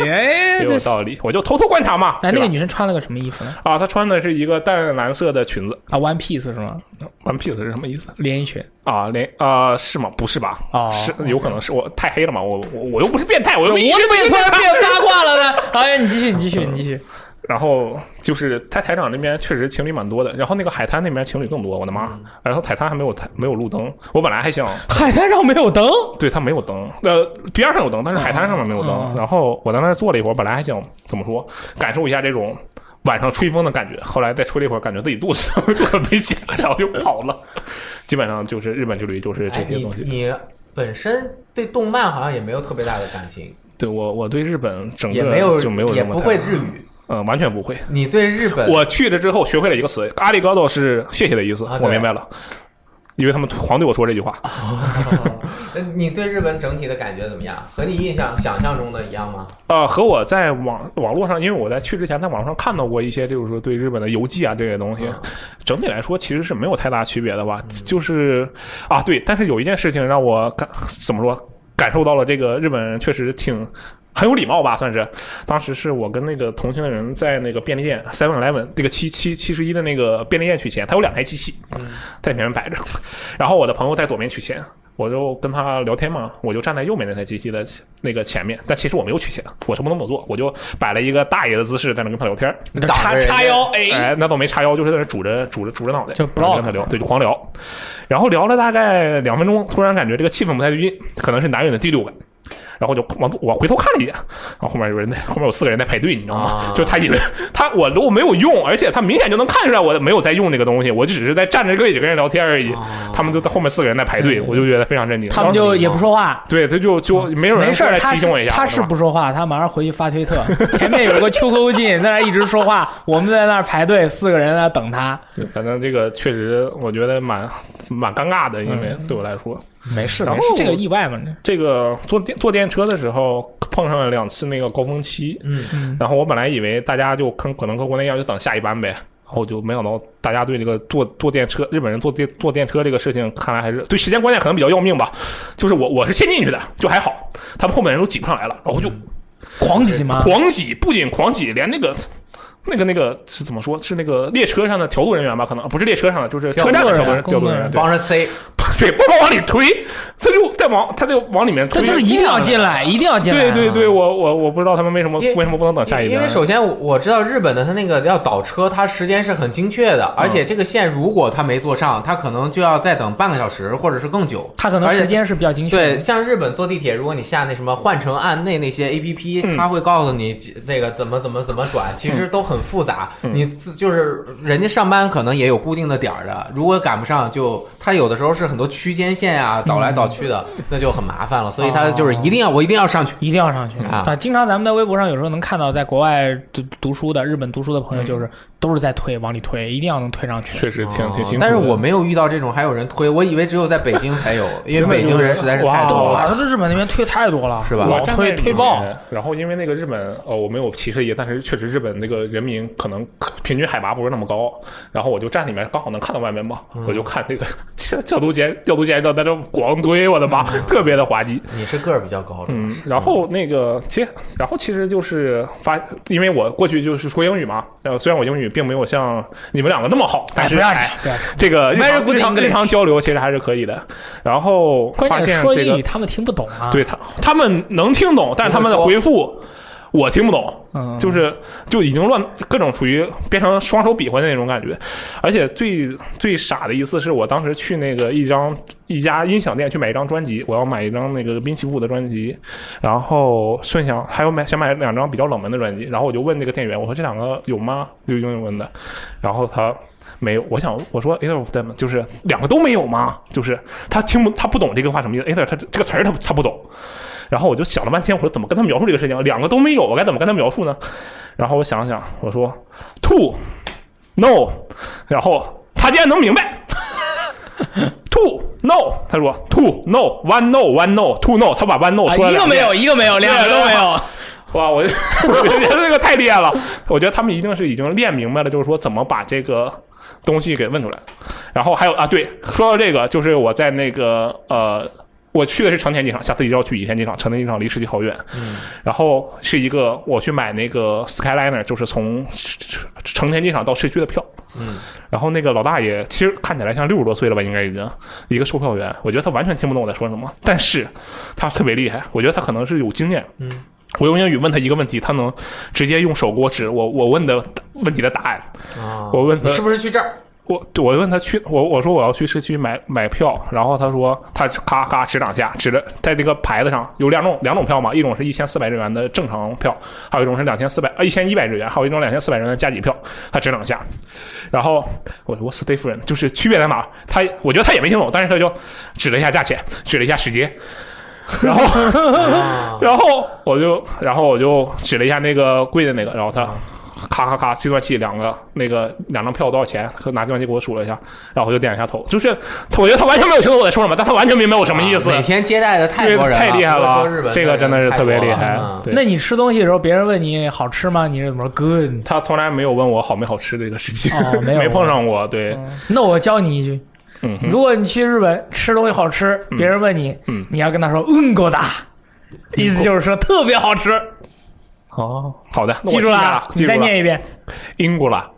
Speaker 3: 也
Speaker 2: 哎，这
Speaker 3: 有
Speaker 2: 是
Speaker 3: 道理，我就偷偷观察嘛。
Speaker 2: 哎，那
Speaker 3: 对吧
Speaker 2: 个女生穿了个什么衣服呢？
Speaker 3: 啊，她穿的是一个淡蓝色的裙子
Speaker 2: 啊，One Piece 是吗？
Speaker 3: ，One Piece 是什么意思
Speaker 2: 连衣裙。
Speaker 3: 啊？连啊、是吗？不是吧？
Speaker 2: 哦
Speaker 3: 是有可能是我太黑了嘛？我我我又不是变态，我又
Speaker 2: 我
Speaker 3: 没
Speaker 2: 怎么也突然变八卦了
Speaker 3: [LAUGHS]
Speaker 2: 呢？哎，你继续，你继续，你继续。
Speaker 3: 然后就是在台场那边确实情侣蛮多的，然后那个海滩那边情侣更多，我的妈！
Speaker 2: 嗯
Speaker 3: 然后海滩还没有台没有路灯，我本来还想
Speaker 2: 海滩上没有灯，
Speaker 3: 对，它没有灯，呃，边儿上有灯，但是海滩上面没有灯。
Speaker 2: 嗯嗯
Speaker 3: 然后我在那儿坐了一会儿，本来还想怎么说，感受一下这种晚上吹风的感觉，后来再吹了一会儿，感觉自己肚子有点没劲，然后就跑了。 [LAUGHS] 基本上就是日本之旅，就是这
Speaker 1: 哎，
Speaker 3: 些
Speaker 1: 你
Speaker 3: 东西。
Speaker 1: 你本身对动漫好像也没有特别大的感情，
Speaker 3: 对我，我对日本整
Speaker 1: 也
Speaker 3: 个
Speaker 1: 没有
Speaker 3: 嗯就没有
Speaker 1: 也
Speaker 3: 什么
Speaker 1: 不
Speaker 3: 太
Speaker 1: 会
Speaker 3: 大，
Speaker 1: 日语，
Speaker 3: 嗯，完全不会。
Speaker 1: 你对日本
Speaker 3: 我去了之后学会了一个词，阿里嘎多是谢谢的意思，
Speaker 1: 啊
Speaker 3: 我
Speaker 1: 对啊
Speaker 3: 明白了，因为他们狂对我说这句话。
Speaker 1: 呃你对日本整体的感觉怎么样？和你印象想象中的一样吗？
Speaker 3: 呃，和我在网网络上，因为我在去之前在网上看到过一些，就是说对日本的游记啊这些东西，整体来说其实是没有太大区别的吧。就是啊，对，但是有一件事情让我感怎么说，感受到了这个日本人确实挺。很有礼貌吧，算是。当时是我跟那个同行的人在那个便利店 Seven Eleven 这个七七七十一的那个便利店取钱，他有两台机器在里面摆着，然后我的朋友在左边取钱，我就跟他聊天嘛，我就站在右面那台机器的那个前面，但其实我没有取钱，我什么都没有做，我就摆了一个大爷的姿势在那跟他聊天，
Speaker 1: 挡着
Speaker 2: 叉
Speaker 1: 人家
Speaker 2: 叉腰，哎，
Speaker 3: 哎，那倒没叉腰，就是在那拄着拄着拄着脑袋，
Speaker 2: 就
Speaker 3: 然后
Speaker 2: block
Speaker 3: 跟他聊，对，就狂聊，然后聊了大概两分钟，突然感觉这个气氛不太对劲，可能是男人的第六感。然后就往我回头看了一眼，然后后面有人在，后面有四个人在排队，你知道吗？
Speaker 1: 啊
Speaker 3: 就他以为他我我没有用，而且他明显就能看出来我没有在用这个东西，我就只是在站着跟几个人聊天而已。他们就在后面四个人在排队，我就觉得非常震惊。
Speaker 2: 啊嗯他们就也不说话，
Speaker 3: 对，他就就没有人
Speaker 2: 没事
Speaker 3: 过
Speaker 2: 儿，
Speaker 3: 来
Speaker 2: 他
Speaker 3: 提
Speaker 2: 是
Speaker 3: 醒我一下，
Speaker 2: 他是
Speaker 3: 吧
Speaker 2: 不说话，他马上回去发推特。前面有个秋
Speaker 3: [LAUGHS]
Speaker 2: 沟进在那儿一直说话，我们在那儿排队，四个人在那儿等他。
Speaker 3: 对反正这个确实我觉得蛮蛮尴尬的，因为
Speaker 2: 嗯
Speaker 3: 对我来说，
Speaker 2: 没事，
Speaker 3: 然
Speaker 2: 没
Speaker 3: 后
Speaker 2: 事，这个意外嘛，这
Speaker 3: 这个坐电坐电车的时候碰上了两次那个高峰期，
Speaker 1: 嗯
Speaker 2: 嗯
Speaker 3: 然后我本来以为大家就跟可能跟国内一样就等下一班呗，然后就没想到大家对这个坐坐电车日本人坐电坐电车这个事情，看来还是对时间观念可能比较要命吧。就是我我是先进去的，就还好，他们后面人都挤不上来了，然后就
Speaker 2: 狂挤吗？
Speaker 3: 狂挤，不仅狂挤，连那个。那个那个是怎么说？是那个列车上的调度人员吧？可能不是列车上的，就是车站的调度人
Speaker 2: 工
Speaker 3: 调
Speaker 2: 作
Speaker 3: 度
Speaker 2: 人
Speaker 3: 人
Speaker 2: 员
Speaker 3: 员，对
Speaker 1: 帮着塞，
Speaker 3: 对，不能往里推，他就在往他就往里面
Speaker 2: 他
Speaker 3: 推，
Speaker 2: 就是一定要进来，一定要进来。啊
Speaker 3: 对对对，我我我不知道他们为什么
Speaker 1: 因为
Speaker 3: 为什么不能哦等下一
Speaker 1: 因为
Speaker 3: 班。
Speaker 1: 首先我我知道日本的它那个要倒车，它时间是很精确
Speaker 3: 嗯
Speaker 1: 的，而且这个线如果它没坐上，它可能就要再等半个小时或者是更久。
Speaker 2: 他可能
Speaker 1: 而且
Speaker 2: 时间是比较精确的。
Speaker 1: 对，像日本坐地铁，如果你下那什么换乘按内那些
Speaker 3: 嗯
Speaker 1: A P P，、它会告诉你几那个怎么怎么怎么
Speaker 3: [LAUGHS]
Speaker 1: 转，其实都很复杂。
Speaker 3: 嗯
Speaker 1: 你自就是人家上班可能也有固定的点儿的，如果赶不上就，它有的时候是很多区间线啊，倒来倒去的，
Speaker 3: 嗯
Speaker 1: 那就很麻烦了。所以它就是
Speaker 3: 哦
Speaker 1: 一定要、我一定要上去。
Speaker 2: 一定要上去
Speaker 3: 嗯
Speaker 1: 啊
Speaker 2: 经常咱们在微博上有时候能看到，在国外读读书的日本读书的朋友，就是都是在推，往里推，一定要能推上去。
Speaker 3: 确嗯实挺挺
Speaker 1: 哦
Speaker 3: 辛苦的，
Speaker 1: 但是我没有遇到这种还有人推，我以为只有在北京才有，因为
Speaker 3: 真的哦
Speaker 1: 北京人实在是太多
Speaker 2: 哇，
Speaker 1: 了。
Speaker 2: 他这日本那边推太多了，
Speaker 1: 是吧
Speaker 2: 老
Speaker 3: 我站在
Speaker 2: 推
Speaker 3: 里
Speaker 2: 推爆。
Speaker 3: 面。然后因为那个日本，呃，我没有歧视意，但是确实日本那个人民可能平均海拔不是那么高，然后我就站里面刚好能看到外面嘛，我就看这个调度间调度间上在这狂堆，我的妈，特别的滑稽。
Speaker 1: 你是个儿比较高，主要
Speaker 3: 嗯
Speaker 1: 是，
Speaker 3: 然后那个，其实，然后其实就是发，因为我过去就是说英语嘛，呃，虽然我英语并没有像你们两个那么好，但
Speaker 2: 哎，
Speaker 3: 是
Speaker 2: 不要紧
Speaker 3: 哎，
Speaker 2: 不要紧。
Speaker 3: 这个日
Speaker 2: Very
Speaker 3: 常
Speaker 2: good
Speaker 3: 日常
Speaker 2: English
Speaker 3: 日常交流其实还是可以的。然后发
Speaker 2: 关键
Speaker 3: 现
Speaker 2: 是说
Speaker 3: 这
Speaker 2: 英语
Speaker 3: 个
Speaker 2: 他们听不懂啊。，
Speaker 3: 对他他们能听懂，但是他们的回复我听不懂，
Speaker 2: 嗯，
Speaker 3: 就是就已经乱各种处于变成双手比划的那种感觉。而且最最傻的一次是我当时去那个一张一家音响店去买一张专辑，我要买一张那个滨崎步的专辑，然后顺想还有买想买两张比较冷门的专辑，然后我就问那个店员，我说这两个有吗？有英文的，然后他。没有，我想我说 either of them 就是两个都没有吗？就是他听不他不懂这个话什么意思，either 他这个词儿他不他不懂，然后我就想了半天，我说怎么跟他描述这个事情？两个都没有，我该怎么跟他描述呢？然后我想了想，我说 two no，然后他竟然能明白 [LAUGHS] two no，他说 two no one no one no two no，他把 one no
Speaker 2: 啊，
Speaker 3: 说了
Speaker 2: 一个
Speaker 3: 两遍
Speaker 2: 没有，一个没有，两个都没有。
Speaker 3: [LAUGHS] 哇，我我觉得这个太厉害了。我觉得他们一定是已经练明白了，就是说怎么把这个东西给问出来。然后还有啊，对，说到这个，就是我在那个呃。我去的是成田机场，下次一定要去羽田机场。成田机场离市区好远，然后是一个我去买那个 Skyliner，就是从成田机场到市区的票。
Speaker 1: 嗯，
Speaker 3: 然后那个老大爷其实看起来像六十多岁了吧，应该已经一个售票员，我觉得他完全听不懂我在说什么，但是他特别厉害，我觉得他可能是有经验。
Speaker 1: 嗯，
Speaker 3: 我用英语问他一个问题，他能直接用手给我指我我问的问题的答案。
Speaker 1: 啊，
Speaker 3: 我问他
Speaker 1: 你是不是去这儿？
Speaker 3: 我我问他去，我我说我要去市区买买票，然后他说他咔咔指两下，指着在这个牌子上有两种两种票嘛，一种是一千四百日元的正常票，还有一种是两千四百一千一百日元，还有一种两千四百日元的加急票，他指两下，然后我说 What's different？就是区别在哪儿？他我觉得他也没听懂，但是他就指了一下价钱，指了一下时间，然后。
Speaker 1: 啊，
Speaker 2: [LAUGHS]
Speaker 3: 然后我就，然后我就指了一下那个贵的那个，然后他咔咔咔，计算器两个那个两张票多少钱？他拿计算器给我数了一下，然后我就点了一下头，就是他我觉得他完全没有听懂我在说什么，但他完全明白 [LAUGHS] 我什么意思，
Speaker 1: 啊
Speaker 2: 啊
Speaker 1: 每天接待的泰
Speaker 3: 这
Speaker 1: 国
Speaker 3: 个
Speaker 1: 人
Speaker 3: 太厉
Speaker 1: 了，
Speaker 3: 害
Speaker 1: 不是说日
Speaker 3: 了，
Speaker 1: 本
Speaker 3: 这个真的是特别厉害。
Speaker 1: 嗯
Speaker 3: 对
Speaker 2: 那你吃东西的时候，别人问你好吃吗？你是怎么说 good？
Speaker 3: 他从来没有问我好没好吃这个事情，
Speaker 2: 哦
Speaker 3: [LAUGHS]
Speaker 2: 没有嗯
Speaker 3: 碰上过。对，
Speaker 2: 那我教你一句，
Speaker 3: 嗯哼，
Speaker 2: 如果你去日本吃东西好吃，别人问你，
Speaker 3: 嗯
Speaker 2: 你要跟他说嗯够大，意思就是说特别好吃。
Speaker 3: 哦，好的，那我
Speaker 2: 记住
Speaker 3: 记
Speaker 2: 了
Speaker 3: 下
Speaker 2: 啊
Speaker 3: 了，，
Speaker 2: 你
Speaker 3: 记住
Speaker 2: 再
Speaker 3: 了，
Speaker 2: 念一遍。
Speaker 3: 英国了，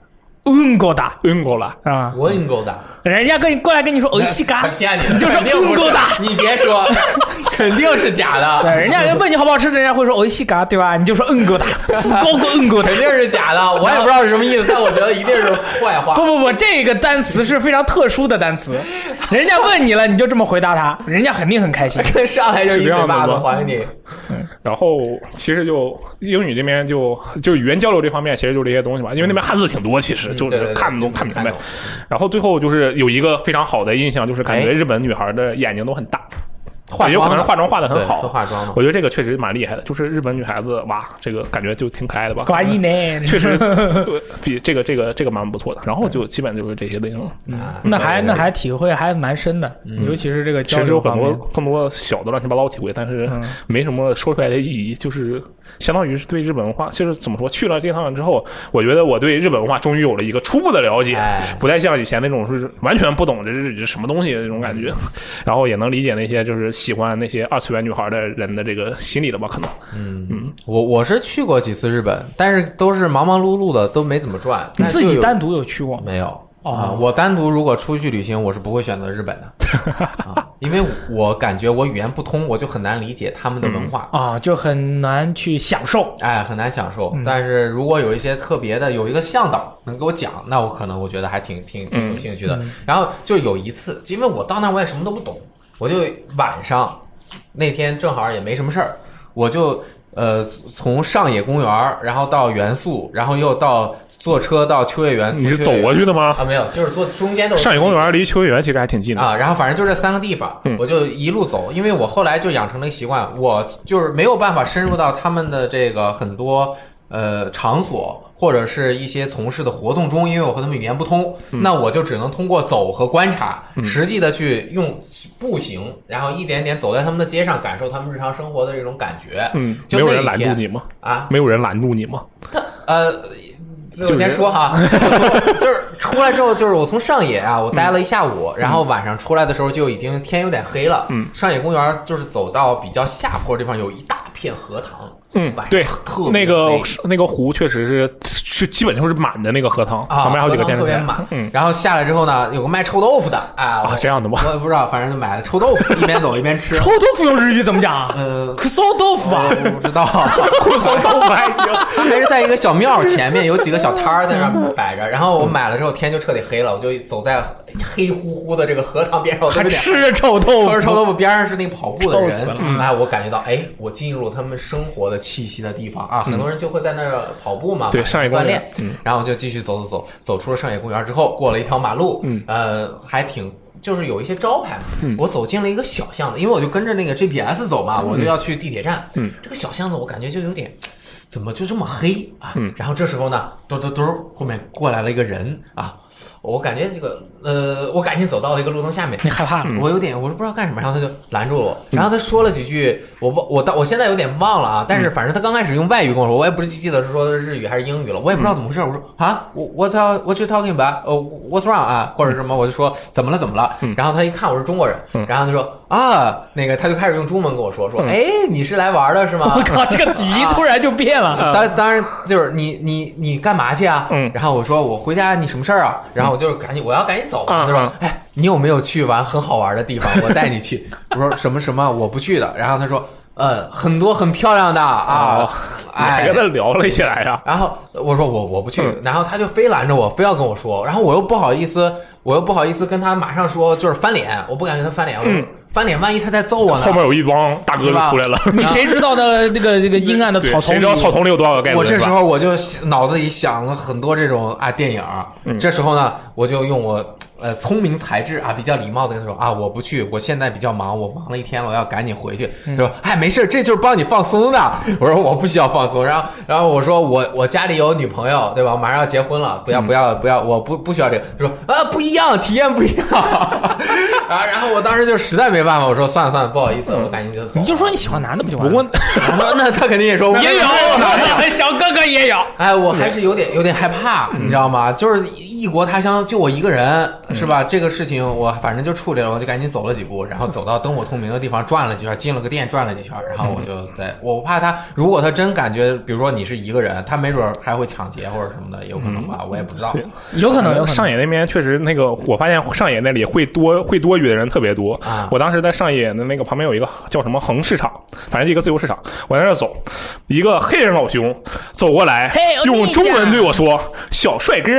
Speaker 2: 嗯够打
Speaker 3: 嗯够了，
Speaker 2: 啊，
Speaker 1: 我你够打，
Speaker 2: 人家跟你过来跟你说欧哦西
Speaker 1: 他
Speaker 2: 嘎，
Speaker 1: 骗你，
Speaker 2: 就是
Speaker 1: 肯定不
Speaker 2: 嗯够打。
Speaker 1: 你别说， [LAUGHS] 肯定是假
Speaker 2: 对，
Speaker 1: 的，
Speaker 2: 人家 [LAUGHS] 问你好不好吃，人家会说欧哦西嘎，对吧？你就说嗯够打，死高过嗯够 [LAUGHS] 打
Speaker 1: 肯。定是假的。我也不知道是什么意思，但我觉得一定是坏话。
Speaker 2: 不不不，这个单词是非常特殊的
Speaker 3: [LAUGHS]
Speaker 2: 单词，人家问你了，你就这么回答他，人家肯定很开
Speaker 3: [LAUGHS]
Speaker 2: 心。
Speaker 1: 跟上来就一嘴巴子还给你，
Speaker 3: 然后其实就英语这边就就语言交流这方面，其实就这些东西吧，因为那边汉字挺多，其实就
Speaker 1: 嗯对对对
Speaker 3: 是看不懂
Speaker 1: 挺
Speaker 3: 看不明白
Speaker 1: 看不。
Speaker 3: 然后最后就是有一个非常好的印象，就是感觉
Speaker 1: 哎
Speaker 3: 日本女孩的眼睛都很大，
Speaker 1: 化
Speaker 3: 也有可能
Speaker 1: 妆
Speaker 3: 是化
Speaker 1: 的
Speaker 3: 妆化的很
Speaker 1: 对，
Speaker 3: 好
Speaker 1: 都。化妆的
Speaker 3: 我。觉得这个确实蛮厉害的，就是日本女孩子哇，这个感觉就挺可爱的吧。
Speaker 2: 瓜
Speaker 1: [LAUGHS]
Speaker 2: 一呢？
Speaker 3: 确实呃比这个这个这个蛮不错的。然后就基本就是这些内容，
Speaker 1: 啊
Speaker 2: 那还那还体会还蛮深的，尤其是这个
Speaker 3: 其嗯
Speaker 2: 交
Speaker 3: 实有
Speaker 2: 流
Speaker 3: 很
Speaker 2: 方
Speaker 3: 多
Speaker 2: 面。
Speaker 3: 更多小的乱七八糟体会，但是
Speaker 2: 嗯
Speaker 3: 没什么说出来的意义，就是相当于是对日本文化，就是怎么说，去了这趟之后，我觉得我对日本文化终于有了一个初步的了解
Speaker 1: 哎，
Speaker 3: 不再像以前那种是完全不懂这日语是什么东西的那种感觉，
Speaker 2: 嗯
Speaker 3: [LAUGHS] 然后也能理解那些就是喜欢那些二次元女孩的人的这个心理了吧，可能。
Speaker 1: 我我是去过几次日本，但是都是忙忙碌碌的，都没怎么转。
Speaker 2: 你
Speaker 1: 但
Speaker 2: 自
Speaker 1: 就
Speaker 2: 己
Speaker 1: 有
Speaker 2: 单独有去过吗？
Speaker 1: 没有
Speaker 2: 哦
Speaker 1: 啊、我单独如果出去旅行，我是不会选择日本
Speaker 2: [LAUGHS]
Speaker 1: 的，啊、因为我感觉我语言不通，我就很难理解他们的文化。
Speaker 2: 啊，就很难去享受。
Speaker 1: 哎，很难享受。但是如果有一些特别的，有一个向导能给我讲，那我可能我觉得还挺挺挺
Speaker 3: 嗯
Speaker 1: 有兴趣的。然后就有一次，因为我到那我也什么都不懂，我就晚上那天正好也没什么事儿，我就呃从上野公园儿，然后到元素，然后又到坐车到秋叶原。
Speaker 3: 你是
Speaker 1: 从秋
Speaker 3: 走
Speaker 1: 叶
Speaker 3: 过
Speaker 1: 原
Speaker 3: 去的吗？
Speaker 1: 啊？没有，嗯就是坐中间都是
Speaker 3: 上野公园离秋叶原其实还挺近的。
Speaker 1: 啊，然后反正就这三个地方，
Speaker 3: 嗯
Speaker 1: 我就一路走，因为我后来就养成了一个习惯，我就是没有办法深入到他们的这个很多呃场所或者是一些从事的活动中，因为我和他们语言不通，
Speaker 3: 嗯
Speaker 1: 那我就只能通过走和观察，实际的去用步行，然后一点点走在他们的街上，感受他们日常生活的这种感觉。
Speaker 3: 嗯，
Speaker 1: 就
Speaker 3: 没有
Speaker 1: 那
Speaker 3: 人
Speaker 1: 一
Speaker 3: 拦住
Speaker 1: 天
Speaker 3: 你吗？
Speaker 1: 啊，
Speaker 3: 没有人拦住你吗？
Speaker 1: 他呃，这
Speaker 3: 就
Speaker 1: 我先
Speaker 3: 是
Speaker 1: 说哈，
Speaker 3: [LAUGHS]
Speaker 1: 我从就是出来之后，就是我从上野啊，我待了一下午，然后晚上出来的时候就已经天有点黑了。
Speaker 3: 嗯，
Speaker 1: 上野公园就是走到比较下坡地方，有一大片荷塘。
Speaker 3: 嗯
Speaker 1: 晚上，
Speaker 3: 对
Speaker 1: 特别，
Speaker 3: 那个
Speaker 1: 黑
Speaker 3: 那个湖确实是就基本就是满的那个荷塘，
Speaker 1: 啊，
Speaker 3: 旁边还有几个
Speaker 1: 荷塘
Speaker 3: 电视
Speaker 1: 特别
Speaker 3: 台。
Speaker 1: 满。
Speaker 3: 嗯
Speaker 1: 然后下来之后呢，有个卖臭豆腐的啊，
Speaker 3: 啊
Speaker 1: 我，
Speaker 3: 这样的吗？ [LAUGHS]
Speaker 1: 我也不知道，反正就买了臭豆腐，一边走一边吃
Speaker 2: 臭。豆腐用日语怎么讲啊？
Speaker 3: 嗯
Speaker 1: 呃，
Speaker 2: 可骚豆腐啊！
Speaker 1: 我不知
Speaker 3: [LAUGHS]
Speaker 1: 道。[LAUGHS]
Speaker 3: 苦手豆腐还行。
Speaker 1: 他还是在一个小庙前面，有几个小摊儿在那儿摆着。然后我买了之后，天就彻底黑了，我就走在黑乎乎的这个河塘边上，我都
Speaker 2: 还
Speaker 1: 有点。
Speaker 2: 吃着臭豆
Speaker 1: 喝着
Speaker 2: 腐，
Speaker 1: 臭豆腐边上是那个跑步的
Speaker 2: 臭死了
Speaker 3: 嗯
Speaker 1: 人，哎，我感觉到，哎，我进入他们生活的气息的地方啊，很多人就会在那儿跑步嘛，
Speaker 3: 嗯对
Speaker 1: 晚上
Speaker 3: 上野公
Speaker 1: 锻
Speaker 3: 园嗯
Speaker 1: 炼，然后就继续走走走，走出了上野公园之后，过了一条马路，
Speaker 3: 嗯
Speaker 1: 呃，还挺。就是有一些招牌嘛，我走进了一个小巷子，因为我就跟着那个 GPS 走嘛，我就要去地铁站。
Speaker 3: 嗯
Speaker 1: 这个小巷子我感觉就有点，怎么就这么黑啊？
Speaker 3: 嗯
Speaker 1: 然后这时候呢，嘟嘟嘟，后面过来了一个人啊，我感觉这个呃，我赶紧走到了一个路灯下面，
Speaker 2: 你害怕了？
Speaker 1: 我有点我是不知道干什么，然后他就拦住了我，然后他说了几句，我忘我到我现在有点忘了啊，但是反正他刚开始用外语跟我说，我也不是记得是说的是日语还是英语了，我也不知道怎么回事，我说啊我 what are- what you talking about？呃、w h a t s wrong 啊，或者什么，我就说怎么了怎么了，然后他一看我是中国人，然后他说啊那个他就开始用中文跟我说说，哎你是来玩的是吗
Speaker 3: 嗯
Speaker 2: 我？靠，这个语音突然就变了。
Speaker 1: 当当然就是你你你干嘛去啊？
Speaker 3: 嗯
Speaker 1: 然后我说我回家，你什么事儿啊？然后我就是赶紧我要赶紧走，
Speaker 3: 嗯
Speaker 1: 他说
Speaker 3: 嗯
Speaker 1: 哎，你有没有去玩很好玩的地方？我带你去。 [LAUGHS] 我说什么什么我不去的。然后他说呃很多很漂亮的啊
Speaker 3: 哦，还
Speaker 1: 哎
Speaker 3: 跟。他聊了起来呀？
Speaker 1: 然后我说我我不去
Speaker 3: 嗯，
Speaker 1: 然后他就非拦着我，非要跟我说，然后我又不好意思，我又不好意思跟他马上说，就是翻脸，我不敢跟他翻脸，我说
Speaker 3: 嗯
Speaker 1: 翻脸万一他再揍我呢
Speaker 3: 后？面有一帮大哥就出来了，
Speaker 2: 你谁知道呢？这个这个阴暗
Speaker 3: [LAUGHS]
Speaker 2: 的
Speaker 3: 嗯对
Speaker 2: 草丛
Speaker 3: 谁
Speaker 2: 里
Speaker 3: 知，道草丛里有多少个盖子？
Speaker 1: 我这
Speaker 3: 是
Speaker 1: 时
Speaker 3: 吧
Speaker 1: 候我就想脑子里想了很多这种啊电影儿，这时候呢，我就用我呃聪明才智啊，比较礼貌的跟他说啊，我不去，我现在比较忙，我忙了一天了，我要赶紧回去。他说哎，没事儿，这就是帮你放松的。我说我不需要放松，然后然后我说我我家里有女朋友，对吧？我马上要结婚了，不要不要不要，我不不需要这个。他说啊，不一样，体验不一样。 [LAUGHS] 啊，然后我当时就实在没办法，我说算了算了，不好意思，我赶紧就走。
Speaker 2: 你就说你喜欢男的不就完了？
Speaker 3: 不过
Speaker 1: 然后那他肯定也说
Speaker 2: 也
Speaker 1: 我 [LAUGHS]
Speaker 2: 有，小哥哥也有。
Speaker 1: 哎，我还是有点有点害怕，你知道吗？就是异国他乡，就我一个人，是吧？这个事情我反正就处理了，我就赶紧走了几步，然后走到灯火通明的地方转了几圈，进了个店转了几圈，然后我就在，我怕他，如果他真感觉，比如说你是一个人，他没准还会抢劫或者什么的，有可能吧，我也不知道。
Speaker 3: 对
Speaker 2: 有可能有可能
Speaker 3: 上野那边确实那个，我发现上野那里会多会多语的人特别多。
Speaker 1: 啊
Speaker 3: 我当时在上野的那个旁边有一个叫什么横市场，反正一个自由市场，我在那儿走，一个黑人老兄走过来
Speaker 2: 嘿我，跟你
Speaker 3: 用中文
Speaker 2: 讲
Speaker 3: 对我说：“小帅哥。”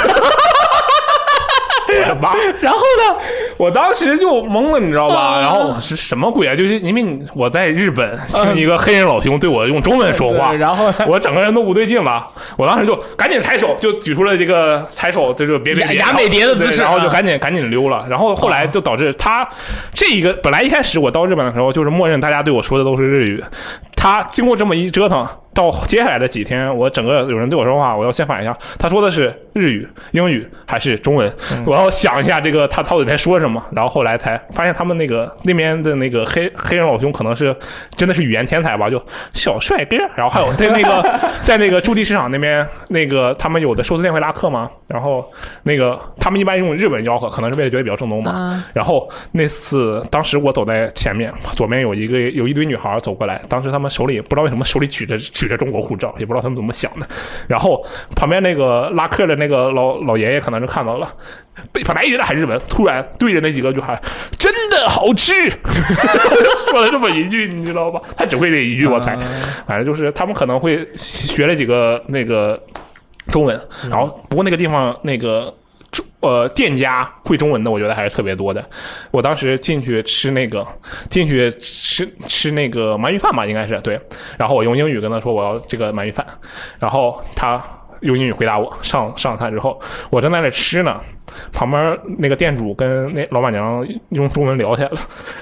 Speaker 3: [LAUGHS] 我的妈！
Speaker 2: 然后呢？
Speaker 3: 我当时就懵了，你知道吧？
Speaker 2: 啊
Speaker 3: 然后是什么鬼啊？就是因为你我在日本听一个黑人老兄对我用中文说话，
Speaker 2: 嗯对然后
Speaker 3: 我整个人都不对劲了，我当时就赶紧抬手，就举出了这个抬手，这就别别
Speaker 2: 雅
Speaker 3: 别
Speaker 2: 雅美蝶的姿势
Speaker 3: 对然后就
Speaker 2: 啊
Speaker 3: 赶紧赶紧溜了。然后后来就导致他这一个本来一开始我到日本的时候，就是默认大家对我说的都是日语，他经过这么一折腾，到接下来的几天，我整个有人对我说话，我要先反应一下，他说的是日语、英语还是中文？
Speaker 2: 嗯
Speaker 3: 我要想一下这个他到底在说什么。然后后来才发现他们那个那边的那个黑黑人老兄可能是真的是语言天才吧，就小帅哥。然后还有在那
Speaker 2: [LAUGHS]
Speaker 3: 个在那个驻地市场那边，那个他们有的寿司店会拉客嘛，然后那个他们一般用日本吆喝，可能是为了觉得比较正宗嘛。
Speaker 2: 啊
Speaker 3: 然后那次，当时我走在前面，左边有一个有一堆女孩走过来，当时她们手里不知道为什么手里举着举着中国护照，也不知道她们怎么想的。然后旁边那个拉客的那个老老爷爷可能是看到了，被本来一直在喊日文，突然对着那几个女孩，真的好吃， [LAUGHS] 说了这么一句，你知道吧？他只会这一句，我猜。反正就是他们可能会学了几个那个中文，然后不过那个地方那个中呃店家会中文的，我觉得还是特别多的。我当时进去吃那个进去吃吃那个鳗鱼饭吧，应该是对。然后我用英语跟他说我要这个鳗鱼饭，然后他用英语回答我上上菜之后，我正在那吃呢，旁边那个店主跟那老板娘用中文聊起来了，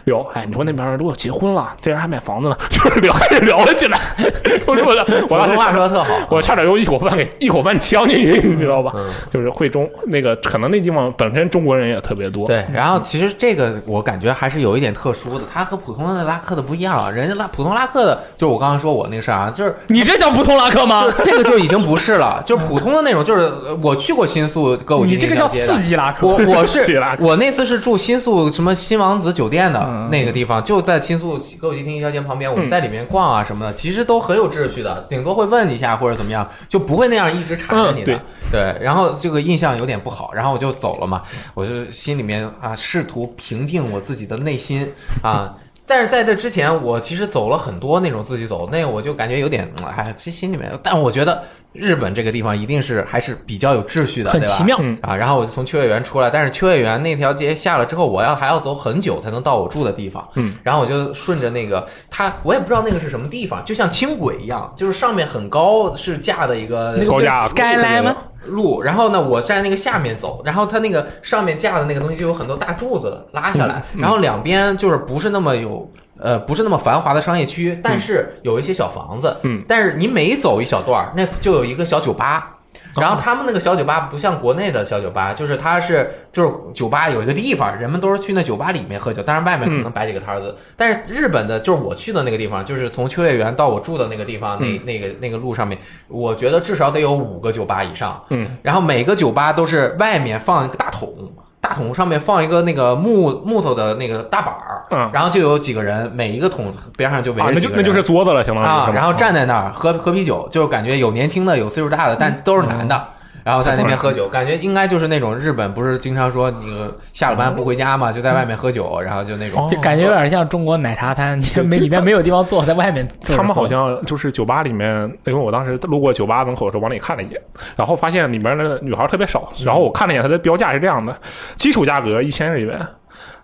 Speaker 3: 聊，哎，你说那边人都要结婚了，这人还买房子呢， [LAUGHS] 就是聊开始聊了起来， [LAUGHS] 我说我的，我
Speaker 1: 普
Speaker 3: 当
Speaker 1: 通
Speaker 3: 时
Speaker 1: 话说的特好，
Speaker 3: 我差点用一口饭给一口饭呛进去，你 [LAUGHS] 知道吧？
Speaker 1: 嗯
Speaker 3: 就是会中那个，可能那地方本身中国人也特别多。
Speaker 1: 对，然后其实这个我感觉还是有一点特殊的，它和普通的拉客的不一样啊。人家拉普通拉客的，就是我刚刚说我那个事儿啊，就是
Speaker 2: 你这叫不通拉客吗
Speaker 1: 就？是这个就已经不是了，就是普通的那种，就是呃我去过新宿歌舞伎
Speaker 2: 你
Speaker 1: 町
Speaker 2: 这
Speaker 1: 那条
Speaker 2: 个叫
Speaker 1: 街的
Speaker 2: 刺激拉客。
Speaker 1: 我我
Speaker 3: 刺激
Speaker 1: 是
Speaker 3: 拉客
Speaker 1: 我那次是住新宿什么新王子酒店的那个地方，就在新宿歌舞伎町一条街旁边，我们在里面逛啊什么的，其实都很有秩序的，顶多会问一下或者怎么样，就不会那样一直缠着你的
Speaker 3: 嗯。
Speaker 1: 对，然后这个印象有点不好，然后我就走了嘛，我就心里面啊试图平静我自己的内心啊。但是在这之前，我其实走了很多那种自己走，那我就感觉有点，嗯哎，其实心里面，但我觉得日本这个地方一定是还是比较有秩序的，
Speaker 2: 很
Speaker 1: 对吧
Speaker 2: 奇妙，
Speaker 3: 嗯
Speaker 1: 啊，然后我就从秋叶原出来，但是秋叶原那条街下了之后，我要还要走很久才能到我住的地方。
Speaker 3: 嗯，
Speaker 1: 然后我就顺着那个它，我也不知道那个是什么地方，就像轻轨一样，就是上面很高是架的一个
Speaker 2: 那个
Speaker 3: 高
Speaker 2: 叫
Speaker 3: 架
Speaker 2: Skyline 吗？
Speaker 1: 路，然后呢，我在那个下面走，然后它那个上面架的那个东西就有很多大柱子拉下来，然后两边就是不是那么有。呃，不是那么繁华的商业区，但是有一些小房子。
Speaker 3: 嗯，
Speaker 1: 但是你每走一小段儿，那就有一个小酒吧。然后他们那个小酒吧不像国内的小酒吧，就是它是就是酒吧有一个地方，人们都是去那酒吧里面喝酒，当然外面可能摆几个摊子。但是日本的，就是我去的那个地方，就是从秋叶原到我住的那个地方，那、那个那个路上面，我觉得至少得有五个酒吧以上。
Speaker 3: 嗯，
Speaker 1: 然后每个酒吧都是外面放一个大桶。大桶上面放一个那个木木头的那个大板儿，
Speaker 3: 嗯
Speaker 1: 然后就有几个人，每一个桶边上就围
Speaker 3: 啊，
Speaker 1: 着
Speaker 3: 那
Speaker 1: 几
Speaker 3: 就
Speaker 1: 个人，
Speaker 3: 那就是桌子了，相当于是
Speaker 1: 啊，
Speaker 3: 吗。
Speaker 1: 然后站在那儿喝喝啤酒，就感觉有年轻的，有岁数大的，但
Speaker 3: 嗯
Speaker 1: 都是男的。然后在那边喝酒，感觉应该就是那种日本不是经常说那个下了
Speaker 3: 嗯
Speaker 1: 班不回家嘛，就在外面喝酒，然后就那种
Speaker 3: 哦
Speaker 2: 就感觉有点像中国奶茶摊，就没里面没有地方坐，在外面坐着喝。
Speaker 3: 他们好像就是酒吧里面，因为我当时路过酒吧门口的时候往里看了一眼，然后发现里面的女孩特别少。
Speaker 1: 嗯
Speaker 3: 然后我看了一眼它的标价是这样的：基础价格一千日元，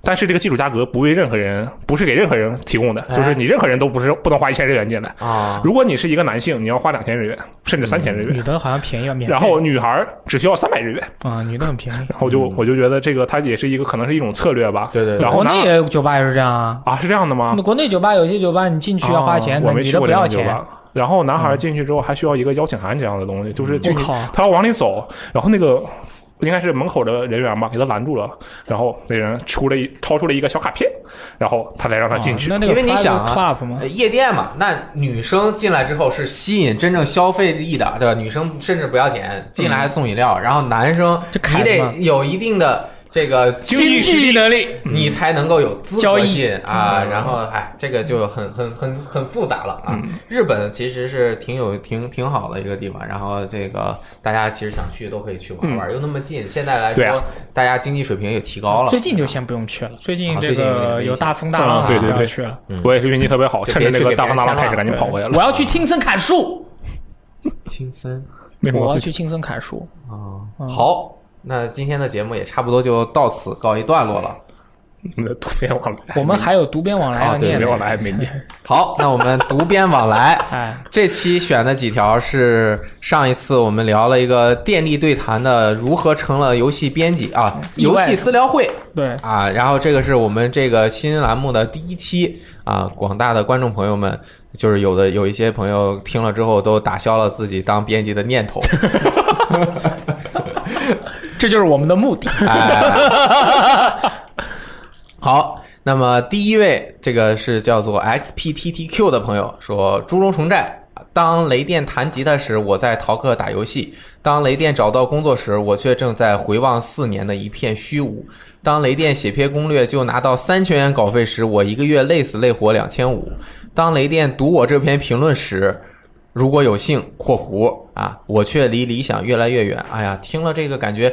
Speaker 3: 但是这个基础价格不为任何人，不是给任何人提供的，
Speaker 1: 哎
Speaker 3: 就是你任何人都不是不能花一千日元进来。
Speaker 1: 啊，
Speaker 3: 如果你是一个男性，你要花两千日元，甚至三千日元。
Speaker 2: 女的好像便宜啊，免费
Speaker 3: 然后女孩儿只需要三百日元，
Speaker 2: 啊，女的很便宜。
Speaker 3: 然后就
Speaker 1: 嗯
Speaker 3: 我就觉得这个它也是一个可能是一种策略吧。
Speaker 1: 对对对
Speaker 3: 然后
Speaker 2: 国
Speaker 3: 呢
Speaker 2: 内也有酒吧也是这样啊。
Speaker 3: 啊是这样的吗啊
Speaker 2: 那？国内酒吧有些酒吧你进去要花钱，
Speaker 3: 我
Speaker 2: 那
Speaker 3: 没
Speaker 2: 女
Speaker 3: 去
Speaker 2: 的
Speaker 3: 过这
Speaker 2: 不要
Speaker 3: 种酒
Speaker 2: 钱。嗯
Speaker 3: 吧。然后男孩进去之后还需要一个邀请函这样的东西，就是进去
Speaker 2: 我靠
Speaker 3: 他要往里走，然后那个应该是门口的人员吧，给他拦住了，然后那人出了一掏出了一个小卡片，然后他才让他进去。
Speaker 2: 哦那那个
Speaker 1: 因为你想
Speaker 2: private
Speaker 1: 啊
Speaker 2: club 吗
Speaker 1: 呃？夜店嘛，那女生进来之后是吸引真正消费力的，对吧？女生甚至不要钱，进
Speaker 3: 嗯
Speaker 1: 来还送饮料，然后男生
Speaker 2: 就砍
Speaker 1: 你
Speaker 2: 嘛
Speaker 1: 得有一定的这个
Speaker 3: 济实力
Speaker 2: 能力，
Speaker 1: 你才能够有资
Speaker 2: 交
Speaker 1: 格
Speaker 2: 易
Speaker 1: 进啊，
Speaker 3: 嗯
Speaker 1: 然后哎，这个就很很很很复杂了啊。日本其实是挺有挺挺好的一个地方，然后这个大家其实想去都可以去玩玩，又那么近，现在来
Speaker 3: 嗯对
Speaker 1: 说
Speaker 3: 啊
Speaker 1: 大家经济水平也提高了，
Speaker 2: 最近就先不用去了，最近
Speaker 1: 啊
Speaker 2: 这
Speaker 1: 最近有点危
Speaker 2: 个
Speaker 1: 险
Speaker 2: 有大风大浪
Speaker 1: 啊
Speaker 2: 啊，
Speaker 1: 对对
Speaker 2: 不要
Speaker 3: 对
Speaker 2: 去了。
Speaker 1: 嗯
Speaker 3: 我也是运气特别好，
Speaker 1: 就
Speaker 3: 趁着那
Speaker 1: 别去
Speaker 3: 个
Speaker 1: 给
Speaker 3: 大风大浪
Speaker 1: 别人
Speaker 3: 开始，赶紧跑回来了。
Speaker 2: [LAUGHS] 我要去青森砍树，
Speaker 1: 青森
Speaker 3: 为什么
Speaker 2: 我要
Speaker 3: 会
Speaker 2: 去青森砍树。
Speaker 1: 啊，
Speaker 2: 嗯
Speaker 1: 好。那今天的节目也差不多就到此告一段落了。
Speaker 3: 你们的图片往来？
Speaker 2: 我们还有读编往来
Speaker 1: 哦
Speaker 2: 要
Speaker 1: 对
Speaker 3: 图
Speaker 2: 念
Speaker 3: 片
Speaker 2: 的，
Speaker 3: 往来还没念。
Speaker 1: 好，那我们读编往来，
Speaker 2: 哎，
Speaker 1: 这期选的几条是上一次我们聊了一个电力对谈的如何成了游戏编辑啊，
Speaker 2: 意
Speaker 1: 游
Speaker 2: 外
Speaker 1: 戏私聊会
Speaker 2: 对，
Speaker 1: 啊，然后这个是我们这个新栏目的第一期啊，广大的观众朋友们，就是有的有一些朋友听了之后都打消了自己当编辑的念头，
Speaker 2: 这就是我们的目的。
Speaker 1: [LAUGHS] 哎，好，那么第一位这个是叫做 XPTTQ 的朋友说，《猪龙重战》。当雷电弹吉他时，我在逃课打游戏；当雷电找到工作时，我却正在回望四年的一片虚无；当雷电写篇攻略就拿到三千元稿费时，我一个月累死累活两千五；当雷电读我这篇评论时，如果有幸（括弧啊），我却离理想越来越远。哎呀，听了这个感觉，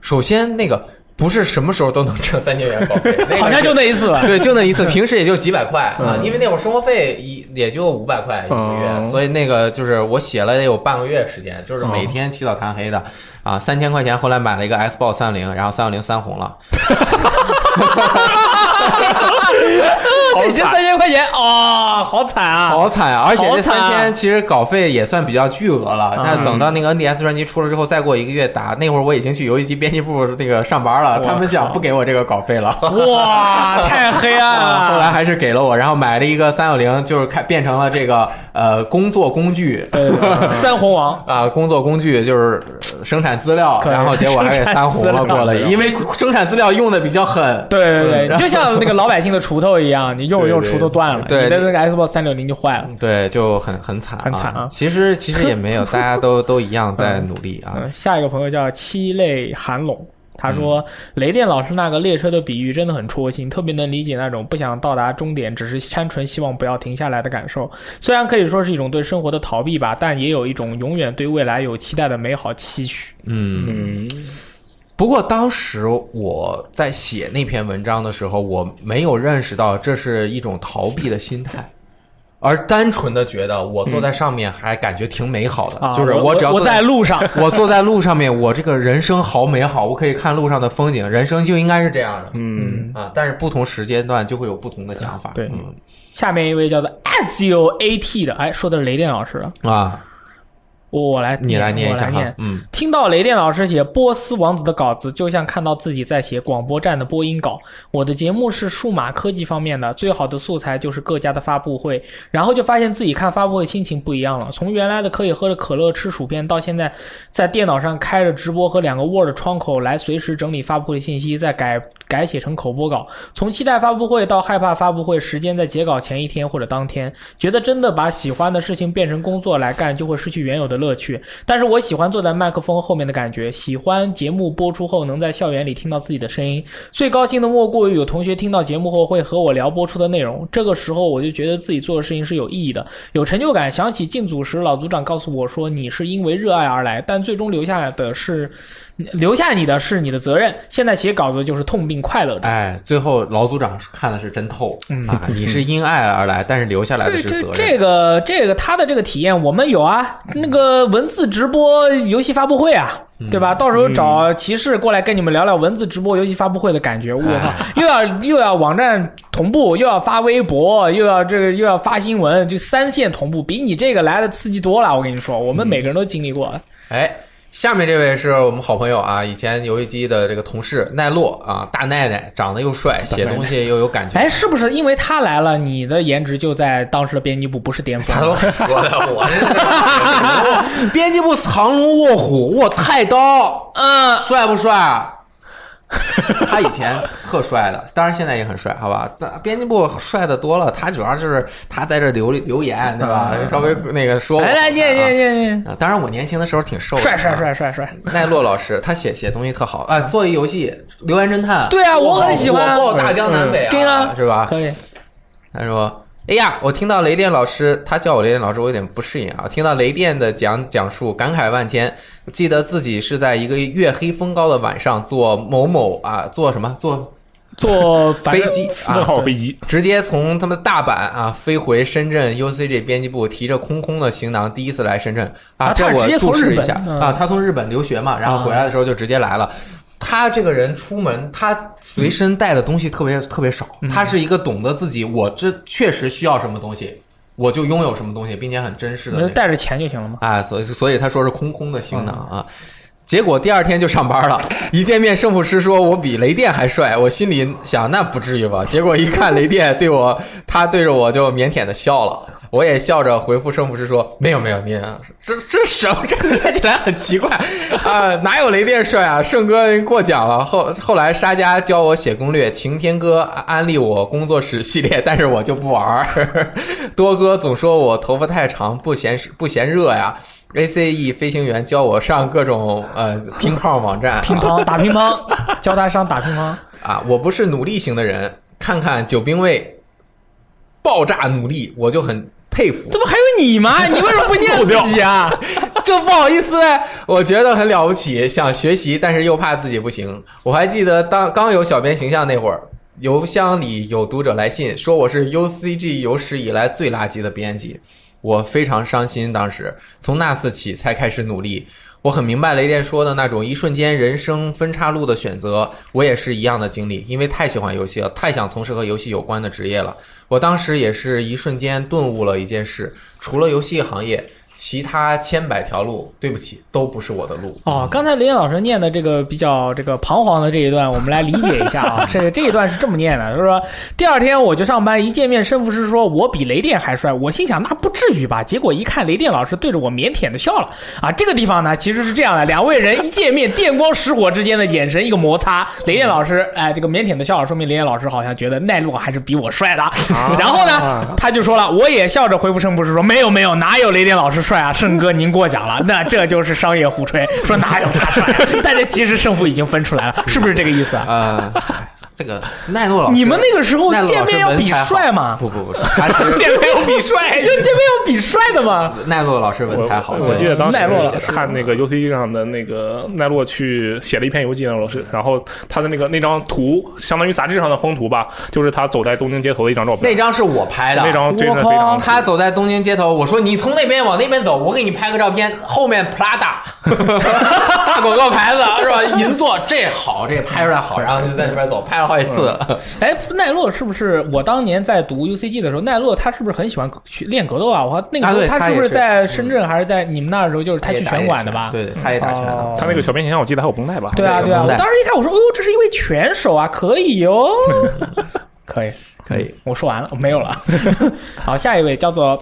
Speaker 1: 首先那个不是什么时候都能挣三千元稿
Speaker 2: [LAUGHS]
Speaker 1: 费，那个
Speaker 2: 好像
Speaker 1: 是
Speaker 2: 就那一次吧。
Speaker 1: [LAUGHS] 对，就那一次，平时也就几百块啊，
Speaker 3: 嗯
Speaker 1: 因为那会儿生活费一也就五百块一个
Speaker 3: 哦
Speaker 2: 嗯
Speaker 1: 月，所以那个就是我写了得有半个月时间，就是每天起早贪黑的啊，三千块钱，后来买了一个 Xbox 三零，然后三六零三红了，
Speaker 2: 你这三千块钱哦，好惨啊！
Speaker 1: 好惨啊！而且这
Speaker 2: 好惨
Speaker 1: 三
Speaker 2: 啊嗯
Speaker 1: 千其实稿费也算比较巨额了，但等到那个 NDS 专辑出了之后，再过一个月打，那会儿我已经去游戏机编辑部那个上班了，
Speaker 2: 哇
Speaker 1: 他们想不给我这个稿费
Speaker 2: [LAUGHS]
Speaker 1: 了。
Speaker 2: 哇，太黑
Speaker 1: [LAUGHS]
Speaker 2: 暗
Speaker 1: 啊，
Speaker 2: 了。
Speaker 1: 后来还是给了我，然后买了一个三六零，就是开变成了这个呃工作工具，
Speaker 2: 对对对三红王，
Speaker 1: 啊、工作工具就是呃生产资料，
Speaker 2: 可以
Speaker 1: 然后结果还给三红了过来，
Speaker 2: 生产资料
Speaker 1: 因为生产资料用的比较狠。
Speaker 2: 对对
Speaker 1: 嗯
Speaker 2: 对，你就像那个老百姓的锄头一样，你用
Speaker 3: 对
Speaker 2: 用
Speaker 3: 对
Speaker 2: 锄头断了，
Speaker 1: 对
Speaker 2: 你的那个 Xbox 三六零就坏了。
Speaker 1: 对，就很很惨、啊，
Speaker 2: 很惨啊
Speaker 1: 其实其实也没有，大家都都一样在努力啊。
Speaker 2: 嗯，下一个朋友叫七泪寒冷。他
Speaker 1: 嗯
Speaker 2: 说：“雷电老师那个列车的比喻真的很戳心，特别能理解那种不想到达终点，只是单纯希望不要停下来的感受。虽然可以说是一种对生活的逃避吧，但也有一种永远对未来有期待的美好期许。
Speaker 1: 嗯，
Speaker 3: 嗯，
Speaker 1: 不过当时我在写那篇文章的时候，我没有认识到这是一种逃避的心态。而单纯的觉得我坐在上面还感觉挺美好的，
Speaker 2: 啊，
Speaker 1: 就是
Speaker 2: 我
Speaker 1: 只要
Speaker 2: 我
Speaker 1: 坐在
Speaker 2: 在路上， [LAUGHS]
Speaker 1: 我坐在路上面，我这个人生好美好，我可以看路上的风景，人生就应该是这样的。
Speaker 3: 嗯
Speaker 1: 啊，但是不同时间段就会有不同的想法。
Speaker 2: 对
Speaker 1: 嗯
Speaker 2: 下面一位叫做 Azio AT 的，哎，说的是雷电老师了，
Speaker 1: 啊，
Speaker 2: 我我来
Speaker 1: 你来
Speaker 2: 念
Speaker 1: 念一下
Speaker 2: 我来
Speaker 1: 哈，嗯，
Speaker 2: 听到雷电老师写《波斯王子》的稿子，就像看到自己在写广播站的播音稿。我的节目是数码科技方面的，最好的素材就是各家的发布会，然后就发现自己看发布会心情不一样了。从原来的可以喝着可乐吃薯片，到现在在电脑上开着直播和两个 Word 窗口来随时整理发布会的信息，再改改写成口播稿。从期待发布会到害怕发布会，时间在截稿前一天或者当天，觉得真的把喜欢的事情变成工作来干，就会失去原有的乐趣。但是我喜欢坐在麦克风后面的感觉，喜欢节目播出后能在校园里听到自己的声音。最高兴的莫过于有同学听到节目后会和我聊播出的内容，这个时候我就觉得自己做的事情是有意义的，有成就感。想起进组时老组长告诉我说，你是因为热爱而来，但最终留下的是留下你的是你的责任。现在写稿子就是痛并快乐着。
Speaker 1: 哎，最后老组长看的是真透
Speaker 2: 嗯
Speaker 1: 啊，你是因爱而来，但是留下来的
Speaker 2: 这
Speaker 1: 是
Speaker 2: 这
Speaker 1: 责
Speaker 2: 这
Speaker 1: 任。
Speaker 2: 个这个他的这个体验，我们有啊，那个文字直播游戏发布会啊，
Speaker 1: 嗯
Speaker 2: 对吧？到时候找骑士过来跟你们聊聊文字直播游戏发布会的感觉。我
Speaker 1: [LAUGHS]
Speaker 2: 靠，又要又要网站同步，又要发微博，又要这个又要发新闻，就三线同步，比你这个来的刺激多了。我跟你说，我们每个人都经历过。
Speaker 1: 哎，下面这位是我们好朋友啊，以前游戏机的这个同事奈落啊，大奈奈，长得又帅，写东西又有感觉。 [LAUGHS]
Speaker 2: 哎，是不是因为他来了，你的颜值就在当时的编辑部不是巅
Speaker 1: [LAUGHS] 他都
Speaker 2: 峰？
Speaker 1: 说的我这 [LAUGHS] 是，编辑部藏龙卧虎，卧太刀，
Speaker 2: 嗯，
Speaker 1: 帅啊不帅？呃 [LAUGHS] 他以前特帅的，当然现在也很帅，好吧？但编辑部帅的多了，他主要就是他在这留留言，对吧？稍微那个说我，
Speaker 2: 来来念念念念，
Speaker 1: 啊，当然我年轻的时候挺瘦的，
Speaker 2: 帅帅。帅帅帅！
Speaker 1: [LAUGHS] 奈落老师，他写写东西特好啊，做一游戏《留言侦探》，
Speaker 2: 对啊我
Speaker 1: 我
Speaker 2: 很喜欢
Speaker 1: 火爆大江南北啊，
Speaker 2: 嗯对啊
Speaker 1: 是吧？
Speaker 2: 可以，
Speaker 1: 他说：“哎呀，我听到雷电老师，他叫我雷电老师，我有点不适应啊。听到雷电的讲讲述，感慨万千。记得自己是在一个月黑风高的晚上坐某某啊，坐什么坐 [LAUGHS]
Speaker 2: 坐反
Speaker 1: 飞
Speaker 2: 正 [LAUGHS]
Speaker 1: 机
Speaker 3: 哎问
Speaker 1: 啊，
Speaker 3: 号飞机，
Speaker 1: 直接从他们大阪啊飞回深圳 UCG 编辑部，提着空空的行囊，第一次来深圳啊，
Speaker 2: 啊
Speaker 1: 这
Speaker 2: 他
Speaker 1: 我
Speaker 2: 直接从
Speaker 1: 注
Speaker 2: 日
Speaker 1: 释一
Speaker 2: 本啊
Speaker 1: 下
Speaker 2: 嗯
Speaker 1: 啊，他从日本留学嘛，然后回来的时候就直接来了。他这个人出门，他随身带的东西特别
Speaker 2: 嗯
Speaker 1: 特别少，他是一个懂得自己，我这确实需要什么东西，我就拥有什么东西，并且很珍视的
Speaker 2: 你
Speaker 1: 那种。
Speaker 2: 就呃带着钱就行了嘛。
Speaker 1: 啊，所以所以他说是空空的行囊啊。结果第二天就上班了，一见面，胜负师说我比雷电还帅，我心里想那不至于吧。结果一看雷电对我，他对着我就腼腆的笑了，我也笑着回复胜负师说没有没有，你啊这这什么？这看起来很奇怪啊， [LAUGHS] 哪有雷电帅啊？胜哥过奖了。后后来沙家教我写攻略，晴天哥安利我工作室系列，但是我就不玩儿。 [LAUGHS] 多哥总说我头发太长，不嫌不嫌热呀。ACE 飞行员教我上各种呃拼炮网站
Speaker 2: 乒乓打乒乓，教他上打乒乓。
Speaker 1: 啊，我不是努力型的人，看看九兵卫爆炸努力，我就很佩服。
Speaker 2: [LAUGHS] 怎么还有你吗？ [LAUGHS] 你为什么不念自己啊？
Speaker 1: [LAUGHS] 这不好意思哎嘞，我觉得很了不起，想学习，但是又怕自己不行。我还记得当刚有小编形象那会儿，邮箱里有读者来信说我是 UCG 有史以来最垃圾的编辑，我非常伤心。当时从那次起才开始努力。我很明白雷电说的那种一瞬间人生分岔路的选择，我也是一样的经历，因为太喜欢游戏了，太想从事和游戏有关的职业了。我当时也是一瞬间顿悟了一件事：除了游戏行业，其他千百条路，对不起，都不是我的路。
Speaker 2: [LAUGHS] 哦，刚才林老师念的这个比较这个彷徨的这一段，我们来理解一下 [LAUGHS] 啊。这这一段是这么念的，就是说第二天我就上班，一见面，胜负师说我比雷电还帅，我心想那不至于吧。结果一看雷电老师对着我腼腆的笑了啊。这个地方呢其实是这样的，两位人一见面，电光石火之间的眼神一个摩擦，雷电老师哎这个腼腆的笑了，说明雷电老师好像觉得奈落还是比我帅 [LAUGHS] 的。然后呢，他就说了，我也笑着回复胜负师说没有没有，哪有雷电老师帅啊，胜哥您过奖了，那这就是商业互吹，说哪有他帅、啊， [LAUGHS] 但这其实胜负已经分出来了，是不是这个意思啊？
Speaker 1: 啊、这个奈诺老师，
Speaker 2: 你们那个时候
Speaker 1: 奈诺老师
Speaker 2: 哦见面要比帅吗
Speaker 1: 文采好不不不，他其实
Speaker 2: [LAUGHS] 见面要比帅，要见面要比帅的吗？
Speaker 1: 奈诺老师文采好，
Speaker 3: 我
Speaker 1: 所
Speaker 3: 我
Speaker 1: 以
Speaker 3: 记得当时
Speaker 2: 嗯奈落老师
Speaker 3: 看那个 U C 上的那个奈落去写了一篇游记，奈落老师，然后他的那个那张图，相当于杂志上的封图吧，就是他走在东京街头的一张照
Speaker 1: 那
Speaker 3: 片。
Speaker 1: 张是我拍的，
Speaker 3: 那张真的非
Speaker 2: 我靠
Speaker 3: 常，
Speaker 1: 他走在东京街头，我说你从那边往那边走，我给你拍个照片。后面
Speaker 3: [LAUGHS]
Speaker 1: Prada 大广告牌子是吧？银座这好，这拍出来好，然后就在那边走，拍了好几次。
Speaker 2: [LAUGHS]
Speaker 3: 嗯
Speaker 1: [LAUGHS]
Speaker 2: 哎，奈落是不是我当年在读 UCG 的时候，奈落他是不是很喜欢去练格斗啊？我那个时
Speaker 1: 啊
Speaker 2: 候
Speaker 1: 对
Speaker 2: 他
Speaker 1: 他
Speaker 2: 是不
Speaker 1: 也
Speaker 2: 是
Speaker 1: 是
Speaker 2: 在深圳还是在你们那儿的时候，就是他去拳馆的吧？
Speaker 1: 对，他也打拳
Speaker 2: 哦
Speaker 1: 了。
Speaker 3: 他那个小变形象，我记得还有绷带吧？
Speaker 2: 对啊，
Speaker 1: 对
Speaker 2: 对啊！
Speaker 1: 小
Speaker 2: 我
Speaker 1: 绷带
Speaker 2: 当时一看，我说：“哦呦，这是一位拳手啊，可以 [LAUGHS] 哟、可以，
Speaker 1: 可以。
Speaker 2: 哎我说完了，没有了。好，下一位叫做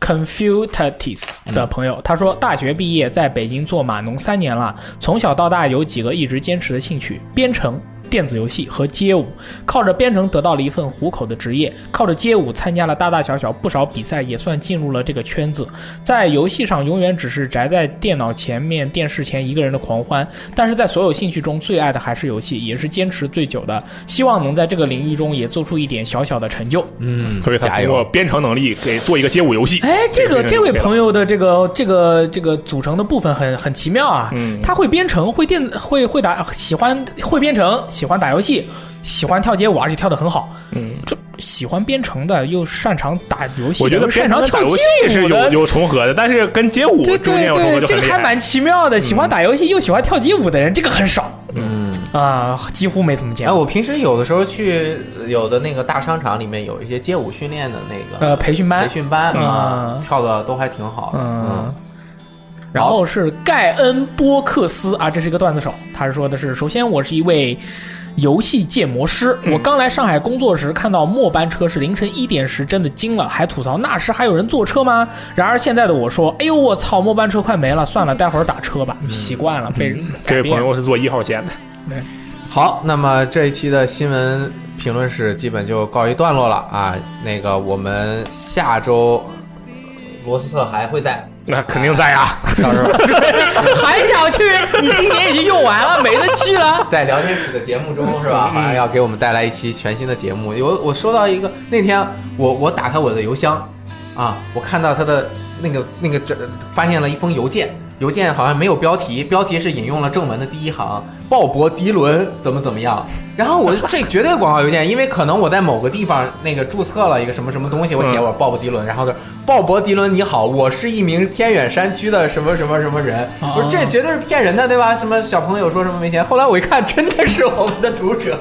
Speaker 2: Confutatis 的朋友，他说：“大学毕业，在北京做码农三年了，从小到大有几个一直坚持的兴趣：编程。”电子游戏和街舞，靠着编程得到了一份糊口的职业，靠着街舞参加了大大小小不少比赛，也算进入了这个圈子。在游戏上永远只是宅在电脑前面、电视前一个人的狂欢，但是在所有兴趣中，最爱的还是游戏，也是坚持最久的。希望能在这个领域中也做出一点小小的成就。
Speaker 1: 嗯，
Speaker 3: 所以他
Speaker 1: 加
Speaker 3: 通
Speaker 1: 油
Speaker 3: 过。编程能力给做一个街舞游戏。
Speaker 2: 哎， [LAUGHS] 这个这
Speaker 3: 这个
Speaker 2: 位
Speaker 3: 这个
Speaker 2: 朋友的这个这个这个组成的部分很很奇妙啊，
Speaker 3: 嗯
Speaker 2: 他会编程，会电会会打，喜欢会编程，喜欢打游戏，喜欢跳街舞，而且跳得很好。
Speaker 3: 嗯，
Speaker 2: 这喜欢编程的又擅长打游戏的，
Speaker 3: 我觉得
Speaker 2: 又擅
Speaker 3: 编
Speaker 2: 长
Speaker 3: 程打
Speaker 2: 跳
Speaker 3: 游
Speaker 2: 街
Speaker 3: 戏是
Speaker 2: 舞的
Speaker 3: 有有重合的，但是跟街舞
Speaker 2: 对
Speaker 3: 中间有
Speaker 2: 对
Speaker 3: 重合
Speaker 2: 对，
Speaker 3: 就
Speaker 2: 这
Speaker 3: 很
Speaker 2: 个
Speaker 3: 厉
Speaker 2: 还
Speaker 3: 害嗯
Speaker 2: 蛮。奇妙的。喜欢打游戏又喜欢跳街舞的人，这个很少
Speaker 1: 嗯，
Speaker 2: 啊，几乎没怎么见
Speaker 1: 哎，
Speaker 2: 过。
Speaker 1: 我平时有的时候去呃有的那个大商场里面有一些街舞训练的那个
Speaker 2: 呃，培训班
Speaker 1: 培，训班
Speaker 2: 嗯
Speaker 1: 啊，跳的都还挺好的。
Speaker 2: 嗯
Speaker 1: 嗯，，
Speaker 2: 然后是盖恩·波克斯啊，这是一个段子手，他是说的是，首先我是一位。游戏建模师，
Speaker 3: 嗯
Speaker 2: 我刚来上海工作时看到末班车是凌晨一点时，真的惊了，还吐槽那时还有人坐车吗？然而现在的我说，哎呦我操，末班车快没了，算了，待会儿打车吧，习惯了被
Speaker 3: 嗯这
Speaker 2: 改
Speaker 3: 位
Speaker 2: 变
Speaker 3: 朋友是坐一号线的，
Speaker 1: 好，那么这一期的新闻评论室基本就告一段落了啊。那个，我们下周罗斯特还会在，
Speaker 3: 那肯定在啊。
Speaker 1: 到时候
Speaker 2: 还想去？你今年已经用完了，没得去了。
Speaker 1: [LAUGHS] 在聊天室的节目中是吧？好像要给我们带来一期全新的节目。有我收到一个，那天我我打开我的邮箱，啊，我看到他的那个那个这发现了一封邮件，邮件好像没有标题，标题是引用了正文的第一行，鲍勃迪伦怎么怎么样。然后我就这绝对广告邮件，因为可能我在某个地方那个注册了一个什么什么东西，我写我鲍勃迪伦，然后就是鲍勃迪伦你好，我是一名偏远山区的什么什么什么人，
Speaker 2: 哦
Speaker 1: 不是这绝对是骗人的，对吧？什么小朋友说什么没钱，后来我一看，真的是我们的读者，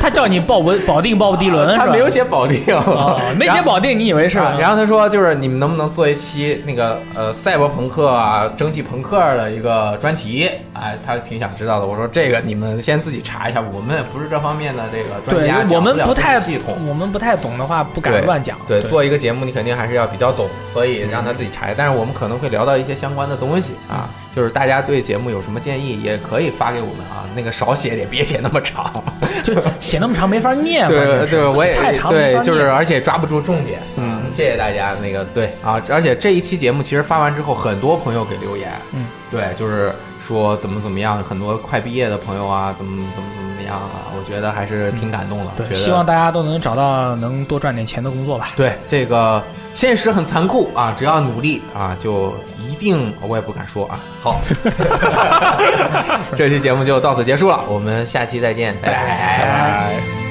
Speaker 2: 他叫你保文保定鲍勃迪伦，
Speaker 1: 他没有
Speaker 2: 写，
Speaker 1: 写保定，
Speaker 2: 哦
Speaker 1: [LAUGHS]
Speaker 2: 没
Speaker 1: 然
Speaker 2: 写
Speaker 1: 后
Speaker 2: 保定，你哦以为是
Speaker 1: 是吧
Speaker 2: 吧？？
Speaker 1: 然后他说，就是你们能不能做一期那个呃赛博朋克啊、蒸汽朋克的一个专题？哎，他挺想知道的。我说这个你们先自己查一下，我们也不是这方面的这个专
Speaker 2: 对
Speaker 1: 家，
Speaker 2: 我
Speaker 1: 讲
Speaker 2: 们
Speaker 1: 了
Speaker 2: 不
Speaker 1: 这个
Speaker 2: 太
Speaker 1: 系统。
Speaker 2: 我们不太懂的话，不敢乱讲。
Speaker 1: 对，做一个节目，你肯定还是要比较懂，所以让他自己查。但是我们可能会聊到一些相关的东西啊，
Speaker 2: 嗯
Speaker 1: 就是大家对节目有什么建议，也可以发给我们啊。那个少写点，别写那么长。
Speaker 2: 就写那么长没法念
Speaker 1: [LAUGHS]
Speaker 2: 嘛。
Speaker 1: 对
Speaker 2: 就是
Speaker 1: 对，我也
Speaker 2: 写太长没
Speaker 1: 对
Speaker 2: 法，念
Speaker 1: 就是而且抓不住重点。
Speaker 3: 嗯，
Speaker 1: 谢谢大家。那个对啊，而且这一期节目其实发完之后，很多朋友给留言，
Speaker 2: 嗯，
Speaker 1: 对，就是说怎么怎么样，很多快毕业的朋友啊，怎么怎么怎么样啊，我觉得还是挺感动的。觉
Speaker 2: 嗯对，
Speaker 1: 得
Speaker 2: 希望大家都能找到能多赚点钱的工作吧。
Speaker 1: 对这个现实很残酷啊，只要努力啊，就一定我也不敢说啊。好， [LAUGHS] 这期节目就到此结束了，我们下期再见，拜拜
Speaker 3: 拜。